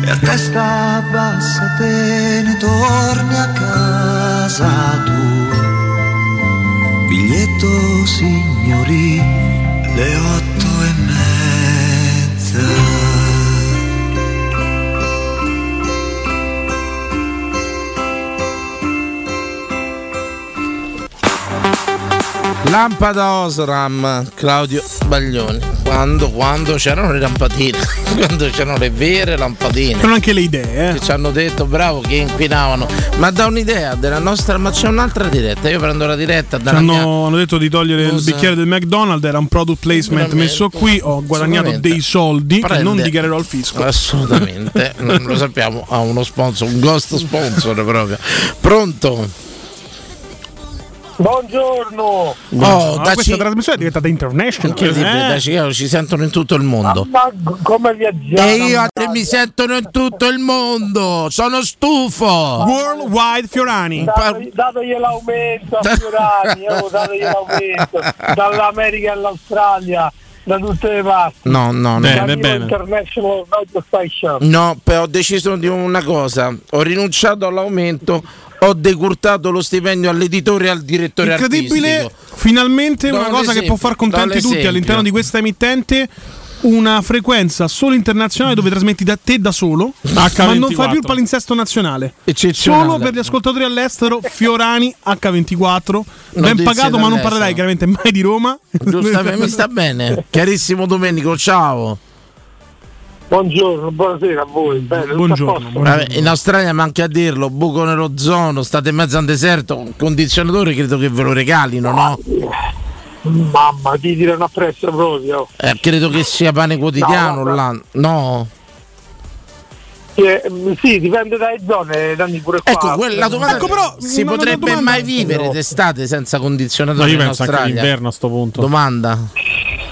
S: e a testa bassa te ne torni a casa tua. Biglietto signori, le otto e mezza.
D: Lampada Osram, Claudio Baglioni. Quando, quando c'erano le lampadine, quando c'erano le vere lampadine.
F: C'erano anche le idee. eh.
D: Che ci hanno detto bravo che inquinavano. Ma dà un'idea della nostra. Ma c'è un'altra diretta. Io prendo la diretta
F: Ci
D: dalla mia-
F: hanno, hanno detto di togliere il
D: Scusa.
F: bicchiere del McDonald's, era un product placement
D: Sicuramente.
F: messo qui, ho guadagnato
D: Sicuramente.
F: dei soldi che non
D: Prende.
F: dichiarerò al fisco.
D: Assolutamente, non lo sappiamo, ha uno sponsor, un ghost sponsor proprio. Pronto?
H: Buongiorno!
D: Oh,
F: Ma
D: dacci-
F: questa trasmissione è diventata international.
D: Incredibile,
F: Eh.
D: dacci che ci sentono in tutto il mondo.
H: Ma come viaggiamo?
D: E io a te mi sentono in tutto il mondo, sono stufo.
F: Worldwide Fiorani.
H: Dategli- Dategli l'aumento a Fiorani, oh, dategli l'aumento dall'America all'Australia, da tutte le parti.
D: No, no, no.
H: Danilo International Radio Station.
D: No, però ho deciso di una cosa, ho rinunciato all'aumento, ho decurtato lo stipendio all'editore e al direttore
F: Incredibile,
D: artistico.
F: finalmente
D: Do
F: una
D: un
F: cosa che
D: esempio,
F: può far
D: do un
F: contenti tutti
D: esempio.
F: all'interno di questa emittente. Una frequenza solo internazionale dove trasmetti da te da solo, ma non fai più il palinsesto nazionale.
D: Eccezionale.
F: Solo per gli ascoltatori all'estero, Fiorani H24, ben pagato,
D: Notizie
F: ma non
D: dall'estero.
F: parlerai chiaramente mai di Roma.
D: Giustamente, mi sta bene. Chiarissimo Domenico, ciao.
H: Buongiorno, buonasera a voi. Bene, tutto a posto?
D: Vabbè, in Australia manca a dirlo, buco nell'ozono, state in mezzo a un deserto, un condizionatore credo che ve lo regalino, no?
H: Mamma, ti tirano appresso proprio.
D: Eh, credo che sia pane quotidiano
H: No,
D: là, no?
H: Eh, sì, dipende dalle zone, danni pure qua.
D: Ecco, quella domanda si potrebbe mai vivere
H: No.
D: d'estate senza condizionatore
E: Ma io
D: in
E: penso anche
D: Australia?
E: all'inverno a sto punto.
D: Domanda.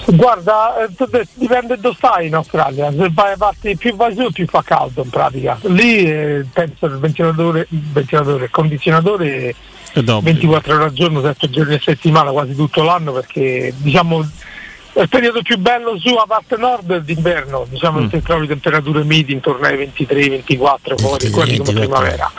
H: Guarda, eh, t'ho detto, dipende dove stai in Australia, se vai a parti più vai su più fa caldo in pratica. Lì eh, penso che il ventilatore, il ventilatore, il condizionatore
E: E dopo.
H: 24 ore al giorno, 7 giorni a settimana, quasi tutto l'anno perché diciamo è il periodo più bello su a parte nord d'inverno, diciamo
E: Mm.
H: se trovi temperature miti intorno ai 23-24 fuori, quasi come
E: 24.
H: primavera.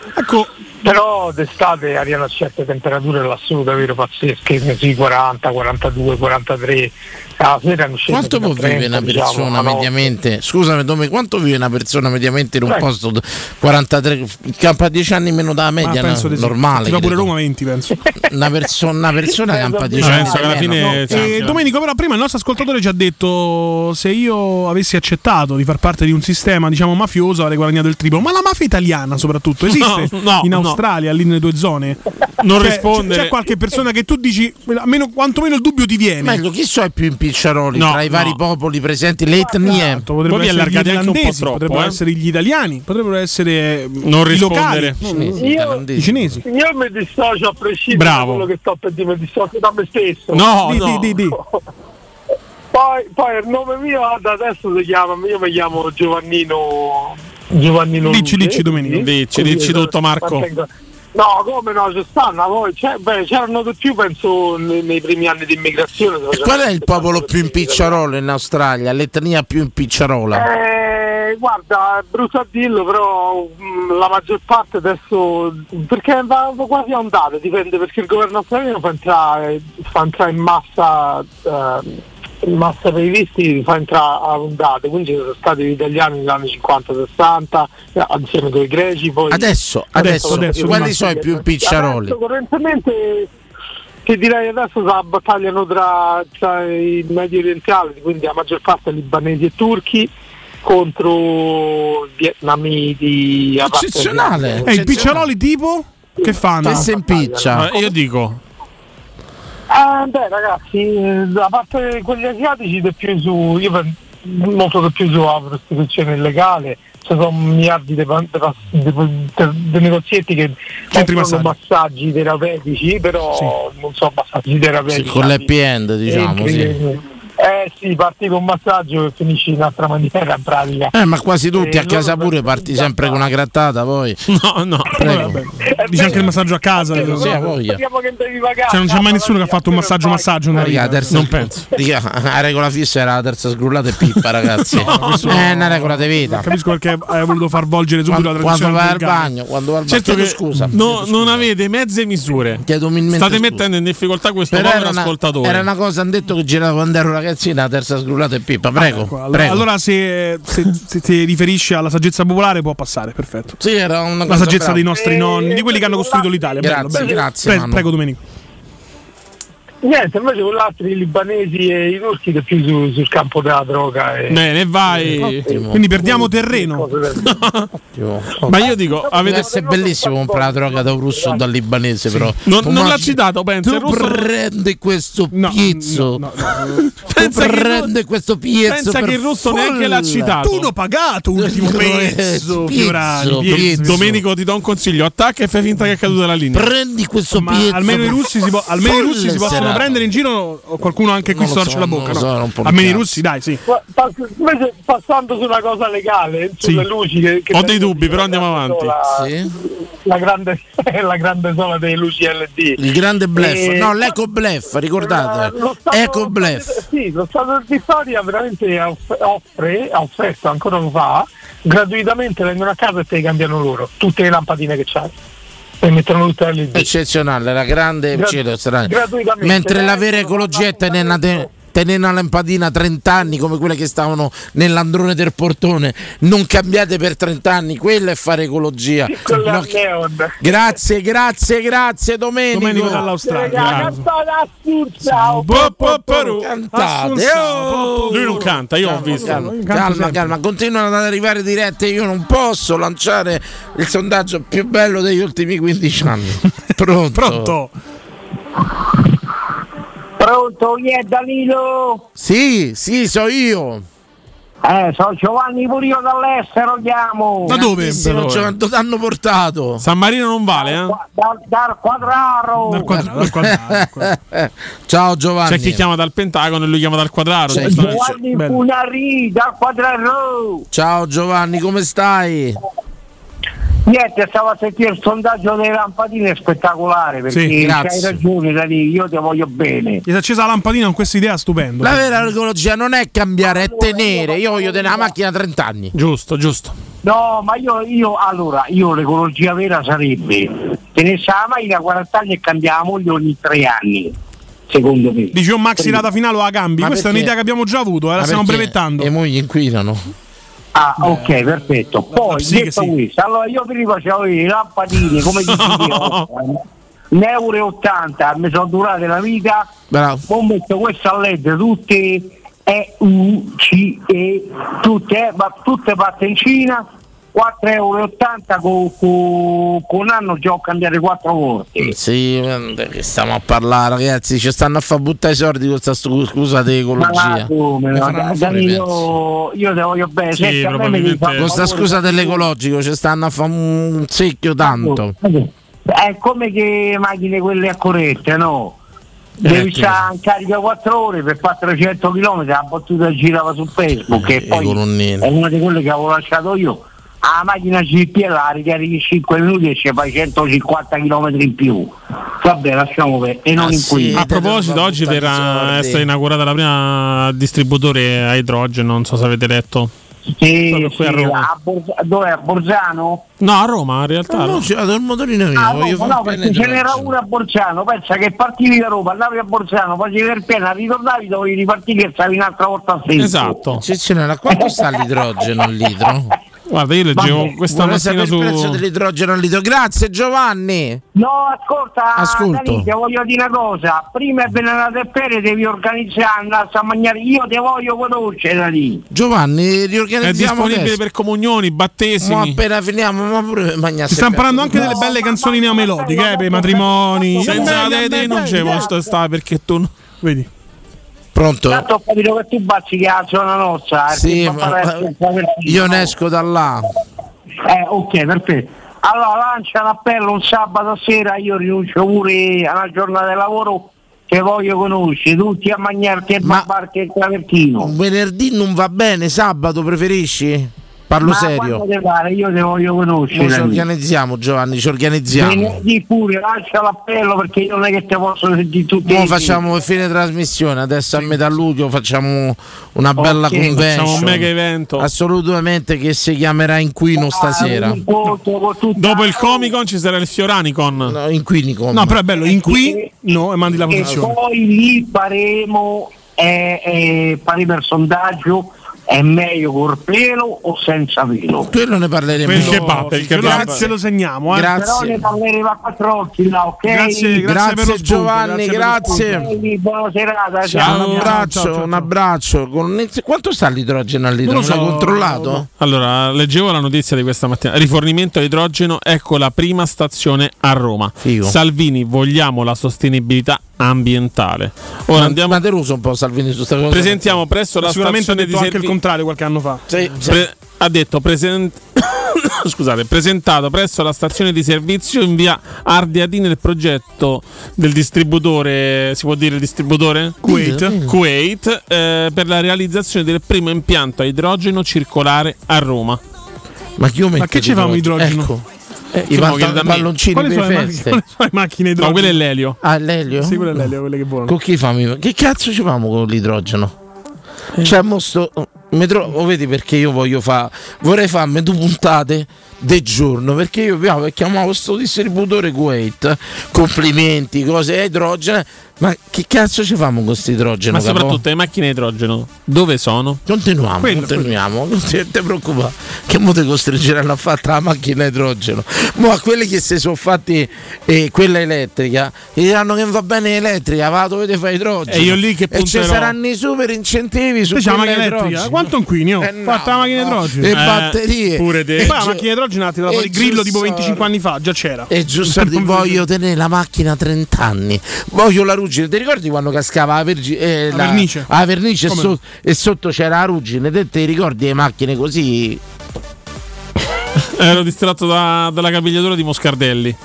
H: Però d'estate arrivano a certe temperature lassù davvero pazzesche, così 40, 42, 43, la sera non scende
D: Quanto
H: fino
D: può
H: a 30,
D: vivere una
H: diciamo,
D: persona
H: ma no.
D: mediamente? Scusami, Dome, quanto vive una persona mediamente in un
H: Beh.
D: posto d- 43 campa 10 anni meno dalla media
F: Ma Ah, penso
D: no?
F: di sì.
D: normale?
F: Ti va pure
D: credo.
F: Roma 20, penso.
D: Una, perso- una persona campa 10 anni.
F: Penso che alla
D: meno,
F: fine-
D: no?
F: Eh, Domenico, però, prima il nostro ascoltatore ci ha detto: se io avessi accettato di far parte di un sistema, diciamo, mafioso, avrei guadagnato il triplo. Ma la mafia italiana, soprattutto, esiste
E: No, no,
F: in
E: no.
F: Australia, lì nelle due zone?
E: Non
F: Cioè,
E: rispondere.
F: C'è qualche persona che tu dici, almeno, quantomeno il dubbio ti viene.
D: Meglio, chi so è più in picciaroli
F: No,
D: tra i
F: no.
D: vari popoli presenti, le etnie.
F: Esatto, Potrebbero essere gli irlandesi, potrebbero
D: eh.
F: essere gli italiani, potrebbero essere eh,
D: Non
F: i
D: rispondere.
F: locali,
H: Cinesi, irlandesi.
F: i cinesi.
H: Io mi dissocio a prescindere
F: Bravo.
H: da quello che sto per dire, mi dissocio da me stesso.
F: No, Di- no. di- di- di.
H: Poi, poi il nome mio da adesso si chiama, io mi chiamo Giovannino. Giovannino
E: Dici,
H: Luce,
E: dici, Domenico.
H: sì.
E: Dici,
H: Quindi
E: dici
H: io
E: tutto, Marco.
H: mantengo- No, come no, c'è stanno poi, c'è- beh, c'erano di più penso nei, nei primi anni di immigrazione. dove c'era-
D: Qual è il popolo più in picciarolo in Australia? L'etnia più in picciarola?
H: Eh, guarda, è brutto a dirlo, però mh, la maggior parte adesso perché va va quasi a ondate, dipende perché il governo australiano fa entrare, fa entrare in massa eh, in massa per i visti fa entrare a ondate, quindi ci sono stati gli italiani negli anni 50-60, eh, insieme con i greci, poi
D: Adesso, adesso, quali sono i più in picciaroli?
H: Adesso, correntemente ti direi adesso la battagliano tra, tra i medio orientali, quindi la maggior parte libanesi e turchi contro vietnamiti. a parte
F: E
H: vietnamiti.
F: il picciaroli tipo? Che fanno?
H: Che se impiccia.
E: Eh, io dico,
H: Ah, beh ragazzi, eh, a parte quelli asiatici di più su, io per- molto di più sulla prostituzione illegale, ci sono miliardi di pan- di pas- di- di- di negozietti che
D: Centri
H: offrono massaggi terapeutici, però non so massaggi terapeutici.
D: Sì, con l'happy end, diciamo, sì.
H: Eh, sì, sì, parti con un massaggio e finisci in un'altra maniera in pratica.
D: Eh, ma quasi tutti
H: Eh,
D: a casa
H: loro-
D: pure parti sempre con una grattata poi.
F: No, no,
H: Eh,
F: Dice
D: Diciamo
F: anche il massaggio a casa. Cioè,
D: vero, Eh, sì, ha voglia. Sappiamo
F: non c'è mai nessuno che ha fatto un massaggio massaggio nella
D: Raga,
F: vita.
D: la terza-
F: Non penso.
D: Raga, la regola fissa era la terza sgrullata e pippa, ragazzi.
F: questo-
D: Eh, è una regola di vita.
F: Capisco perché hai voluto far volgere subito la
D: Quando-
F: traduzione.
D: quando vai al
F: volgare.
D: bagno, quando va al bagno.
E: Certo
D: Chiedo
E: che
D: scusa,
E: no- non avete mezze misure. State
D: scusa.
E: mettendo in difficoltà questo
D: Però
E: povero
D: era una,
E: ascoltatore.
D: era una cosa, hanno detto che girava quando ero ragazzina, la terza sgrullata e pippa. Prego,
F: Allora,
D: prego.
F: Ecco, allora se, se, se ti riferisci alla saggezza popolare può passare, perfetto.
D: Sì, era una
F: La
D: cosa
F: saggezza
D: brava.
F: dei
H: Eh,
F: nostri nonni, di quelli che hanno costruito l'Italia. Bello,
D: Grazie,
F: bello.
D: grazie,
F: Pre-
D: Manu.
F: prego Domenico.
H: Niente, invece con l'altro i libanesi e i turchi che più su- sul campo della droga. E... Eh,
E: Bene, vai.
H: Ottimo.
F: Quindi perdiamo terreno.
E: Ma io dico, avete-
D: Deve essere bellissimo comprare la droga da un russo o dal libanese, però.
E: Non, non l'ha
D: Immagini-
E: citato, penso.
D: Tu
E: il russo-
D: prende questo pizzo.
E: Pensa che il ru-
D: prende questo pizzo.
E: pensa
D: per
E: che il russo
D: folla.
E: neanche l'ha citato.
F: Tu l'ho pagato ultimo pezzo, Fiorani. pezzo.
E: Domenico ti do un consiglio, attacca e fai finta che è caduta la linea.
D: Prendi questo
F: Ma almeno i russi si, po- almeno i russi si possono prendere in giro o qualcuno anche qui
E: Non lo
F: storce
E: so,
F: la
E: non
F: bocca.
E: lo so,
F: no?
E: non può
F: almeno i
E: cazzo.
F: russi, dai, sì.
H: Pa- pa- Invece passando su una cosa legale, sulle
F: Sì.
H: luci che, che
E: Ho dei dubbi, però andiamo avanti.
H: La, la grande, la grande sola delle luci LED.
D: Il grande bluff,
H: Eh,
D: no, l'eco bluff, ricordate?
H: Eh, lo stato-
D: Eco bluff.
H: Sì, lo Stato di Storia veramente off- offre, ha offerto, ancora lo fa, gratuitamente vengono a casa e te le cambiano loro, tutte le lampadine che c'hai. E mettono tutte le LED.
D: Eccezionale, la grande
H: Gra-
D: cielo strano.
H: gratuitamente.
D: Mentre
H: Eh,
D: la vera ecologia è tenere te- tenere una lampadina 30 anni come quelle che stavano nell'androne del portone, non cambiate per 30 anni, quella è fare ecologia.
H: Quella
D: No,
H: a neon.
D: grazie, grazie, grazie Domenico.
H: Domenico
D: Grazie.
H: Ragazzi,
T: oh,
H: ciao.
D: Cantate. oh!
E: Lui non canta, io ho visto.
D: Calma,
E: Io canto
D: calma,
E: sempre.
D: calma, continuano ad arrivare dirette. Io non posso lanciare il sondaggio più bello degli ultimi 15 anni. Pronto?
F: Pronto?
T: Pronto, chi è Danilo?
D: Sì, sì, so io.
T: Eh, sono Giovanni pure io dall'estero, chiamo.
D: Grandissimo Giovanni, dove t'hanno portato?
E: San Marino non vale, eh?
T: Dal, dal quadraro.
D: Ciao Giovanni.
E: C'è chi chiama dal Pentagono e lui chiama dal quadrato.
D: C'è
E: giustamente.
T: Giovanni Funari, dal quadraro.
D: Ciao Giovanni, come stai?
T: Niente, stavo a sentire il sondaggio delle lampadine spettacolare perché
F: Sì,
T: hai
F: grazie.
T: ragione Dani, io ti voglio bene.
F: Gli si è accesa la lampadina con questa idea stupenda.
D: La vera ecologia non è cambiare, è tenere. Io voglio tenere la macchina a 30 anni.
E: Giusto, giusto.
T: No, ma io, io allora, io l'ecologia vera sarebbe tenersi la macchina a 40 anni e cambiare la moglie ogni tre anni, secondo me.
F: Dice un maxi rata finale o a gambi.
T: Ma
F: Questa è
T: perché?
F: un'idea che abbiamo già avuto, eh, la
T: Ma
F: stiamo
T: perché?
F: brevettando.
D: E mo gli inquinano.
T: Ah, ok, perfetto. Poi
F: sì che
T: detto
F: sì.
T: questo, allora io prima c'avevo le lampadine, come dici io, ne euro 80, mi sono durate la vita,
D: Bravo.
T: ho messo questa a LED tutte E U C E tutte, eh, ma tutte fatte in Cina, 4,80 euro con, con, con un anno già ho cambiato quattro volte.
D: Sì, ma che stiamo a parlare, ragazzi? Ci stanno a far buttare i soldi con questa stu- scusa di
T: Ma
D: ecologia.
T: là come,
D: Ne
T: no?
D: faranno fuori, penso.
T: Danilo, io te voglio bene,
D: Sì,
T: senti, a me mi devi fare
D: Con
T: un
D: questa
T: favore.
D: scusa dell'ecologico ci stanno a fare un secchio tanto.
T: È come che macchine quelle a corrette, no? Devi
D: Ecco.
T: stare in carica 4 ore per 400 km, la battuta girava su Facebook e poi è una di quelle che avevo lasciato io. La macchina GPL la ricarichi in 5 minuti e ci fai 150 km in più. Vabbè, lasciamo perdere e
D: Ah,
E: Ah,
T: non inquinare.
E: a proposito, oggi verrà essere inaugurata la prima distributore a idrogeno, non so se avete letto.
T: Sì,
E: qui a
T: sì,
E: Roma.
T: a Borza- dov'è? A Borzano?
E: No, a Roma in realtà.
T: Ah, no,
D: c'è il motorino
T: Ah, Roma, no, perché ce n'era una a Borzano, pensa che partivi da Roma, andavi a Borzano, facevi il pieno, ritornavi, dovevi ripartire e stavi un'altra volta a stesso.
E: Esatto.
D: Eccezionale, a quanto sta l'idrogeno al litro?
E: Guarda, io leggevo questa
D: Vorrei
E: mattina
D: sapere il prezzo
E: su.
D: dell'idrogeno al litro. Grazie Giovanni.
T: No, ascolta,
D: Ascolto.
T: Danilo, ti voglio dire una cosa, prima è venuto a pere devi organizzare, andare a mangiare, io ti voglio conoscere lì.
D: Giovanni,
E: È
D: riorganizziamo
E: disponibile
D: diciamo adesso.
E: per comunioni,
D: Mo
E: battesimi.
D: appena finiamo, ma pure magna
F: Si stanno parlando anche delle belle canzoni neomelodiche, eh, per i matrimoni.
E: Senza te, te non ce posso stare perché tu. non-
F: Vedi.
D: Pronto?
T: Tanto ho capito che tu bazzichi la zona nostra. eh,
D: Sì,
T: che fa
D: ma-
T: fare-
D: Io ne esco da là.
T: Eh, ok, perfetto. Allora lancia l'appello un sabato sera, io rinuncio pure alla giornata di lavoro Te voglio conoscere, tutti a mangiarti e babbarti il cavertino.
D: Venerdì non va bene, sabato preferisci? Parlo
T: Ma
D: serio.
T: quando te pare, io te voglio
D: Noi ci
T: conoscere.
D: organizziamo Giovanni, ci organizziamo.
T: Venerdì pure, lascia l'appello perché io non è che te posso sentire tutti. i
D: Mo
T: giorni.
D: facciamo fine trasmissione, adesso a metà luglio facciamo una bella convention.
E: Facciamo un mega evento. Ah,
D: Assolutamente che si chiamerà Inquino stasera.
E: Dopo il Comicon ci sarà il Fioranicon. No,
D: in Quinicon.
E: No, però è bello, in qui no e mandi la
T: E
E: posizione.
T: poi lì faremo, eh, eh, faremo il sondaggio, è meglio col pelo o senza pelo?
D: Quello ne parleremo.
T: Quello-
F: Perché va, perché
T: quello-
F: va. Grazie, lo segniamo, eh.
T: Però ne parleremo a quattro occhi
E: Ah,
T: là, ok?
F: Grazie, grazie Grazie, per lo spunto,
D: Giovanni, grazie. per lo spunto.
T: Quindi, Buona serata.
D: un abbraccio, un abbraccio. Con- Quanto sta l'idrogeno al litro? Non l'hai controllato?
E: Allora, leggevo la notizia di questa mattina. Rifornimento a idrogeno, ecco la prima stazione a Roma. Salvini, vogliamo la sostenibilità ambientale. Ora
D: Ma-
E: andiamo.
D: Ma deluso un po' Salvini su sta cosa.
E: Presentiamo presso la
F: Sicuramente ha
E: stazione
F: detto
E: di
F: anche
E: servi-
F: il contrario qualche anno fa. Eh,
E: Pre- ha detto presen- Scusate, presentato presso la stazione di servizio in via Ardiadini il progetto del distributore, si può dire il distributore?
F: Kuwait.
E: Kuwait, eh, per la realizzazione del primo impianto a idrogeno circolare a Roma.
D: Ma chi
F: Ma che ci fa un idrogeno?
D: Ecco.
F: Eh,
E: i pantall- palloncini
F: Quali
E: per
F: sono
E: le
F: le macchine-
E: feste?
F: quali sono le macchine idrogeno?
E: No, quello è l'elio.
D: Ah, l'elio?
F: Sì, quello è l'elio, quelle che volano.
D: Con chi famo? Che cazzo ci famo con l'idrogeno?
E: Eh.
D: Cioè, mo sto. mi trovo- vedi perché io voglio fare. Vorrei farmi due puntate del giorno. Perché io chiamavo chiamavo sto distributore Kuwait. Complimenti, cose a idrogeno. Ma che cazzo ci famo con questo idrogeno?
E: Ma
D: capo?
E: soprattutto le macchine a idrogeno, dove sono?
D: Continuiamo,
E: Quello,
D: continuiamo, non ti, ti preoccupare che mo ti costringeranno a fare la macchina a idrogeno. Mo a quelli che si sono fatti eh, quella elettrica, gli diranno che va bene l'elettrica, va dovete fare idrogeno.
E: E io lì che
D: E ci
E: punterò?
D: saranno i super incentivi su
F: Invece la
D: quella
F: macchina elettrica,
D: idrogeno.
F: quanto inquinio?
D: Eh no,
F: Fatta la macchina
D: no.
F: idrogeno.
D: E Eh, batterie. pure te.
F: E poi la
D: E
F: macchina idrogeno la tirata
D: e
F: fuori il grillo tipo
D: giusto-
F: 25 anni fa, già c'era.
D: E giusto, ti voglio tenere la macchina a 30 anni. Voglio la ruggine. Ti ricordi quando cascava la, vergi- eh,
F: La
D: la-
F: vernice.
D: la vernice e,
F: Come
D: so-
F: no?
D: e sotto c'era la ruggine? Te ti ricordi le macchine così?
E: Ero distratto da- dalla capigliatura di Moscardelli.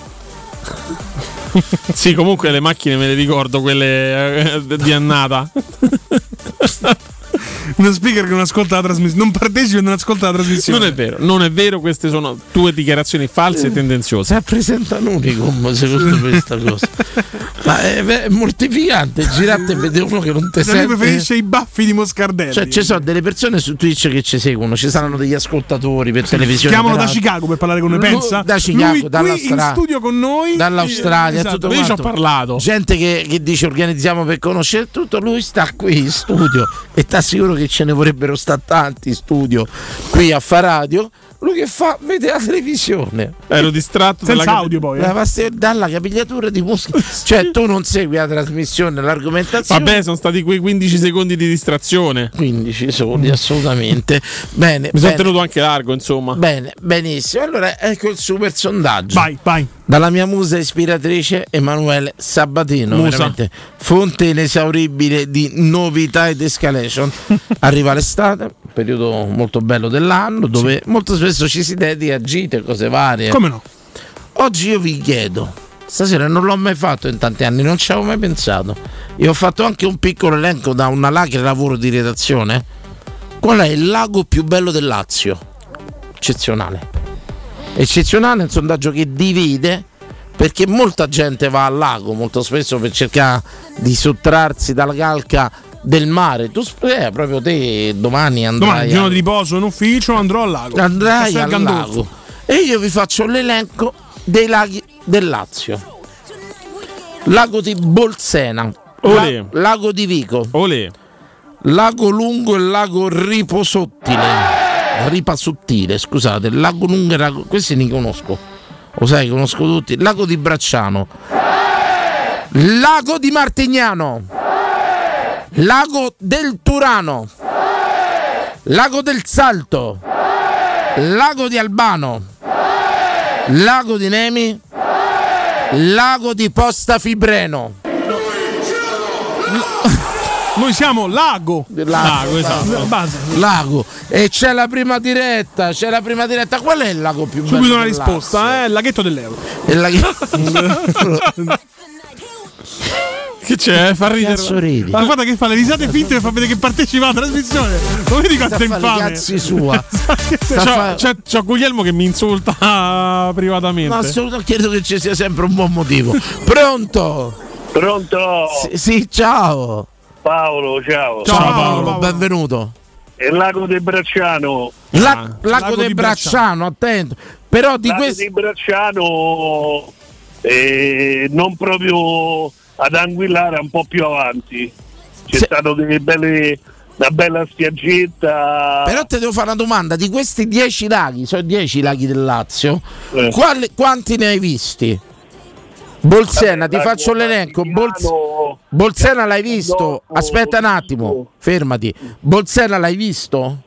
E: sì, comunque le macchine me le ricordo, quelle eh, di annata.
F: Uno speaker che non ascolta la trasmissione, non partecipa e non ascolta la trasmissione. Eh.
E: Non è vero, non è vero, queste sono due dichiarazioni false e tendenziose.
D: Rappresenta l'unicum, secondo me, questa cosa. Ma è, è mortificante girate e vedere uno che non te
F: Se lui
D: sente.
F: preferisce i baffi di Moscardelli.
D: eh. Cioè, ci sono delle persone su Twitch che ci seguono, ci saranno degli ascoltatori per televisione.
F: Chiamano
D: per
F: da
D: altro.
F: Chicago per parlare con noi,
D: Lui-
F: pensa?
D: da Chicago,
F: Lui qui
D: dall'Australia.
F: in studio con noi
D: dall'Australia,
F: Esatto,
D: tutto
F: io ci ho
D: quanto.
F: parlato.
D: Gente che, che dice organizziamo per conoscere tutto, lui sta qui in studio e ti assicuro che ce ne vorrebbero stare tanti in studio qui a fa radio. Lui che fa? Vede la televisione.
E: Ero distratto
D: Senza
E: dalla-
D: audio poi, eh. La paste- dalla capigliatura di musica. Cioè, tu non segui la trasmissione, l'argomentazione.
E: Vabbè, sono stati quei 15 secondi di distrazione.
D: 15 secondi, assolutamente. Bene,
E: Mi sono
D: bene.
E: tenuto anche largo, insomma.
D: Bene, benissimo. Allora ecco il super sondaggio.
F: Vai, vai.
D: Dalla mia musa ispiratrice Emanuele Sabatino,
E: Musa.
D: veramente fonte inesauribile di novità ed escalation. Arriva l'estate, un periodo molto bello dell'anno, dove molto spesso ci si dedica a gite, cose varie.
F: Come no?
D: Oggi io vi chiedo, stasera non l'ho mai fatto in tanti anni, non ci avevo mai pensato. Io ho fatto anche un piccolo elenco da una lacre lavoro di redazione. Qual è il lago più bello del Lazio? Eccezionale. Eccezionale è un sondaggio che divide perché molta gente va al lago molto spesso per cercare di sottrarsi dalla calca del mare. Tu sp- eh, proprio te domani andrai
F: Domani,
D: a-
F: giorno di riposo in ufficio, andrò al lago.
D: andrai
F: Caffè
D: al
F: Gandolfo.
D: lago e io vi faccio l'elenco dei laghi del Lazio lago di Bolsena
E: Olè.
D: la- lago di Vico lago lungo e lago riposottile ripasottile scusate lago lungo e lago questi li conosco lo sai conosco tutti lago di Bracciano lago di Martignano lago del Turano lago del Salto Lago di Albano, Lago di Nemi, Lago di Posta Fibreno.
F: Noi siamo Lago.
D: Lago, esatto.
F: Basta.
D: Lago e c'è la prima diretta, c'è la prima diretta. Qual è il lago più bello?
F: Subito una
D: del
F: risposta, eh, il laghetto dell'euro.
D: Lazio? Il laghetto-
E: Che c'è? Fa ridere.
D: Cazzo ridi?
F: Ma guarda che eh? fa le risate finte e fa vedere che partecipa alla trasmissione. Lo vedi quanto è
D: fa le
F: infame?
D: cazzi sua.
E: C'ho,
D: fa-
E: c'è- c'ho Guglielmo che mi insulta privatamente.
D: No, assolutamente credo che ci sia sempre un buon motivo. Pronto?
U: Pronto?
D: Sì, sì, ciao.
U: Paolo, ciao.
D: Ciao, Paolo, benvenuto.
U: È Lago del Bracciano.
E: Ah,
D: La- Ah, Lago, del Bracciano, attento. Però di
U: Lago
D: questo
U: di Bracciano eh, non proprio ad Anguillare, un po' più avanti. C'è stato delle belle, una bella spiaggetta.
D: Però ti devo fare una domanda, di questi 10 laghi, sono 10 laghi del Lazio,
U: Eh.
D: quali- quanti ne hai visti? Bolsena, ti
U: Lago
D: faccio l'elenco. Bols-
U: Bracciano-
D: Bolsena l'hai visto? Aspetta un attimo, fermati. Bolsena l'hai visto?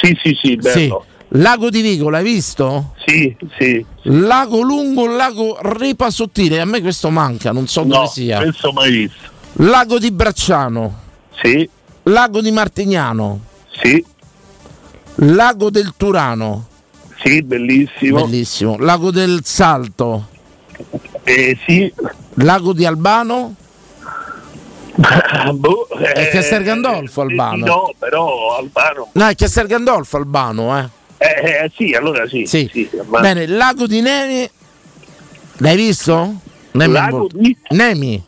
U: Sì, sì, sì, bello.
D: Lago di Vico l'hai visto?
U: Sì, sì.
D: Lago lungo, lago ripa sottile, a me questo manca, non so
U: No,
D: dove sia.
U: questo mai visto.
D: Lago di Bracciano.
U: Sì.
D: Lago di Martignano.
U: Sì.
D: Lago del Turano.
U: Sì, bellissimo.
D: Bellissimo. Lago del Salto.
U: Eh sì.
D: Lago di Albano.
U: boh,
D: è
U: eh,
D: Castel Gandolfo Albano.
U: No, però Albano.
D: No, è Castel Gandolfo Albano, eh.
U: Eh, eh, sì, allora sì.
D: Sì.
U: ma-
D: Bene, Lago di Nemi. L'hai visto? Nemi. è
U: Lago
D: molto- Nemi.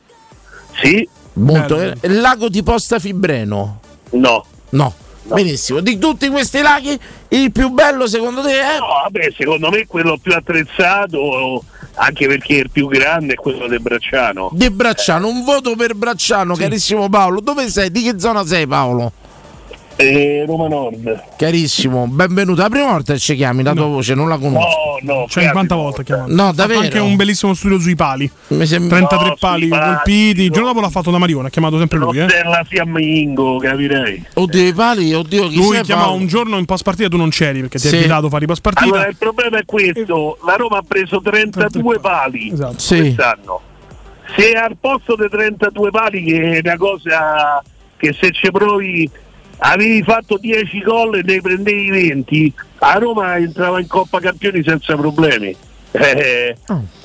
U: Sì.
D: Molto.
U: Bello.
D: eh, Lago di Posta Fibreno.
U: No.
D: No.
U: Certo.
D: Benissimo. Di tutti questi laghi, il più bello secondo te è?
U: No, vabbè, secondo me quello più attrezzato, anche perché il più grande è quello del Bracciano.
D: Di Bracciano, un voto per Bracciano, carissimo Paolo. Dove sei? Di che zona sei, Paolo?
U: Eh, Roma Nord.
D: Carissimo, benvenuto. La prima volta che ci chiami, la tua voce non la conosco.
U: no.
F: Cioè, quanta volta ha chiamato?
D: No,
F: Ha fatto
D: davvero?
F: anche un bellissimo studio sui pali.
D: sembra-
F: 33
D: No, sui
F: pali
D: pali,
F: colpiti. Il giorno dopo l'ha fatto da Marione, ha chiamato sempre lui. Eh.
U: Della Fiammingo, capirei.
D: Oddio, i pali, oddio, chi
F: Lui
D: sei,
F: chiamava
D: Paolo?
F: un giorno in post partita, tu non c'eri perché ti
D: Sì.
F: hai invitato a fare i post partita.
U: Allora, il problema è questo: la Roma ha preso 32 pali
F: Sì.
U: quest'anno. Se al posto dei 32 pali, che è una cosa che se ci provi avevi fatto 10 gol e ne prendevi 20, a Roma entrava in Coppa Campioni senza problemi. Eh,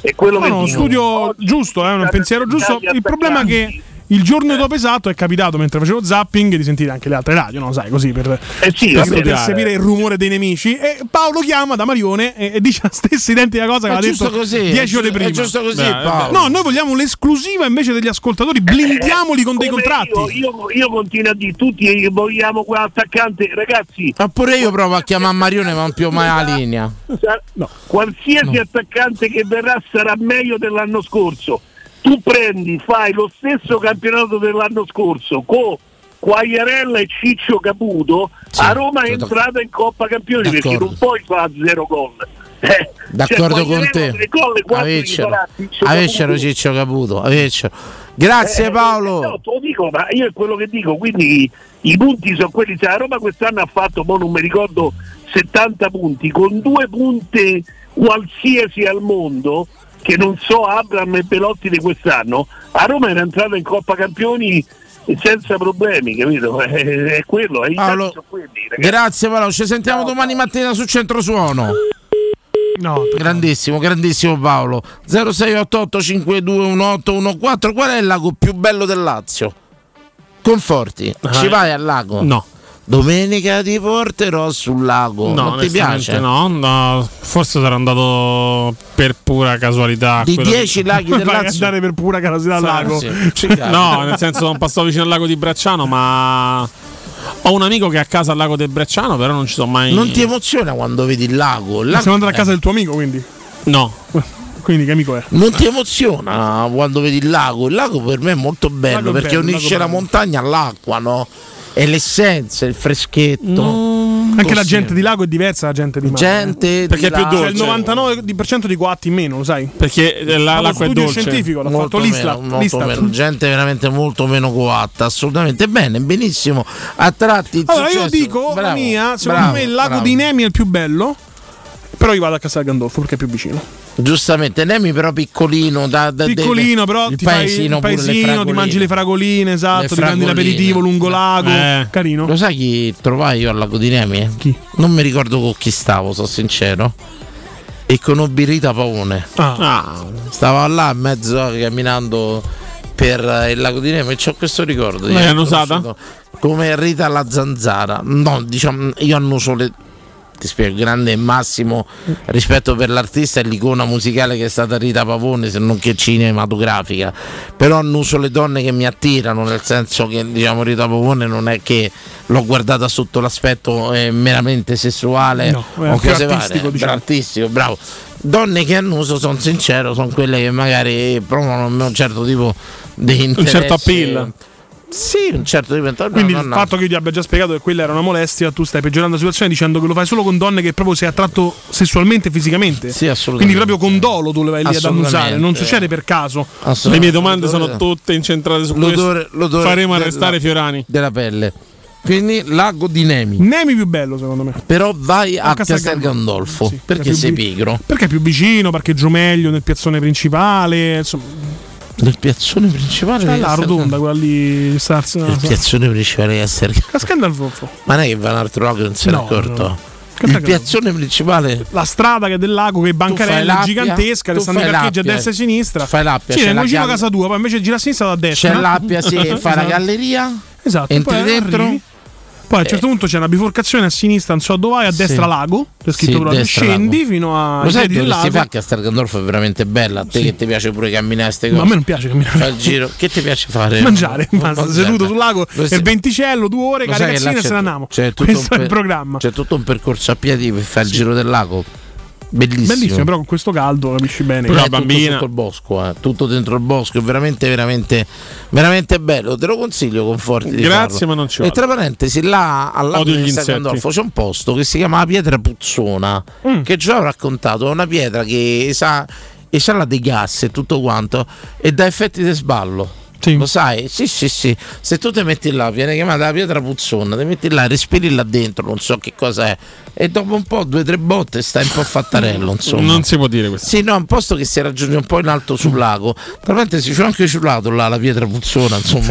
U: è quello
F: Ah. No,
U: che
F: no, uno
U: dico.
F: studio giusto, è un pensiero giusto.
U: attaccanti.
F: Il problema è che il giorno dopo esatto è capitato mentre facevo zapping di sentire anche le altre radio, no? Sai, così per,
U: Eh sì,
F: per,
U: vabbè,
F: per
U: chiaro.
F: sapere il rumore dei nemici. E Paolo chiama da Marione e, e dice la stessa identica cosa che
D: Ma è
F: aveva
D: giusto
F: detto
D: così, è
F: 10 ore
D: giusto- è
F: prima.
D: giusto così, Beh, Paolo.
F: No, noi vogliamo l'esclusiva invece degli ascoltatori, blindiamoli con dei
U: Eh, Come
F: contratti.
U: Io, io, io continuo a dire, tutti eh, vogliamo quell'attaccante, ragazzi. eh,
D: Ma pure io provo a chiamare Marione, ma non più mai la linea.
U: Sa- Cioè, Qualsiasi attaccante che verrà sarà meglio dell'anno scorso. Tu prendi, fai lo stesso campionato dell'anno scorso con Quagliarella e Ciccio Caputo. a Roma è
D: sono
U: entrata in Coppa Campioni perché
D: certo. D'accordo.
U: non puoi fare zero gol. Eh,
D: D'accordo
U: cioè,
D: con
U: Quagliarella
D: te.
U: tre gol e quattro gli
D: Avecero,
U: farà Ciccio
D: avecero
U: Caputo.
D: Ciccio Caputo, avecero. Grazie
U: Eh,
D: Paolo.
U: eh, no, te lo dico, ma io è quello che dico, quindi i punti sono quelli. Se la Roma quest'anno ha fatto, mo non mi ricordo, 70 punti, con due punte qualsiasi al mondo, che non so Abram e Belotti di quest'anno, a Roma era entrata in Coppa Campioni senza problemi, capito? Eh, È quello, è i
D: Paolo,
U: tanti sono quelli, ragazzi.
D: Grazie Paolo, ci sentiamo domani mattina su Centrosuono.
F: No,
D: grandissimo, grandissimo Paolo. 0688 521814 Qual è il lago più bello del Lazio? Conforti, ci
E: Eh.
D: vai al lago?
E: No.
D: Domenica ti porterò sul lago.
E: No,
D: Boh, non ti
E: onestamente
D: piace?
E: No, no, forse sarà andato per pura casualità.
F: Ah,
D: Di
E: quello
D: 10
E: che-
D: laghi del
E: Vai a
D: Lazio.
E: dare
F: per pura casualità
D: Sì,
E: al lago.
D: sì, ci cade.
E: no, nel senso non passavo vicino al lago di Bracciano, ma ho un amico che è a casa al lago del Bracciano, però non ci sono mai
D: Non ti emoziona quando vedi il lago?
E: Ma
D: Il lago-
E: stiamo andando a casa
F: del tuo amico, quindi?
E: No.
F: Quindi che amico è?
D: Non ti emoziona quando vedi il lago? Il lago per me è molto bello
F: Lago è
D: perché
F: bello,
D: unisce
F: lago
D: la
F: bello.
D: montagna all'acqua, no? E l'essenza, il freschetto.
F: Anche la
D: Così.
F: gente di lago è diversa dalla gente di mare. eh.
D: Gente
F: perché
D: di
F: è più
D: lago.
F: dolce. Cioè, il 99% di guatti in meno, lo sai?
E: Perché eh, la-
F: Fa uno
E: l'acqua è
F: studio
E: dolce.
F: scientifico, l'ha
D: Molto
F: fatto l'Istat.
D: meno, molto
F: l'Istat.
D: meno. gente veramente molto meno coatta, assolutamente bene, benissimo. A tratti il
F: Allora io
D: successo.
F: dico la
D: Bravo,
F: mia, secondo
D: bravo,
F: me il lago
D: bravo.
F: di Nemi è il più bello. Però io vado a Castel Gandolfo perché è più vicino.
D: Giustamente, Nemi però piccolino, da, da-
F: Piccolino,
D: deve-
F: però
D: il
F: ti fai
D: paesino
F: il
D: pure, le
F: paesino, ti
D: fragoline.
F: mangi le fragoline,
D: Le
F: esatto, ti prendi
D: fragoline.
F: l'aperitivo lungo lago.
D: Eh.
F: Carino.
D: Lo sai chi trovai io al lago di Nemi? Chi? Non mi ricordo con chi stavo, sono sincero. E conobbi Rita Pavone.
F: Ah.
D: Stava là in mezzo eh, camminando per eh, il lago di Nemo e c'ho questo ricordo. di
E: L'hai
D: aver
E: annusata?
D: conosciuto Come Rita la zanzara. No, diciamo, io annuso le. Ti spiego, il grande e massimo rispetto per l'artista e l'icona musicale che è stata Rita Pavone, se non che cinematografica. Però annuso le donne che mi attirano, nel senso che diciamo Rita Pavone non è che l'ho guardata sotto l'aspetto eh, meramente sessuale
E: No, è
D: o
E: più
D: cose varie,
E: artistico, diciamo.
D: però artistico, bravo. Donne che annuso, sono sincero, sono quelle che magari provano un certo tipo di
E: certo
D: interesse.
E: appeal.
D: Sì, un certo tipo di
F: Quindi
D: no,
F: il
D: no.
F: fatto che io ti abbia già spiegato che quella era una molestia, tu stai peggiorando la situazione dicendo che lo fai solo con donne che proprio sei attratto sessualmente e fisicamente.
D: Sì,
F: Quindi proprio con dolo tu le vai lì ad
E: Assolutamente.
F: annusare, non succede per caso.
E: Le mie domande sono tutte incentrate su
F: L'odore-
E: questo.
F: l'odore
E: Faremo
F: della-
E: arrestare Fiorani.
D: Della pelle. Quindi lago di Nemi.
F: Nemi più bello secondo me.
D: Però vai a
F: Castel
D: Castel Gandolfo perché
F: più
D: sei
F: bi-
D: pigro.
F: Perché è più vicino, parcheggio meglio nel piazzone principale, insomma.
D: Nel piazzone principale?
F: C'è la
D: Castel-
F: rotonda quella lì, Sars.
D: Il piazzone principale di essere.
F: Castel Gandolfo.
D: Ma non è che va un altro lago e non se n'è
F: No,
D: accorto.
F: no, no.
D: Il piazzone principale.
F: La strada che è del lago, che è
D: fai
F: bancarella
D: l'appia,
F: gigantesca,
D: tu
F: che stanno i
D: fai
F: parcheggi a
D: l'appia,
F: destra e a sinistra.
D: fai l'appia,
F: Sì,
D: c'è
F: nel
D: la
F: vicino a
D: gall-
F: casa tua, poi invece gira a sinistra da destra.
D: C'è l'appia, sì, e fai la galleria.
F: Esatto.
D: Entri
F: poi
D: dentro. Eh.
F: arrivi. Poi a un certo punto c'è una biforcazione a sinistra, non so dove vai, a destra
D: Sì.
F: lago. C'è scritto
D: Sì,
F: proprio,
D: destra
F: scendi
D: lago.
F: fino a
D: Lo sai
F: piedi del
D: dove si fa
F: lago.
D: a Castel Gandolfo è veramente bella. A te che ti piace pure camminare a ste
F: No,
D: cose.
F: a me non piace camminare.
D: Fai il giro. Che ti piace fare?
F: Mangiare, basta,
D: mangiare.
F: seduto sul lago,
D: Lo
F: il
D: sai-
F: venticello, due ore,
D: Lo sai che là
F: caricazzine e
D: c'è
F: se ne
D: tu-
F: andiamo.
D: c'è tutto un
F: Questo è il
D: per-
F: programma.
D: C'è tutto un percorso a piedi per fare il giro del lago. Bellissimo.
F: Bellissimo, però con questo caldo capisci bene.
D: Però è tutto dentro il bosco, eh, tutto dentro il bosco, è veramente, veramente, veramente bello. Te lo consiglio con forti di
E: Grazie,
D: farlo.
E: ma non ci
D: E
E: vado.
D: tra parentesi, là al lago
E: Odio
D: di
E: gli
D: San
E: insetti. Mm.
D: Gandolfo c'è un posto che si chiama la Pietra Puzzona, che già ho raccontato. È una pietra che sa, esala dei gas e tutto quanto, e dà effetti di sballo. Lo sai? Sì, sì, sì. Se tu ti metti là, viene chiamata la pietra puzzona, ti metti là, respiri là dentro, non so che cosa è. E dopo un po', due o tre botte, stai un po' fattarello, insomma.
E: Mm. Non si può dire questo.
D: Sì, no, è un posto che si raggiunge un po' in alto sul lago. Tra parentesi, c'è anche sul lato là la pietra puzzona, insomma.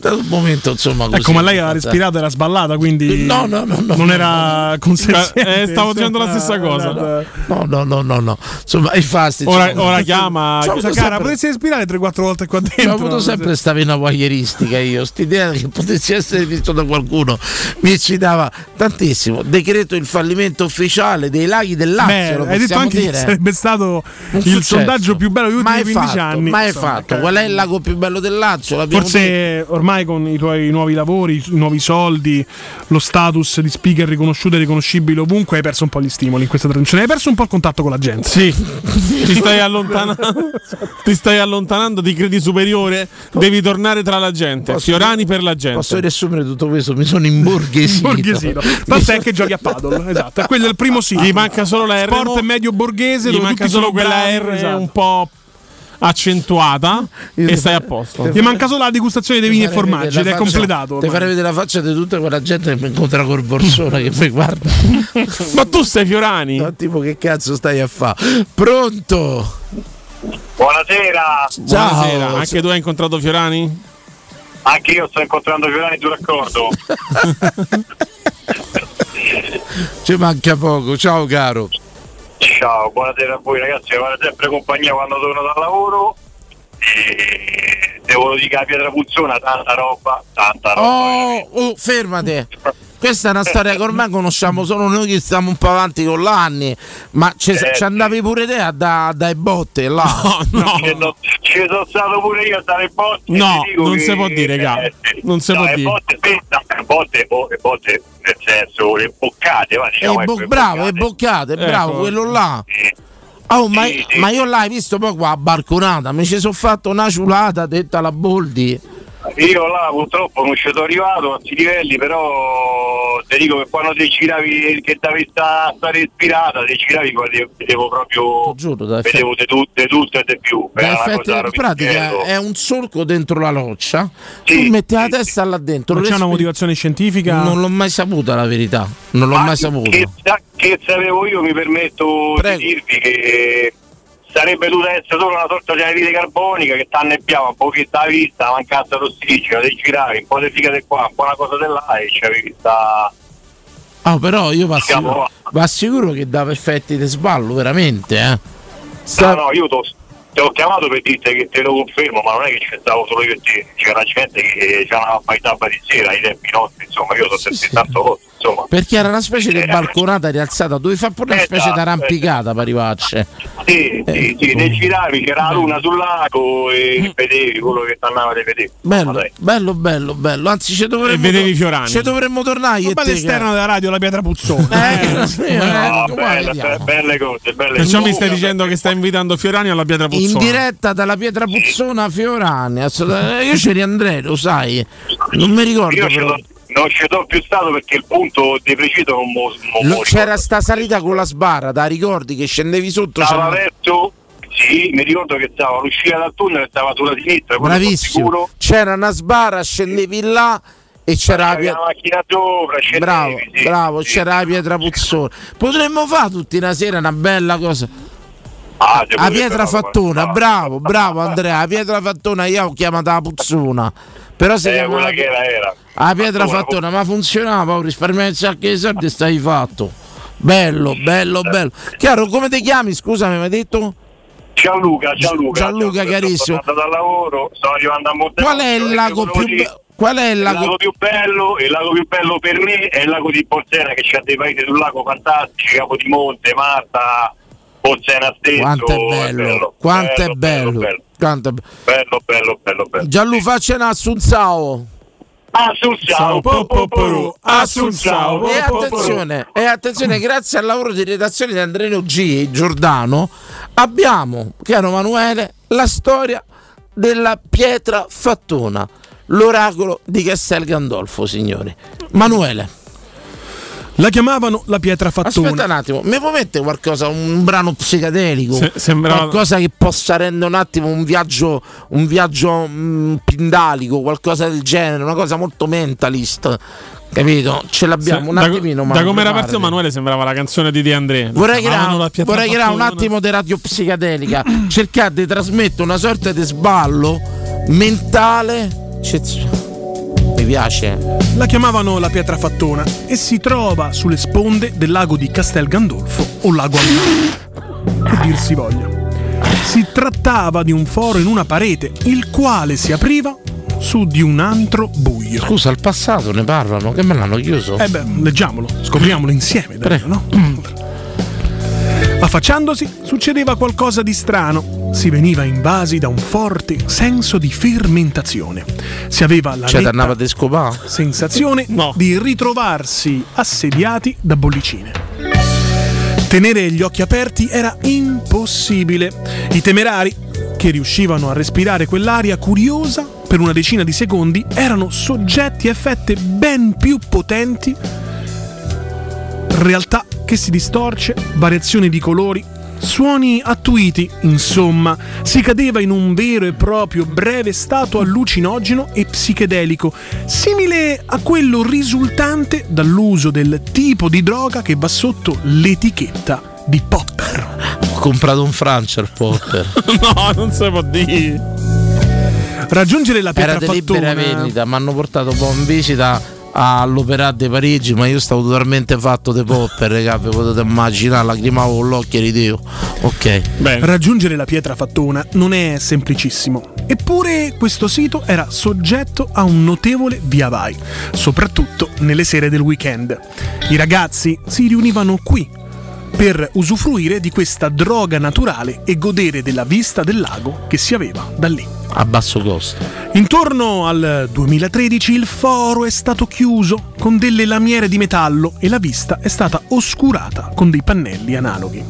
D: Da un momento, insomma, così. Eh.
F: Ecco, ma lei ha respirato, era sballata, quindi
D: No, no, no, no,
F: non
D: no,
F: era
D: Eh,
F: consenziente.
D: eh, stavo dicendo la stessa cosa. No, no, no, no, no. Insomma, infatti.
E: Ora-
D: insomma,
E: ora chiama-
D: C'ho avuto
F: Scusa, cara,
D: sempre-
F: potresti respirare 3-4 volte qua dentro.
D: Ho avuto sempre sta vena voyeuristica io, st'idea che potessi essere visto da qualcuno mi eccitava tantissimo. Decreto il fallimento ufficiale dei laghi del Lazio,
F: Beh,
D: lo
F: hai detto
D: possiamo
F: anche
D: dire.
F: che sarebbe stato
D: Un
F: il
D: successo.
F: sondaggio più bello degli ultimi
D: Mai
F: 15
D: fatto,
F: anni.
D: Mai
F: Insomma,
D: fatto.
F: ok.
D: Qual è il lago più bello del Lazio? L'abbiamo detto.
F: Forse ormai con i tuoi nuovi lavori, i nuovi soldi, lo status di speaker riconosciuto e riconoscibile ovunque, hai perso un po' gli stimoli in questa tradizione. Hai perso un po' il contatto con la gente.
E: Sì, ti stai allontanando, ti stai allontanando, ti credi superiore, devi tornare tra la gente. Fiorani per la gente.
D: Posso riassumere tutto questo? Mi sono imborghesito.
F: Borghesino. Tant'è che giochi a paddle, esatto. Quello è il primo sito.
E: Gli manca solo la R.
F: Sport medio borghese,
E: Gli
F: dove
E: manca
F: tutti
E: solo
F: sono
E: quella
F: bravi,
E: R
F: esatto.
E: un po' accentuata e stai a posto.
F: Gli manca solo la degustazione dei vini e formaggi ed è completato.
D: Ti
F: ormai.
D: farei vedere la faccia di tutta quella gente che mi incontra col borsone che mi guarda.
E: Ma tu sei Fiorani?
D: No, tipo che cazzo stai a fa? Pronto?
N: Buonasera.
E: Buonasera, anche tu hai incontrato Fiorani?
N: Anche io sto incontrando Giovanni, tu d'accordo?
D: Ci manca poco. Ciao caro.
N: Ciao, buonasera a voi ragazzi, mi fate sempre compagnia quando torno dal lavoro. E devo dire che la pietra funziona, tanta roba, tanta roba.
D: Oh, oh, fermate. Questa è una storia che ormai conosciamo solo noi che stiamo un po' avanti con l'anni, ma ci
N: Eh,
D: ci andavi pure te a da, dai botte là.
N: Ci, sono, ci sono stato pure io a dare il botte. e
D: No,
N: ti dico
D: non
N: che-
D: si può dire, raga.
N: eh, sì.
E: Non si
N: No,
E: può
N: e
E: dire.
N: botte, eh, no, e botte, oh, e botte, nel senso, le boccate, va,
D: E
N: diciamo,
D: Eh, bo-
N: ecco, le
D: bravo, e
N: boccate.
D: boccate, bravo,
N: Ecco.
D: quello là. Oh, ma, ma io l'hai visto poi qua a Barconata, mi ci sono fatto una ciulata detta la Boldi.
N: Io là purtroppo non ci sono arrivato a questi livelli, però ti dico che quando ti giravi che davi sta, sta respirata, ti giravi guardi, vedevo proprio
D: giuro, da
N: vedevo di tutte, tutto e di più.
D: Da
N: Era una
D: effetti-
N: cosa
D: in pratica
N: rovincello.
D: è un solco dentro la roccia, tu metti la testa là dentro.
F: Non c'è una motivazione scientifica?
D: Non l'ho mai saputa la verità, non l'ho mai saputa.
N: Che, sa- che sapevo io mi permetto di dirvi che sarebbe dovuta essere solo una sorta di anidride carbonica che t'annebbiava un pochetto la vista, mancanza d'ossigeno, di giravi, un po' di figa di qua, un po' una cosa di là e c'avevi sta...
D: Ah, però io vi assicuro,
N: Siamo-
M: Ah,
D: vi assicuro che dava effetti di sballo, veramente. Eh.
N: No, no, io t'ho
M: Ti ho chiamato per dirti che te lo confermo, ma non è che ci stavo solo io e te, c'era gente che c'era una baitaba di sera, ai tempi nostri, insomma, io sono sempre stato lotto, insomma.
D: Perché era una specie
M: Eh,
D: di balconata rialzata dove fa pure una specie di arrampicata Eh, per i pacce.
M: Sì, sì, sì, nei giravi c'era la luna sul lago e vedevi quello che t'andava di vedere.
D: Bello, bello, bello, bello. Anzi, ci dovremmo,
E: E vedevi Fiorani.
D: ci dovremmo tornare. io e
F: Ma
D: te, Eh,
F: l'esterno
D: cara.
F: della radio, la pietra puzzone.
M: No, bella, be- belle cose, belle
E: Perciò mi
M: cose.
E: stai dicendo che stai invitando Fiorani alla pietra
D: In
E: puzzone.
D: diretta dalla Pietra Puzzona a Fiorani. assolutamente. Io ci riandrei, lo sai. Non mi ricordo
M: Io ci
D: però.
M: do- non ci sono più stato perché il punto di preciso non mo, non
D: Lo-
M: mo
D: c'era sta salita con la sbarra, da ricordi che scendevi sotto?
M: Stava
D: c'era-
M: verso, sì, mi ricordo che stava all'uscita dal tunnel e stava sulla sinistra, quello sono sicuro.
D: Bravissimo. C'era una sbarra, scendevi là e c'era la
M: C'era
D: pietra.
M: la macchina sopra, scendevi,
D: Bravo,
M: sì,
D: bravo, c'era la pietra puzzone. Potremmo fare tutti una sera una bella cosa.
M: Ah, devo
D: La
M: dire,
D: pietra
M: però,
D: fattona,
M: guarda,
D: bravo, bravo Andrea, la pietra fattona io ho chiamata la puzzona. Però si
M: eh,
D: chiama
M: quella
D: la-
M: che era era.
D: la pietra
M: Fattona,
D: fattona, ma funzionava, ho risparmiato un sacco di soldi e stai fatto. Bello, bello, bello. Chiaro, come ti chiami? Scusami, mi hai detto?
M: Gianluca, Gianluca,
D: Gianluca, carissimo.
M: Sono andato dal lavoro, sto arrivando a Montenegro.
D: Qual è il lago più be- Qual è il
M: Il
D: lago?
M: lago più bello, il lago più bello per me è il lago di Bolsena che c'ha dei paesi sul lago fantastici, Capodimonte, Marta, Bolsena stesso.
D: Quanto è bello, quanto è bello. Quanto è be-
M: Bello, bello, bello, bello.
D: Gianlu faccia un assunzao.
M: Assunzao,
D: popoporu,
M: assunzao,
D: E
M: popoporu.
D: attenzione, e attenzione, grazie al lavoro di redazione di Andreno G. Giordano, abbiamo, caro Manuele, la storia della pietra fattona, l'oracolo di Castel Gandolfo, signori. Manuele.
F: La chiamavano la pietra fattona.
D: Aspetta un attimo, mi può mettere qualcosa, un brano psicadelico?
F: Se- sembrava-
D: Qualcosa che possa rendere un attimo un viaggio, un viaggio mm, pindalico, qualcosa del genere, una cosa molto mentalist. Capito? Ce l'abbiamo
E: Se-
D: un
E: da, da
D: attimino. Manuel,
E: come era
D: preparati.
E: partito Manuele sembrava la canzone di De André.
D: Vorrei
E: Chiamavano
D: creare,
E: la pietra
D: vorrei creare un
E: fattona.
D: attimo di radio psicadelica, cercare di trasmettere una sorta di sballo
E: esatto.
D: mentale. Cioè, mi piace.
F: La chiamavano la pietra fattona e si trova sulle sponde del lago di Castel Gandolfo o lago Almano. Che dir si voglia. Si trattava di un foro in una parete, il quale si apriva su di un antro buio.
D: Scusa, al passato ne parlano, che me l'hanno chiuso. Mm.
F: Eh beh, leggiamolo, scopriamolo insieme, dai, no? Affacciandosi succedeva qualcosa di strano. Si veniva invasi da un forte senso di fermentazione. Si aveva la
D: Cioè,
F: netta
D: tornava a scopà.
F: sensazione di ritrovarsi assediati da bollicine. Tenere gli occhi aperti era impossibile. I temerari, che riuscivano a respirare quell'aria curiosa per una decina di secondi, erano soggetti a effette ben più potenti realtà che si distorce, variazioni di colori, suoni attuiti, insomma, si cadeva in un vero e proprio breve stato allucinogeno e psichedelico, simile a quello risultante dall'uso del tipo di droga che va sotto l'etichetta di popper.
D: Ho comprato un Francher Potter.
E: no, non si può dire.
F: Raggiungere la pietra
D: Era di libera
F: fattona
D: vendita, mi hanno portato un po' in visita all'Opera di Parigi, ma io stavo totalmente fatto di popper, raga, vi potete immaginare, lacrimavo con l'occhio di Dio. Ok.
F: Raggiungere la pietra fattona non è semplicissimo. Eppure questo sito era soggetto a un notevole via vai, soprattutto nelle sere del weekend. I ragazzi si riunivano qui per usufruire di questa droga naturale e godere della vista del lago che si aveva da lì.
D: A basso costo.
F: Intorno al 2013 il foro è stato chiuso con delle lamiere di metallo e la vista è stata oscurata con dei pannelli analoghi.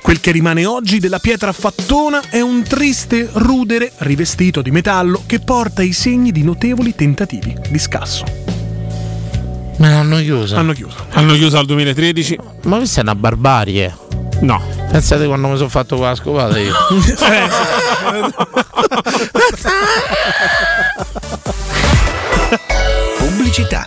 F: Quel che rimane oggi della pietra fattona è un triste rudere rivestito di metallo che porta i segni di notevoli tentativi di scasso.
D: Me l'hanno chiusa.
F: Hanno chiuso.
E: Hanno chiuso al 2013.
D: Ma questa è una barbarie.
E: No.
D: Pensate quando mi sono fatto con la scopata io.
A: 아, Pubblicità.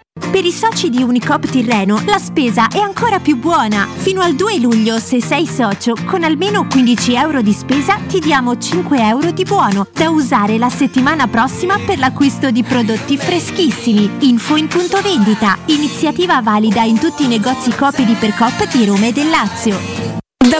V: Per i soci di Unicop Tirreno la spesa è ancora più buona. Fino al 2 luglio, se sei socio, con almeno 15 euro di spesa ti diamo 5 euro di buono da usare la settimana prossima per l'acquisto di prodotti freschissimi. Info in punto vendita. Iniziativa valida in tutti i negozi Coop di Percop di Roma e del Lazio.
W: Da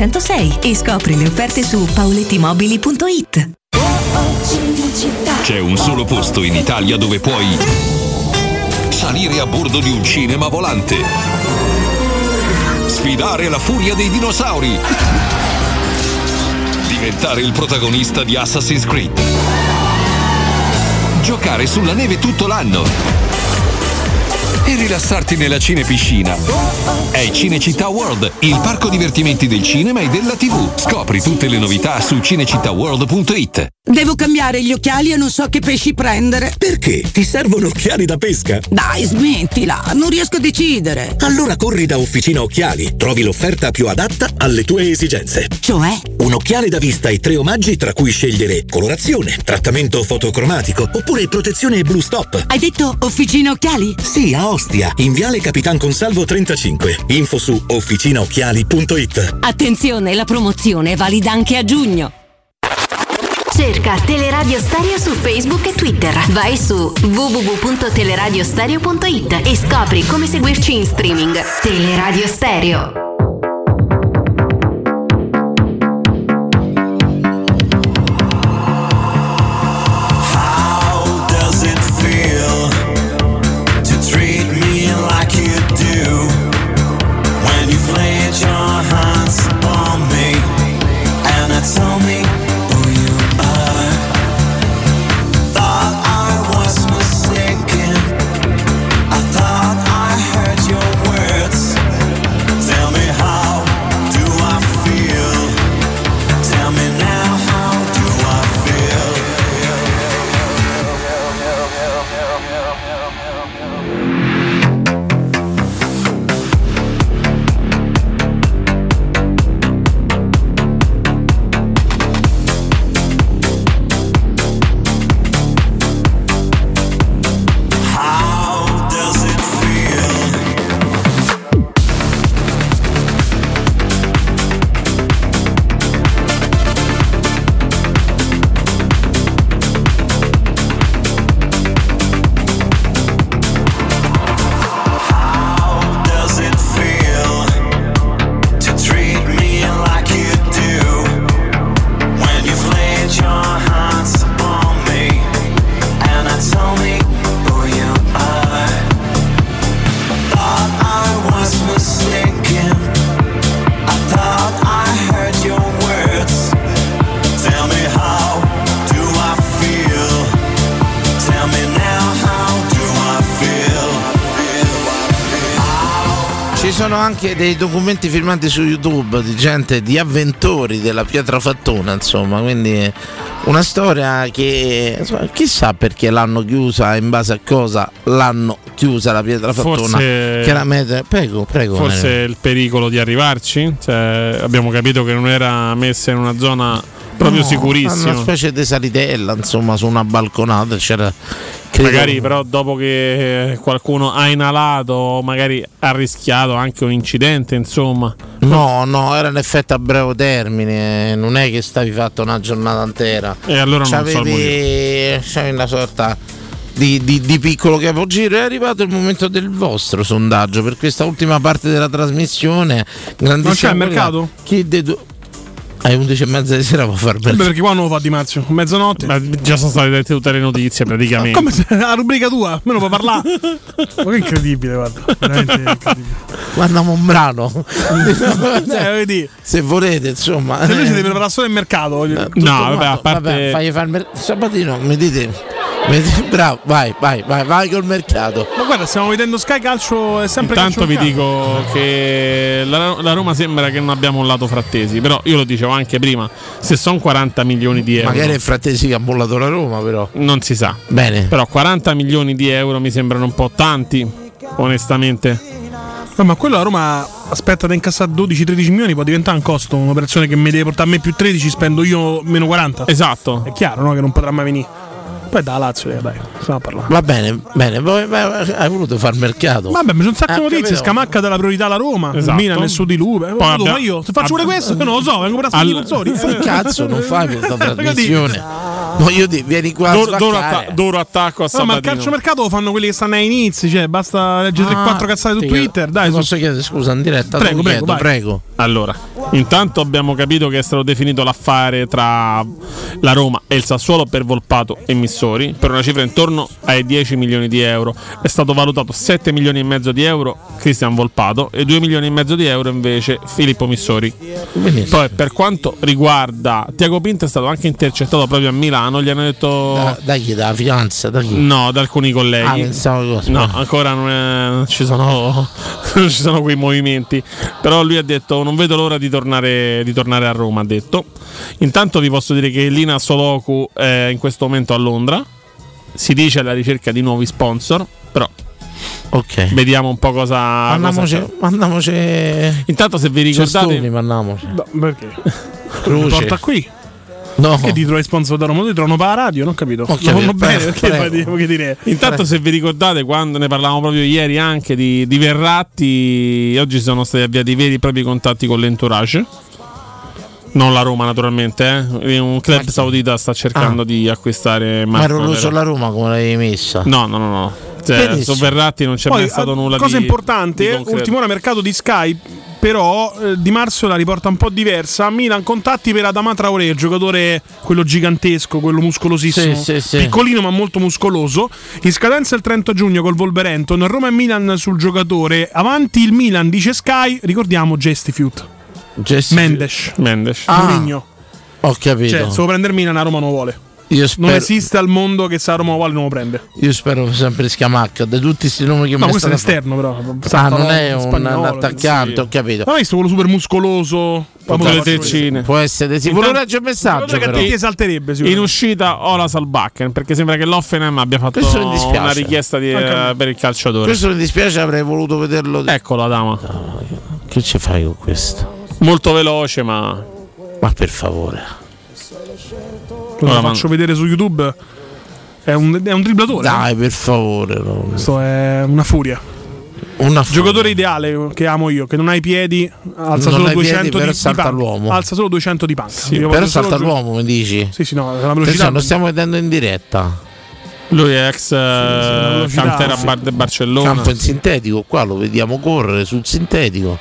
W: 106 e scopri le offerte su paulettimobili.it.
J: C'è un solo posto in Italia dove puoi salire a bordo di un cinema volante, sfidare la furia dei dinosauri, diventare il protagonista di Assassin's Creed, giocare sulla neve tutto l'anno e rilassarti nella cinepiscina. È Cinecittà World, il parco divertimenti del cinema e della TV. Scopri tutte le novità su cinecittàworld.it.
X: Devo cambiare gli occhiali e non so che pesci prendere.
Y: Perché? Ti servono occhiali da pesca?
X: Dai, smettila, non riesco a decidere.
Y: Allora corri da Officina Occhiali, trovi l'offerta più adatta alle tue esigenze.
X: Cioè?
Y: Un occhiale da vista e tre omaggi tra cui scegliere colorazione, trattamento fotocromatico oppure protezione blu stop.
X: Hai detto officina occhiali?
Y: Sì, a Ostia, in Viale Capitan Consalvo 35. Info su officinaocchiali.it.
W: Attenzione, la promozione è valida anche a giugno.
V: Cerca Teleradio Stereo su Facebook e Twitter. Vai su www.teleradiostereo.it e scopri come seguirci in streaming. Teleradio Stereo.
Z: How does it feel to treat me like you do when you laid your hands upon me and I tell me who you are? Thought I was mistaken. I thought I heard your words. Tell me how do I feel? Tell me now how do I feel? How does it feel? How does it feel to treat me like you do when you've laid your hands on me and I tell me who you are? Thought I was mistaken. I thought I heard your words. Tell me how do I feel? Tell me now how do I feel?
D: Ci sono anche dei documenti filmati su YouTube di gente, di avventori della pietra fattona, insomma, quindi è una storia che insomma, chissà perché l'hanno chiusa, in base a cosa l'hanno chiusa la pietra fattona.
E: Forse-
D: Chiaramente, prego, prego.
E: Forse
D: Mario.
E: il pericolo di arrivarci. Cioè, abbiamo capito che non era messa in una zona proprio
D: No,
E: sicurissima.
D: Una specie di salitella, insomma, su una balconata c'era credo-
E: Magari però dopo che eh, qualcuno ha inalato, magari ha rischiato anche un incidente, insomma.
D: No, no, era un effetto a breve termine, non è che stavi fatto una giornata intera.
E: E allora non so il
D: C'avevi- c'avevi una sorta di, di- di piccolo capogiro è arrivato il momento del vostro sondaggio per questa ultima parte della trasmissione.
F: Non c'è
D: Grandissima
F: il
D: qualità.
F: mercato?
D: Chi de due- Alle 11 e mezza di sera può far
F: Vabbè,
D: bene.
F: perché qua non lo fa Di Marzio, mezzanotte.
E: Ma già sono state dette tutte le notizie praticamente.
F: Come se- la rubrica tua, almeno puoi parlare. Ma che incredibile, guarda.
D: Guarda Mombrano.
F: Cioè, vedi,
D: Se volete, insomma.
F: se lui si deve preparare solo il mercato. voglio dire.
D: Tutto quanto. Vabbè, fagli fare il mer- Sabatino, mi dite. mi dite- Bravo, vai, vai, vai, vai col mercato.
F: Ma guarda, stiamo vedendo Sky Calcio, è sempre
E: Intanto
F: calcio
E: vi
F: mercato.
E: dico che la, la Roma sembra che non abbiamo un lato frattesi, però io lo dicevo anche prima, se sono 40 milioni di euro...
D: Magari è frattesi che ha bollato la Roma, però.
E: Non si sa.
D: Bene.
E: Però 40 milioni di euro mi sembrano un po' tanti, onestamente.
F: No, ma quello a Roma aspetta da incassare 12-13 milioni, può diventare un costo. Un'operazione che mi deve portare a me più 13, spendo io meno 40.
E: Esatto.
F: È chiaro, no? Che non potrà mai venire. Poi da Lazio, eh, dai, stiamo a parlare.
D: Va bene, bene, poi- vai- hai voluto far mercato.
F: Vabbè, mi sono un sacco
D: Eh,
F: di notizie.
D: capito.
F: Scamacca della priorità alla Roma.
D: Esatto.
F: Milan e su di lui. Eh,
D: Poi
F: vado,
D: abbiamo-
F: ma io se faccio pure
D: ab-
F: questo, che non lo so, vengo per
D: Al-
F: i sponsori. Eh.
D: Che cazzo non fai questa trasmissione? Voglio dire, vieni qua. a
F: Doro- doro
D: spaccare.
F: atta-
E: Doro attacco a
F: No, ma il
E: Sabatino.
F: calciomercato lo fanno quelli che stanno ai inizi, cioè basta leggere
D: Ah,
F: 3-4 cazzate su
D: ti
F: Twitter,
D: chiedo-
F: dai.
D: ti Posso chiedere scusa in diretta?
F: Prego,
D: Te lo
F: prego,
D: chiedo,
F: vai.
D: prego.
E: Allora, intanto abbiamo capito che è stato definito l'affare tra la Roma e il Sassuolo per Volpato e Missori per una cifra intorno ai 10 milioni di euro. È stato valutato 7 milioni e mezzo di euro Cristian Volpato e 2 milioni e mezzo di euro invece Filippo Missori. Poi per quanto riguarda Tiago Pinto è stato anche intercettato proprio a Milano, gli hanno detto
D: Dagli dalla fidanza, dagli.
E: No, da alcuni colleghi.
D: Ah, pensavo così.
E: No, ancora non, è- non ci sono, non ci sono quei movimenti. Però lui ha detto: Non vedo l'ora di tornare, di tornare a Roma. Ha detto. Intanto vi posso dire che Lina Soloku è in questo momento a Londra. Si dice alla ricerca di nuovi sponsor. Però.
D: Ok.
E: Vediamo un po' cosa.
D: Mandiamoci-
E: cosa c'è.
D: mandiamoci-
E: Intanto se vi
D: Cestoni,
E: ricordate.
D: mandiamoci.
F: perché?
D: Croce.
F: Porta qui.
D: No.
F: Che ti trovi sponsor da Roma? Ti trovano pa' la radio, non ho capito.
E: Ho capito,
F: Non va bene,
E: prego,
F: perché
E: prego.
F: fai dire-
M: eh.
F: che dire?
E: Intanto, se vi ricordate, quando ne parlavamo proprio ieri anche di, di Verratti, oggi sono stati avviati veri e propri contatti con l'entourage. Non la Roma, naturalmente. eh. Un club saudita sta cercando di acquistare
D: Ma
E: Marco
D: ero
E: Verratti.
D: sulla Roma come l'avevi messa?
E: No, no, no. no. Cioè,
D: Benissimo.
E: su Verratti non c'è
F: Poi,
E: mai stato
F: eh,
E: nulla di
F: cosa importante,
E: di concreto.
F: ultima ora mercato di Sky, però eh, Di Marzio la riporta un po' diversa. Milan contatti per Adama Traoré, il giocatore quello gigantesco, quello muscolosissimo,
D: Sì, sì, sì.
F: piccolino ma molto muscoloso. In scadenza il 30 giugno col Wolverhampton, Roma e Milan sul giocatore. Avanti il Milan, dice Sky, ricordiamo Gestifiut. Mendes.
E: Mendes.
D: Ah,
F: Mourinho.
D: Ho capito.
F: Cioè, se lo prende il Milan a Roma non lo vuole.
D: Io spero-
F: Non esiste al mondo che se a Roma lo vuole non lo prende.
D: Io spero sempre Scamacca. Di tutti questi nomi che
F: No,
D: mi
F: questo è
D: state fa-
F: esterno, però.
D: Ah,
F: Salta
D: non è
F: lo-
D: un,
F: spagnolo,
D: un attaccante,
F: sì.
D: ho capito.
F: Ma hai visto quello super muscoloso?
E: le terzine.
D: Può essere, sì. Volevo leggere il messaggio.
E: Guarda che
D: Però.
E: ti
F: esalterebbe
E: In uscita Ola Salbakken perché sembra che l'Offenheim abbia fatto
D: Questo mi dispiace.
E: una richiesta di- eh,
D: Anche a me.
E: per il calciatore.
D: Questo mi dispiace, avrei voluto vederlo.
E: Eccolo, Adama.
D: Che ci fai con questo?
E: Molto veloce, ma.
D: Ma per favore.
F: Lo
E: Ora
F: faccio vedere su YouTube. È un, è un dribblatore.
D: Dai, per favore. no.
F: Questo è una furia.
D: Una furia.
F: Giocatore ideale che amo io, che non ha i piedi, alza
D: Non
F: solo
D: ha i piedi,
F: 200 di,
D: però
F: di
D: salta
F: panca.
D: l'uomo.
F: Alza solo 200 di panca.
D: Sì,
F: Io
D: però
F: voglio solo
D: salta
F: gio-
D: l'uomo, mi dici?
F: Sì, sì, no, la velocità.
D: Attenzione, lo stiamo vedendo in diretta.
E: Lui è ex eh,
D: velocità,
E: cantera
D: sì.
E: Bar- del Barcellona.
D: Campo in sintetico, qua lo vediamo correre sul sintetico.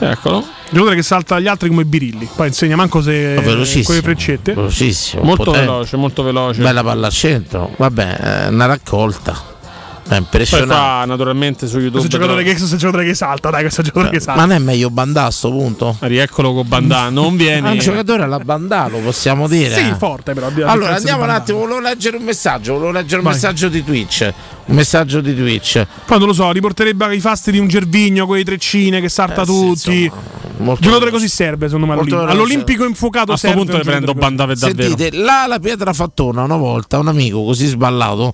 E: Eccolo.
F: Giocatore che salta gli altri come birilli. Poi insegna manco se
D: Ma Eh, velocissimo,
F: con le freccette.
D: velocissimo,
E: Molto
D: potente.
E: veloce, molto veloce.
D: Bella palla al centro. Vabbè, eh, una raccolta. È
E: Poi
D: impressionante.
E: fa Ah, naturalmente su YouTube.
F: Questo è il giocatore,
E: però-
F: che, questo è il giocatore che salta, dai, questo è il giocatore che salta.
D: Cioè, Ma non è meglio Bandà a sto punto?
E: Rieccolo con Bandà, non viene.
D: È un giocatore alla Bandà, lo possiamo dire.
F: Sì,
D: eh.
F: forte però.
D: Allora andiamo un attimo, volevo leggere un messaggio, volevo leggere un
F: Vai.
D: messaggio di Twitch. Un messaggio di Twitch.
F: Poi non lo so, riporterebbe ai fasti di un Gervigno con le treccine che
D: Eh,
F: salta tutti. giocatore così serve, secondo me.
D: molto
F: all'Olimpico.
D: veloce.
F: All'Olimpico infuocato
D: A sto
F: serve.
D: punto
F: un
D: le prendo
F: giocatore
E: Bandà
F: così.
D: Sentite, là la pietra fattona una volta un amico così sballato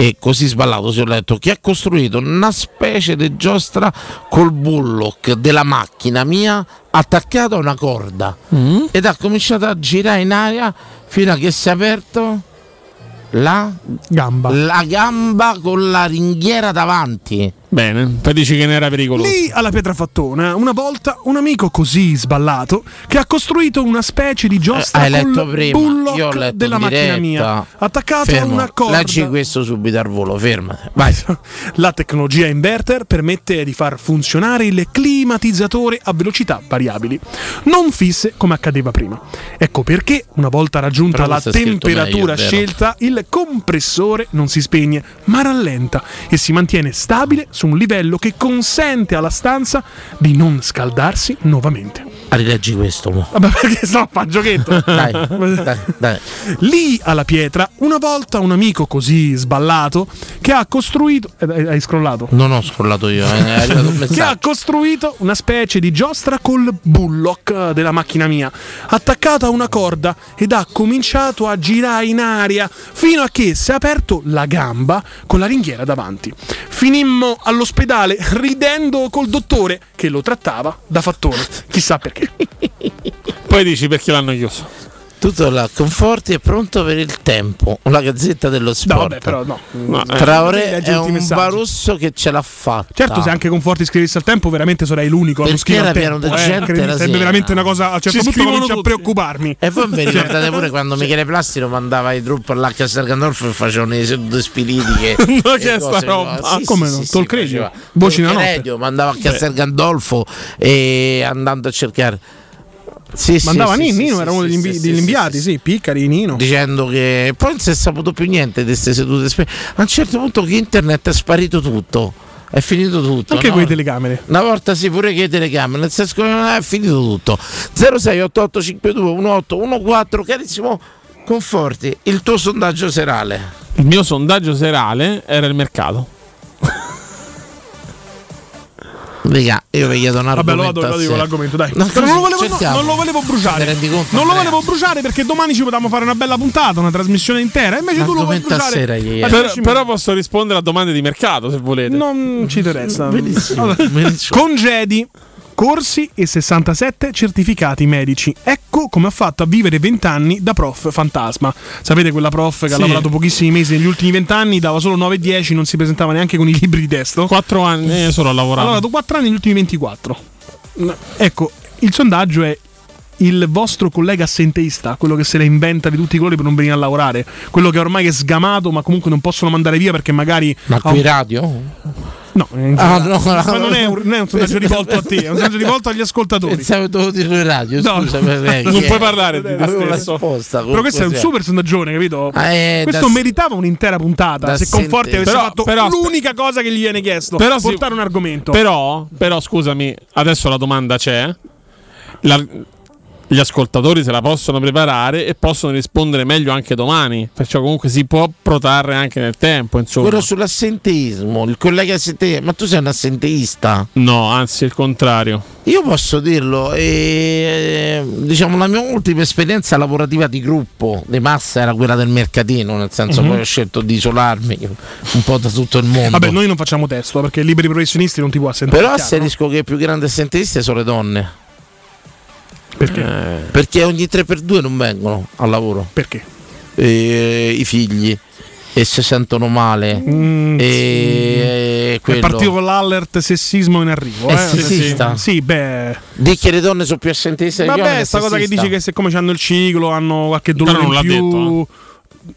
D: e così sballato si ho letto che ha costruito una specie di giostra col bullock della macchina mia attaccata a una corda
F: Mm?
D: ed ha cominciato a girare in aria fino a che si è aperto la
F: gamba
D: la gamba con la ringhiera davanti
E: Bene, poi dici che non era pericoloso.
F: Lì alla Pietrafattona, una volta un amico così sballato che ha costruito una specie di giostra
D: Eh, Hai letto
F: col
D: prima,
F: bullock
D: io ho letto
F: della
D: in
F: macchina
D: diretta.
F: mia, attaccato
D: Fermo,
F: a una corda.
D: leggi questo subito al volo, fermate. Vai.
F: La tecnologia inverter permette di far funzionare il climatizzatore a velocità variabili, non fisse come accadeva prima. Ecco perché una volta raggiunta
D: Però
F: la
D: questo è scritto
F: temperatura
D: meglio, è vero.
F: scelta, il compressore non si spegne, ma rallenta e si mantiene stabile su un livello che consente alla stanza di non scaldarsi nuovamente.
D: "Ah, Rileggi questo. mo.
F: Vabbè, perché no, fa il giochetto.
D: Dai, dai, dai.
F: Lì alla pietra, una volta un amico così sballato che ha costruito. eh, eh, hai scrollato?
D: Non ho scrollato io, eh, è arrivato un
F: che
D: messaggio.
F: ha costruito una specie di giostra col bullock eh, della macchina mia, attaccata a una corda ed ha cominciato a girare in aria fino a che si è aperto la gamba con la ringhiera davanti. Finimmo all'ospedale ridendo col dottore che lo trattava da fattore, chissà perché.
E: Poi dici perché l'hanno chiuso.
D: Tutto là, conforti è pronto per il tempo. La gazzetta dello sport.
F: vabbè, però no. No, eh.
D: Traoré
F: Leggi
D: è
F: tutti i
D: un
F: messaggi.
D: barusso che ce l'ha fatta.
F: Certo, se anche Conforti scrivesse al tempo, veramente sarei l'unico a non
D: Perché
F: scrivere
D: era
F: al tempo. eh,
D: pieno di gente
F: credi,
D: la
F: sarebbe
D: sera.
F: veramente una cosa. A un certo punto comincia a preoccuparmi.
D: E voi vi
F: Cioè-
D: ricordate pure quando Michele Plastino mandava i truppe alla Castel Gandolfo e facevano le sedute spiritiche.
F: No,
D: e
F: che è
D: cose,
F: sta roba?
D: no?
F: Ah, come no? Talk Radio? Voci
D: Talk
F: della notte.
D: Radio, mandava a Castel
F: Beh.
D: Gandolfo e andando a cercare. Sì, sì,
F: Mandava
D: sì,
F: Nino,
D: sì,
F: era
D: sì,
F: uno
D: sì,
F: degli, invi-
D: sì,
F: degli
D: sì,
F: inviati, sì, Piccari, Nino.
D: dicendo che Eh, poi non si è saputo più niente di queste sedute. spe- A un certo punto che internet è sparito tutto, è finito tutto.
F: Anche
D: no?
F: con le telecamere.
D: Una volta sì, pure che le telecamere, nel senso che non è finito tutto. 0688521814, carissimo Conforti, il tuo sondaggio serale.
E: Il mio sondaggio serale era il mercato.
D: Raga, io vi chiedo un
F: Vabbè, lo
D: argomento.
F: vado,
D: a
F: lo dico
D: sé.
F: l'argomento, dai.
D: No,
F: Però non lo volevo, no,
D: cerchiamo.
F: non lo volevo bruciare.
D: Ti rendi conto,
F: Non lo
D: Andrea?
F: volevo bruciare perché domani ci potevamo fare una bella puntata, una trasmissione intera. Invece tu lo vuoi
D: L'argomento a
F: bruciare.
D: sera, ieri.
F: a
E: Per-
F: 10
E: però posso rispondere a domande di mercato se volete.
F: Non ci interessa.
E: Benissimo,
F: Allora, Congedi, corsi e 67 certificati medici. Ecco come ho fatto a vivere 20 anni da prof fantasma. Sapete quella prof che ha
E: Sì.
F: lavorato pochissimi mesi negli ultimi 20 anni, dava solo 9-10, non si presentava neanche con i libri di testo.
E: 4 anni eh, solo a
F: Ha
E: lavorare.
F: lavorato 4 anni negli ultimi 24. No, Ecco, il sondaggio è il vostro collega assenteista, quello che se la inventa di tutti i colori per non venire a lavorare, quello che ormai è sgamato ma comunque non possono mandare via perché magari...
D: Ma
F: ha un-
D: qui radio?
F: No, in
D: Ah,
F: generale.
D: no, no.
F: Ma non è un, non è un sondaggio rivolto a te, è un sondaggio rivolto agli ascoltatori.
D: Pensavo dovevo dire in radio,
F: No.
D: scusa, perché-
F: Non puoi parlare di te
D: Avevo la
F: stesso.
D: risposta,
F: Però questo è un
D: cos'è?
F: super sondaggione, capito?
D: Ah, eh,
F: questo
D: da-
F: meritava un'intera puntata.
E: da
F: Se Conforti
E: sentire.
F: avesse
E: Però-
F: fatto
E: però-
F: l'unica cosa che gli viene chiesto,
E: Però sì-
F: portare un argomento.
E: Però, però, scusami, adesso la domanda c'è. La- gli ascoltatori se la possono preparare e possono rispondere meglio anche domani. Perciò comunque si può protrarre anche nel tempo. Insomma.
D: Quello sull'assenteismo, il collega assenteista, ma tu sei un assenteista?
E: No, anzi il contrario.
D: Io posso dirlo, eh, diciamo la mia ultima esperienza lavorativa di gruppo, di massa, era quella del mercatino, nel senso
F: Mhm.
D: poi ho scelto di isolarmi un po' da tutto il mondo.
F: Vabbè, noi non facciamo testo perché liberi professionisti non ti può assentare.
D: Però
F: chiaro, no?
D: asserisco che i più grandi assenteisti sono le donne. Eh,
F: Perché?
D: Perché ogni 3x2 non vengono al lavoro. eh,
F: Perché?
D: I figli. E si sentono male. e
F: Mm, è
D: eh, quello.
F: partito con l'alert sessismo in arrivo.
D: È
F: eh?
D: sessista.
F: Sì, beh.
D: Dì che le donne sono più assenteiste degli uomini,
F: Vabbè,
D: è
F: sta cosa che
D: sessista.
F: dici che siccome hanno il ciclo, hanno qualche dolore
E: Però non
F: in
E: l'ha
F: più.
E: detto, eh.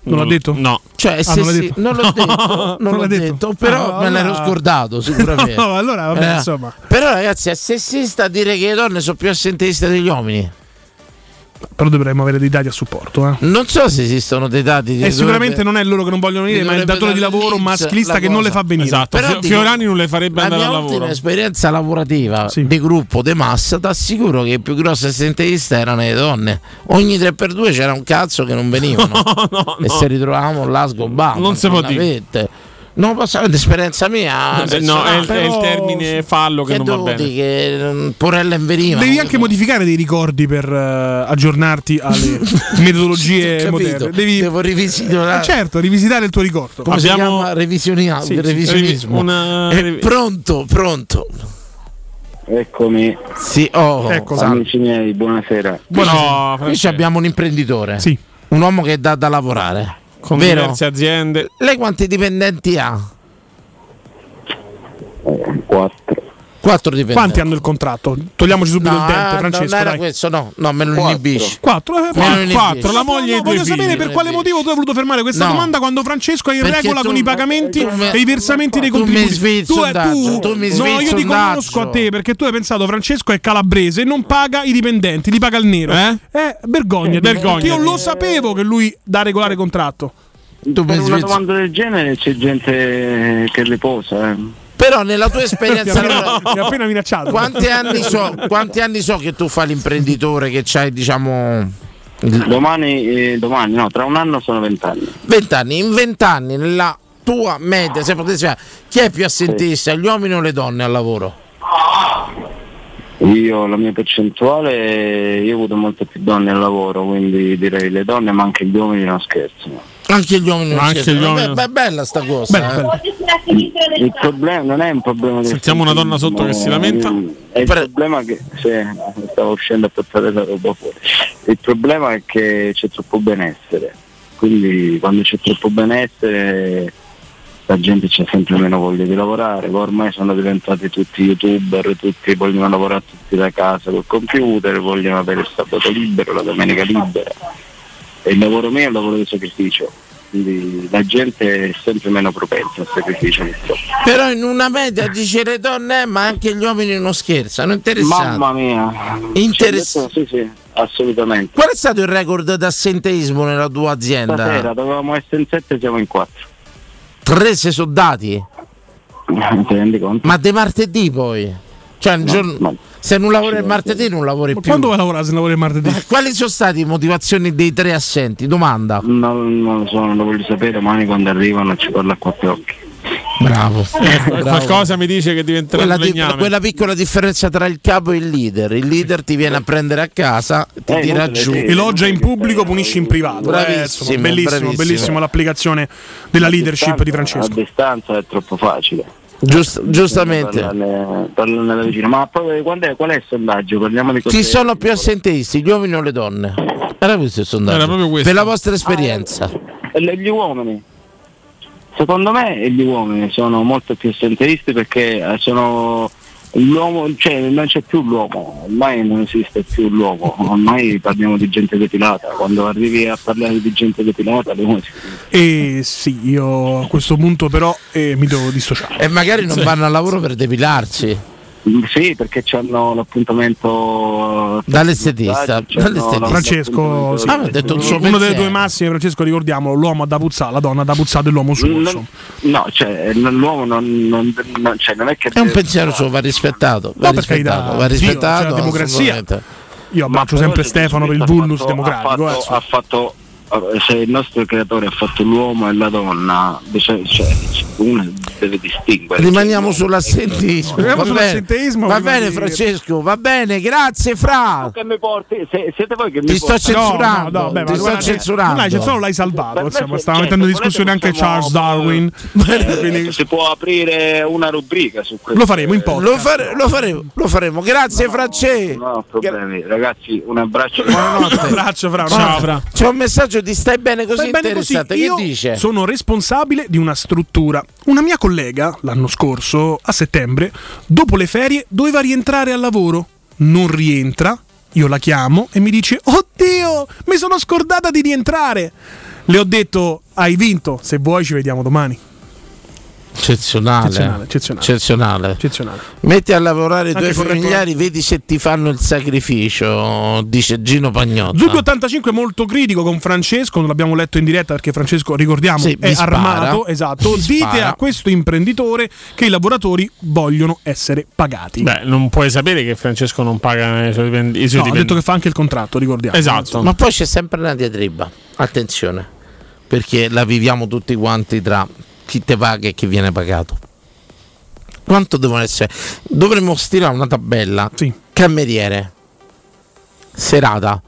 F: Non l'ha
E: No,
F: detto?
E: No.
D: Cioè,
F: Ah,
D: se
F: non l'ha
D: sì-
F: detto?
D: non l'ho detto, non
F: Non
D: l'ho
F: l'ha detto?
D: detto, però
F: Ah,
D: me
F: allora-
D: l'ero scordato sicuramente. Eh.
F: No, allora, vabbè, insomma.
D: Però ragazzi, è sessista dire che le donne sono più assenteiste degli uomini.
F: Però dovremmo avere dei dati a supporto. Eh.
D: Non so se esistono dei dati di
F: E Eh, sicuramente non è loro che non vogliono venire, ma è il
D: dovrebbe
F: datore di
D: dare
F: lavoro
D: l'Inps
F: maschilista
D: la
F: che non
D: cosa.
F: le fa venire.
E: Esatto,
D: Però
E: Fio-
D: dico-
E: Fiorani non le farebbe
D: la
E: andare
D: mia
E: al
D: ultima
E: lavoro.
D: esperienza lavorativa di gruppo di massa ti assicuro che i più grossi assenteiste erano le donne. Ogni 3x2 c'era un cazzo che non venivano. e se ritrovavamo là sgobbato.
E: Non si può dire.
D: dire. Non posso avere esperienza mia.
E: Eh, No, è, il- è il
D: però-
E: termine fallo che,
D: che
E: non va
D: devo
E: bene.
D: dire che mm, Porella in veniva.
F: Devi anche modificare dei ricordi per eh, aggiornarti alle metodologie
D: Capito,
F: moderne. Devi...
D: Devo rivisitare.
F: Eh, certo, rivisitare il tuo ricordo.
D: Come si chiama? Revisioni-
F: Sì, sì,
D: revisionismo.
F: revi- una-
D: Eh,
F: revi-
D: pronto, pronto.
R: Eccomi.
D: Sì, oh,
R: Ecco,
D: salve.
R: amici miei, buonasera.
E: No,
D: Qui ci
E: Francesco.
D: abbiamo un imprenditore. Un uomo che dà da lavorare.
E: Con
D: vero?
E: diverse aziende.
D: Lei quanti dipendenti ha?
R: Quattro.
D: Quattro dipendenti.
F: Quanti hanno il contratto? Togliamoci subito
D: No,
F: il
D: eh,
F: dente,
D: non
F: Francesco.
D: era
F: dai.
D: questo, no, no, me lo
F: Quattro.
D: inibisci.
F: Quattro, eh,
D: Me lo
F: quattro,
D: inibisci.
F: quattro, la moglie e
D: No,
F: i due
D: voglio sapere
F: figli. per quale motivo tu hai voluto fermare questa
D: No.
F: domanda quando Francesco è in
D: Perché
F: regola
D: tu-
F: con i pagamenti
D: tu mi-
F: e i versamenti dei
D: tu mi
F: contributi?
D: svii il
F: tu, eh,
D: sondaggio, tu mi svii
F: no,
D: il
F: io ti
D: sondaggio.
F: conosco a te perché tu hai pensato Francesco è calabrese e non paga i dipendenti, li paga il nero.
E: Eh?
F: vergogna,
D: Eh,
E: Vergognati.
F: Io lo sapevo che lui da regolare contratto.
R: per una domanda del genere c'è gente che le posa. eh.
D: Però nella tua esperienza
F: Mi ha appena- mi ha appena minacciato.
D: Quanti anni so, quanti anni so che tu fai l'imprenditore che c'hai, diciamo
R: Domani, eh, domani, no, tra un anno sono vent'anni.
D: 20 anni, in 20 anni nella tua media, se potessi fare, chi è più assentista, gli uomini o le donne al lavoro?
R: Io la mia percentuale, io ho avuto molte più donne al lavoro, quindi direi le donne, ma anche gli uomini non scherzano.
D: Anche gli uomini
R: Ma
D: non
R: anche
D: scelgono.
R: gli uomini
D: Beh,
R: non-
D: beh, bella sta cosa. eh.
R: Il problema non è un problema del
D: Sentiamo una donna sotto che si lamenta.
R: Mm, È il problema che se stavo uscendo a portare la roba fuori. Il problema è che c'è troppo benessere. Quindi quando c'è troppo benessere la gente c'è sempre meno voglia di lavorare, poi ormai sono diventati tutti youtuber, tutti vogliono lavorare tutti da casa col computer, vogliono avere il sabato libero, la domenica libera. E il lavoro mio è un lavoro di sacrificio, quindi la gente è sempre meno propensa al sacrificio purtroppo.
D: Però in una media dice le donne, eh, ma anche gli uomini non scherzano, interessante.
R: Mamma mia.
D: Interessante.
R: Sì, sì, assolutamente.
D: Qual è stato il record d'assenteismo nella tua azienda?
R: Stasera dovevamo essere in sette siamo in quattro.
D: Tre si sono dati?
R: Ti rendi conto?
D: Ma di martedì poi? Cioè, un giorno- se non lavori il martedì non lavori più.
F: Quando vai a lavorare se lavori il martedì?
D: Quali sono state le motivazioni dei tre assenti? Domanda.
R: Non, non lo so, non lo voglio sapere, domani quando arrivano ci parlo a quattro occhi.
D: Bravo. Ecco, Bravo.
E: Qualcosa mi dice che diventerà
D: Quella,
E: un
D: di-
E: legname.
D: quella piccola differenza tra il capo e il leader. Il leader ti viene a prendere a casa, ti
R: Eh,
D: tira giù.
F: Elogia in pubblico, punisci in privato. eh,
D: Bravissimo,
F: insomma, bellissimo,
D: bravissimo.
F: bellissimo l'applicazione della leadership di Francesco.
R: A distanza è troppo facile.
D: Giust-
R: eh,
D: giustamente.
R: Parlarne, parlarne da vicino. Ma poi quando è- qual è il sondaggio? Parliamo di
D: Chi
R: cose-
D: sono più assenteisti, gli uomini o le donne? Era questo il sondaggio.
R: Era proprio questo.
D: Per la vostra esperienza.
R: Eh, Gli uomini. Secondo me eh, gli uomini sono molto più assenteisti perché eh, sono l'uomo, cioè non c'è più l'uomo, ormai non esiste più l'uomo, ormai parliamo di gente depilata, quando arrivi a parlare di gente depilata l'uomo si
F: E Eh, sì, io a questo punto però eh, mi devo dissociare.
D: E magari non
F: Sì.
D: vanno al lavoro per depilarsi.
R: Mm, Sì, perché hanno l'appuntamento eh, c'hanno
D: Dall'estetista, dall'estetista.
F: Francesco, sì.
D: Ah, mi ha detto il suo
F: uno delle
D: pensiero.
F: due massime, Francesco, ricordiamolo, l'uomo ha da puzzare, la donna ha da puzzare dell'uomo suo. insomma.
R: No, cioè non- l'uomo non, non- non- cioè, non è che
D: È un pensiero suo, va rispettato. Va
F: No, per carità,
D: rispettato, va
F: Dio,
D: rispettato.
F: c'è la democrazia.
D: assolutamente.
F: Io abbraccio sempre Stefano per il vulnus democratico.
R: ha
F: eh,
R: fatto,
F: insomma.
R: ha fatto- eh, se il nostro creatore ha fatto l'uomo e la donna, bisogna- cioè, uno deve distinguere.
D: Rimaniamo sull'assenteismo.
R: Rimaniamo
D: Va bene.
R: sull'assenteismo,
D: Va
R: prima
D: bene,
R: di-
D: Francesco, va bene, grazie Fra.
R: siete voi che
D: Ti sto censurando,
F: No, no, vabbè,
D: ti
F: ma
D: sto
F: guarda,
D: censurando.
F: No, censurato l'hai salvato. Insomma, stava
R: certo,
F: mettendo in
R: volete
F: discussione anche
R: possiamo-
F: Charles Darwin.
R: Eh, si può aprire una rubrica su questo.
F: Lo faremo in podcast.
D: Lo, fare- lo faremo, lo faremo. Grazie Francesco.
R: No, problemi. Ragazzi, un abbraccio.
D: Buonanotte.
F: Abbraccio, Fra.
D: Ciao,
F: Fra.
D: C'è un messaggio di stai bene così
F: Stai bene così?
D: interessante.
F: Io
D: Che dice?
F: Sono responsabile di una struttura. Una mia collega, l'anno scorso, a settembre, dopo le ferie, doveva rientrare al lavoro. Non rientra, io la chiamo e mi dice: Oddio, mi sono scordata di rientrare. Le ho detto: Hai vinto, se vuoi ci vediamo domani.
D: Eccezionale.
F: Eccezionale, eccezionale.
D: Eccezionale.
F: Eccezionale.
D: Metti a lavorare i tuoi
F: Anche corretto.
D: familiari, vedi se ti fanno il sacrificio, dice Gino Pagnotta.
F: Zubi 85 molto critico con Francesco, non l'abbiamo letto in diretta perché Francesco, ricordiamo,
D: Sì,
F: è
D: vi spara.
F: armato. Esatto.
D: Vi
F: Dite
D: spara.
F: a questo imprenditore che i lavoratori vogliono essere pagati.
E: Beh, non puoi sapere che Francesco non paga i suoi dipen- i suoi
F: No, ha detto
E: dipendenti.
F: che fa anche il contratto, ricordiamo.
E: Esatto.
D: Ma poi c'è sempre una diatriba, attenzione, perché la viviamo tutti quanti tra chi te paga e chi viene pagato. Quanto devono essere? Dovremmo stilare una tabella. Cameriere, serata.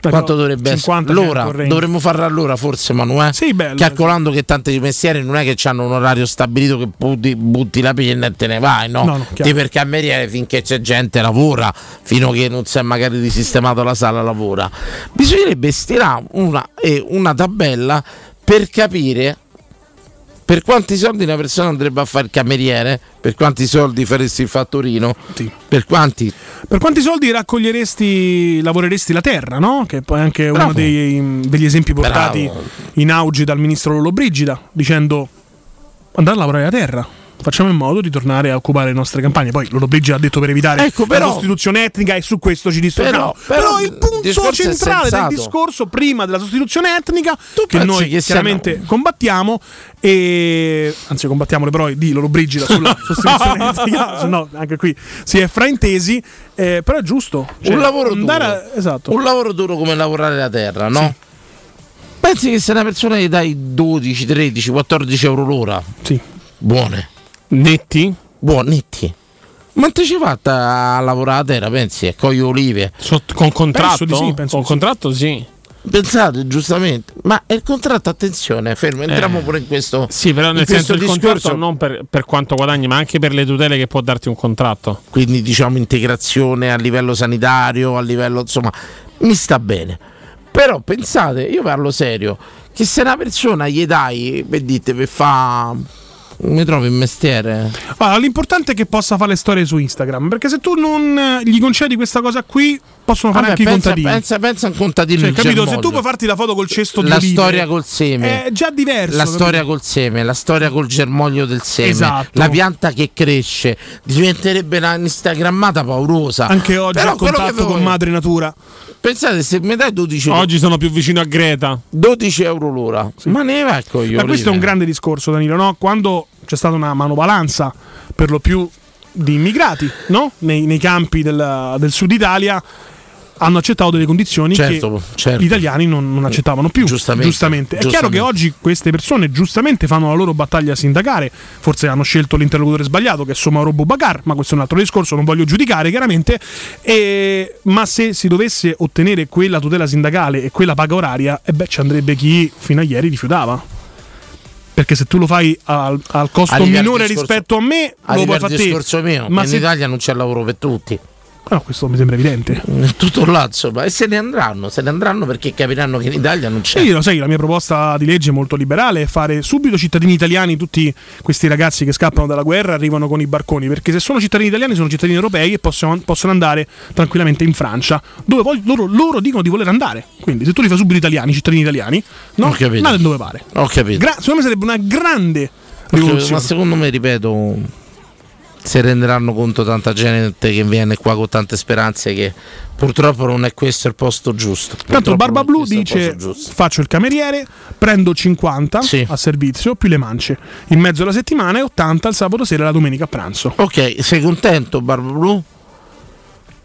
D: Quanto dovrebbe essere?
F: 50
D: L'ora,
F: correnti.
D: dovremmo farla all'ora forse Manuè. Calcolando che tanti mestieri non è che hanno un orario stabilito che butti, butti la penna e te ne vai, no?
F: No, no, chiaro.
D: Ti per cameriere finché c'è gente lavora, fino che non si è magari risistemato la sala lavora. Bisognerebbe stirare una, eh, una tabella per capire per quanti soldi una persona andrebbe a fare il cameriere? Per quanti soldi faresti il fattorino? Per quanti?
F: Per quanti soldi raccoglieresti, lavoreresti la terra, no? Che poi è anche uno dei- mm, degli esempi portati
D: Bravo.
F: in auge dal ministro Lollobrigida, dicendo andare a lavorare la terra. Facciamo in modo di tornare a occupare le nostre campagne. Poi Lollobrigida ha detto per evitare
D: Ecco, però-
F: la sostituzione etnica e su questo ci distogliamo.
D: Però- però
F: il
D: il
F: punto
D: discorso è
F: centrale del
D: sensato.
F: discorso prima della sostituzione etnica che
D: pensi
F: noi
D: che siano-
F: chiaramente combattiamo e anzi combattiamo le parole di Lollobrigida sulla sostituzione etnica. No, anche qui si è fraintesi, eh, però è giusto. Cioè,
D: un lavoro duro.
F: andare a- esatto.
D: Un lavoro duro come lavorare la terra, no? Pensi che se una persona gli dai 12, 13, 14 euro l'ora?
F: Sì.
D: Buone.
E: Netti?
D: Buoni, netti. Ma te ci fatta a lavorare la terra, pensi? E cogli olive.
E: con contratto? Con contratto sì.
D: Pensate giustamente, ma il contratto, attenzione, fermo, entriamo
E: Eh.
D: pure in questo.
E: Sì, però
D: in
E: nel senso
D: questo
E: del
D: discorso
E: contratto non per, per quanto guadagni, ma anche per le tutele che può darti un contratto.
D: quindi diciamo integrazione a livello sanitario, a livello insomma, mi sta bene. Però pensate, io parlo serio, che se una persona gli dai, beh, dite, per fa mi trovi in mestiere.
F: Allora, l'importante è che possa fare le storie su Instagram, perché se tu non eh, gli concedi questa cosa qui, possono fare
D: Vabbè,
F: anche i
D: pensa-
F: contadini.
D: pensa- pensa a un contadino
F: Cioè,
D: in
F: capito? Se
D: germoglio.
F: tu puoi farti la foto col cesto di
D: La
F: olive,
D: storia col seme.
F: È già diverso.
D: La
F: capito?
D: storia col seme, la storia col germoglio del seme,
F: Esatto.
D: la pianta che cresce, diventerebbe una instagrammata paurosa.
F: Anche oggi
D: Ah. Però
F: a
D: quello che
F: contatto
D: voi-
F: con madre natura.
D: Pensate, se mi dai 12 euro,
E: Oggi sono più vicino a Greta.
D: 12 euro l'ora, ma ne va il coglione.
F: Ma questo è un grande discorso, Danilo, no? Quando c'è stata una manovalanza per lo più di immigrati, no? Nei, nei campi del, del sud Italia hanno accettato delle condizioni
D: Certo,
F: che
D: certo.
F: gli italiani non, non accettavano più.
D: Giustamente,
F: È chiaro che
D: giustamente.
F: oggi queste persone giustamente fanno la loro battaglia sindacale, forse hanno scelto l'interlocutore sbagliato che è Somaro Bubacar, ma questo è un altro discorso, non voglio giudicare chiaramente, E- ma se si dovesse ottenere quella tutela sindacale e quella paga oraria, e beh, ci andrebbe chi fino a ieri rifiutava. Perché se tu lo fai al, al costo
D: Arrivi al
F: minore
D: discorso-
F: rispetto a me, lo
D: Arriva
F: puoi
D: il
F: fare
D: discorso
F: te.
D: mio,
F: ma
D: in
F: se-
D: Italia non c'è lavoro per tutti.
F: Ah, No, questo mi sembra evidente.
D: Tutto là, insomma, e se ne andranno, se ne andranno perché capiranno che in Italia non c'è.
F: Sì, lo sai, la mia proposta di legge molto liberale è fare subito cittadini italiani, tutti questi ragazzi che scappano dalla guerra arrivano con i barconi, perché se sono cittadini italiani sono cittadini europei e possono, possono andare tranquillamente in Francia, dove poi loro, loro dicono di voler andare. Quindi se tu li fai subito italiani, cittadini italiani, no,
D: Ho capito.
F: andate dove pare.
D: Ho capito.
F: Gra- secondo me sarebbe una grande
D: Ho capito,
F: rivoluzione.
D: ma secondo me, ripeto, si renderanno conto tanta gente che viene qua con tante speranze che purtroppo non è questo il posto giusto.
F: Tanto
D: Purtroppo
F: Barba
D: non è
F: Blu
D: questo il
F: dice
D: posto giusto.
F: faccio il cameriere, prendo 50 a servizio più le mance, in mezzo alla settimana e 80 il sabato sera e la domenica a pranzo.
D: Ok, sei contento Barba Blu?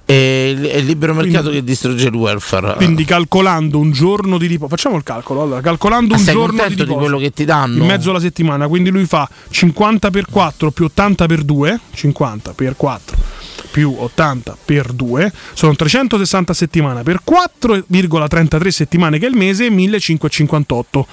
D: È il è il libero mercato che distrugge il welfare.
F: Quindi calcolando un giorno di riposo, facciamo il calcolo, allora, calcolando
D: Ma
F: un
D: sei
F: giorno di
D: contento di
F: riposo
D: quello che ti danno?
F: in mezzo alla settimana, quindi lui fa 50 per 4 più 80 per 2, 50 per 4 più 80 per 2, sono 360 a settimana per 4,33 settimane che è il mese, 1558,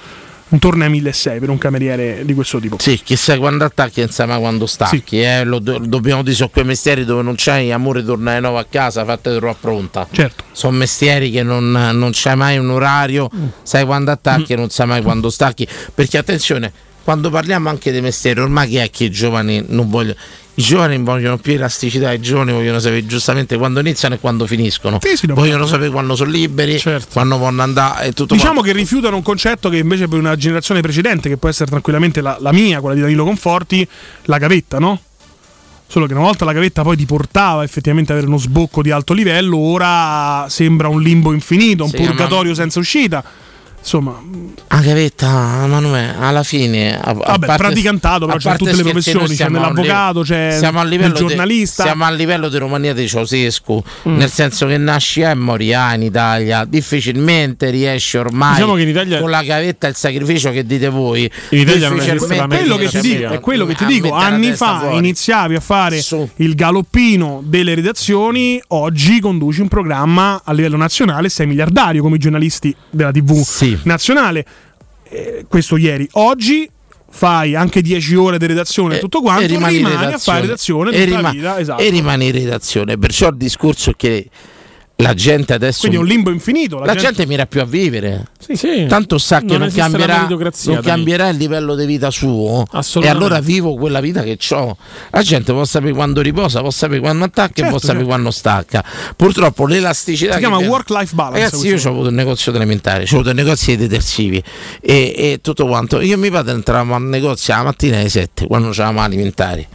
F: intorno ai 1600 per un cameriere di questo tipo.
D: Sì, chissà quando attacchi e insomma quando stacchi. eh, lo do- dobbiamo dire, sono quei mestieri dove non c'hai amore, tornare nuovo a casa, fattetelo a pronta.
E: Cioè,
F: Certo.
D: Sono mestieri che non, non c'hai mai un orario,
F: Mm.
D: sai quando attacchi e non sai mai quando stacchi. Perché attenzione, quando parliamo anche dei mestieri, ormai chi è che i giovani non vogliono. I giovani vogliono più elasticità, i giovani vogliono sapere giustamente quando iniziano e quando finiscono. vogliono sapere quando sono liberi, quando vogliono andare e tutto
F: Certo. Diciamo che rifiutano un concetto che invece per una generazione precedente, che può essere tranquillamente la, la mia, quella di Danilo Conforti, la gavetta, no? Solo che una volta la gavetta poi ti portava effettivamente ad avere uno sbocco di alto livello, ora sembra un limbo infinito, un
D: Sì,
F: purgatorio senza uscita. Insomma,
D: La gavetta, Manuè, alla fine. A, a
F: Vabbè, praticantato, però
D: a
F: c'è
D: parte
F: tutte le
D: scherzi,
F: professioni,
D: noi
F: c'è
D: siamo a un
F: nell'avvocato,
D: livello-
F: c'è
D: siamo a
F: nel
D: livello de-
F: giornalista. Mm.
D: siamo a livello di Romania di Ceausescu, nel senso che nasci e mori ah, in Italia, difficilmente riesci ormai
E: Diciamo che in Italia-
D: con la gavetta e il sacrificio che dite voi.
E: In Italia non esiste
D: difficilmente
E: la
F: quello che ti
D: riesci
F: dico,
D: a-
F: è quello che ti
D: a
F: dico.
D: mettere la
F: Anni
D: testa
F: fa
D: fuori.
F: iniziavi a fare il galoppino delle redazioni, oggi conduci un programma a livello nazionale, sei miliardario come i giornalisti della TV nazionale. Eh, questo ieri. Oggi fai anche 10 ore di redazione e tutto quanto,
D: rimani
F: rimani,
D: in
F: a fare redazione
D: e,
F: tutta la
D: rima-
F: vita, esatto.
D: e rimane in redazione. Perciò il discorso è che La gente adesso.
F: Quindi è un limbo infinito.
D: La, gente... mira più a vivere.
E: sì.
D: Tanto sa che
E: Non
D: non,
E: esiste la
D: cambierà,
E: meritocrazia,
D: non
E: Dani.
D: cambierà il livello di vita suo. E
E: Assolutamente.
D: allora vivo quella vita che ho. La gente può sapere quando riposa, può sapere quando attacca e
F: Certo,
D: può sapere
F: certo.
D: quando stacca. Purtroppo l'elasticità.
F: Si chiama
D: che-
F: work-life balance.
D: Ragazzi, io
F: questo.
D: ho avuto un negozio di alimentare, ho avuto un negozio di detersivi e, e tutto quanto. Io e mio padre entravamo al negozio la mattina alle 7 quando c'eravamo alimentari.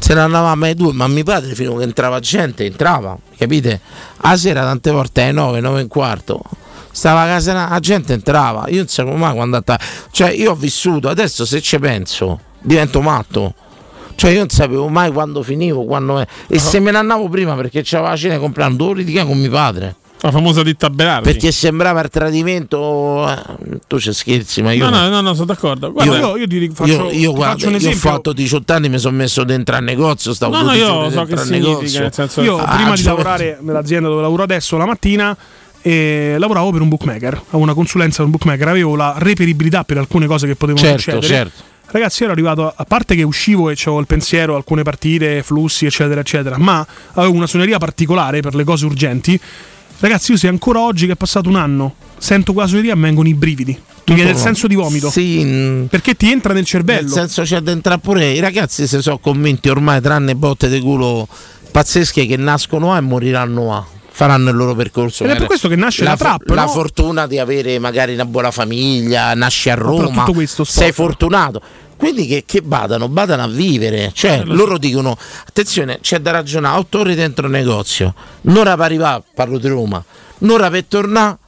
D: Se ne andavamo alle 2, ma mio padre fino a che entrava gente, entrava, capite? A sera tante volte alle 9, 9 e un quarto. Stava a casa, la gente entrava, io non sapevo mai quando andava. Cioè, io ho vissuto, adesso se ci penso, divento matto. Cioè io non sapevo mai quando finivo, quando...
E: Ah.
D: E se me ne andavo prima perché c'era la cena comprando, dovevo litigare con mio padre.
E: La famosa ditta Berardi.
D: Perché sembrava il tradimento. eh, Tu ci scherzi, ma io.
E: No, no, no, no, sono d'accordo. Guarda,
D: io- io, guarda, io ho fatto 18 anni, mi sono messo dentro al negozio, stavo
F: No, no,
D: 12
F: io
D: ore
F: so
D: dentro
F: che
D: al
F: significa,
D: negozio. cioè,
F: nel senso- Cioè, Io
D: ah,
F: prima di lavorare nell'azienda dove lavoro adesso la mattina eh, lavoravo per un bookmaker, avevo una consulenza per un bookmaker, avevo la reperibilità per alcune cose che potevano
D: Certo,
F: succedere.
D: certo.
F: Ragazzi, ero arrivato, a- a parte che uscivo e avevo il pensiero, alcune partite, flussi, eccetera, eccetera, ma avevo una suoneria particolare per le cose urgenti. Ragazzi, io se ancora oggi che è passato un anno sento quella suoneria mi vengono i brividi. Tu viene il
D: No,
F: senso di vomito.
D: sì, mm,
F: Perché ti entra nel cervello.
D: Nel senso c'è dentro pure i ragazzi se sono convinti ormai tranne botte di culo pazzesche che nascono A e moriranno A. Faranno il loro percorso.
F: Ed è per questo che nasce la
D: fo-
F: trap,
D: La
F: no?
D: fortuna di avere magari una buona famiglia, nasci a Roma,
F: tutto questo sport.
D: sei fortunato. Quindi che, che badano? Badano a vivere.
F: Eh,
D: Cioè, loro dicono, attenzione, c'è da ragionare, 8 ore dentro un negozio, un'ora per arrivare, parlo di Roma, un'ora per tornare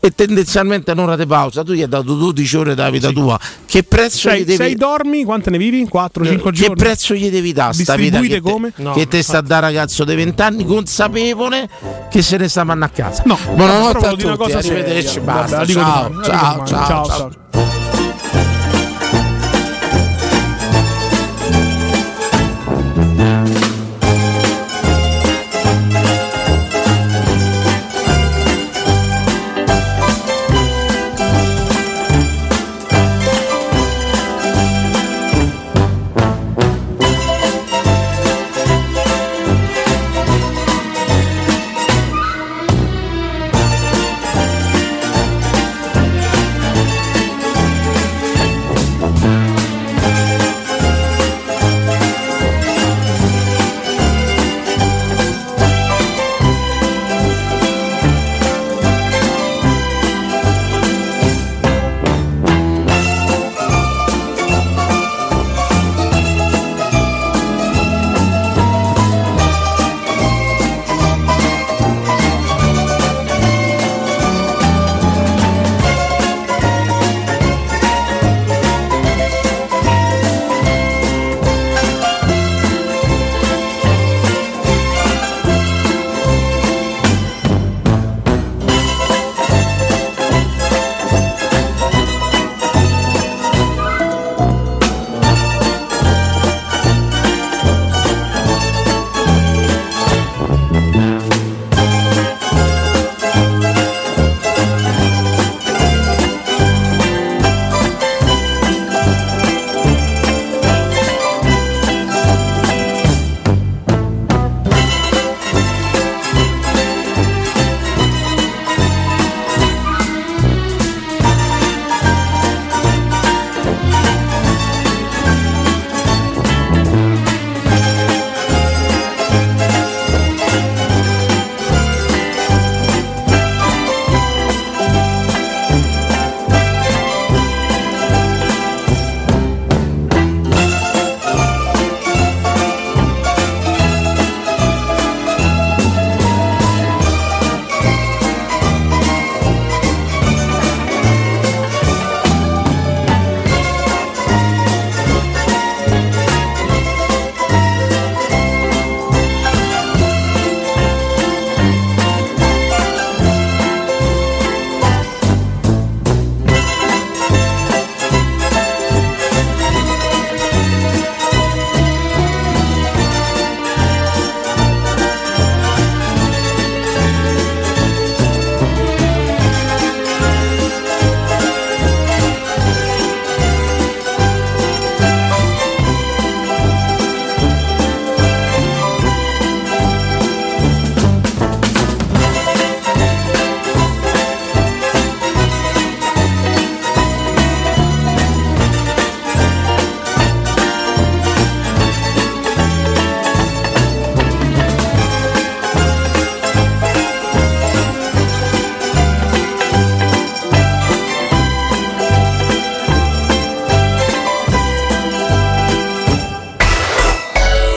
D: e tendenzialmente un'ora di pausa. Tu gli hai dato 12 ore della vita tua. Che prezzo
F: Sei,
D: gli devi Eh,
F: sei dormi, quante ne vivi? 4, 5
D: che
F: giorni.
D: prezzo gli devi dare a sta vita
F: Distribuite
D: che te,
F: come? No,
D: che te sta a
F: infatti.
D: dare ragazzo dei 20 anni consapevole che se ne sta mandando a casa
F: No,
D: buonanotte
F: però
D: a
F: volevo dire una
D: tutti
F: cosa seria.
D: arrivederci
F: Vabbè,
D: basta
F: la dico
D: ciao,
F: domani, la dico
D: ciao,
F: domani.
D: ciao
F: Ciao,
D: ciao
F: ciao.
S: Thank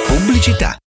P: pubblicità.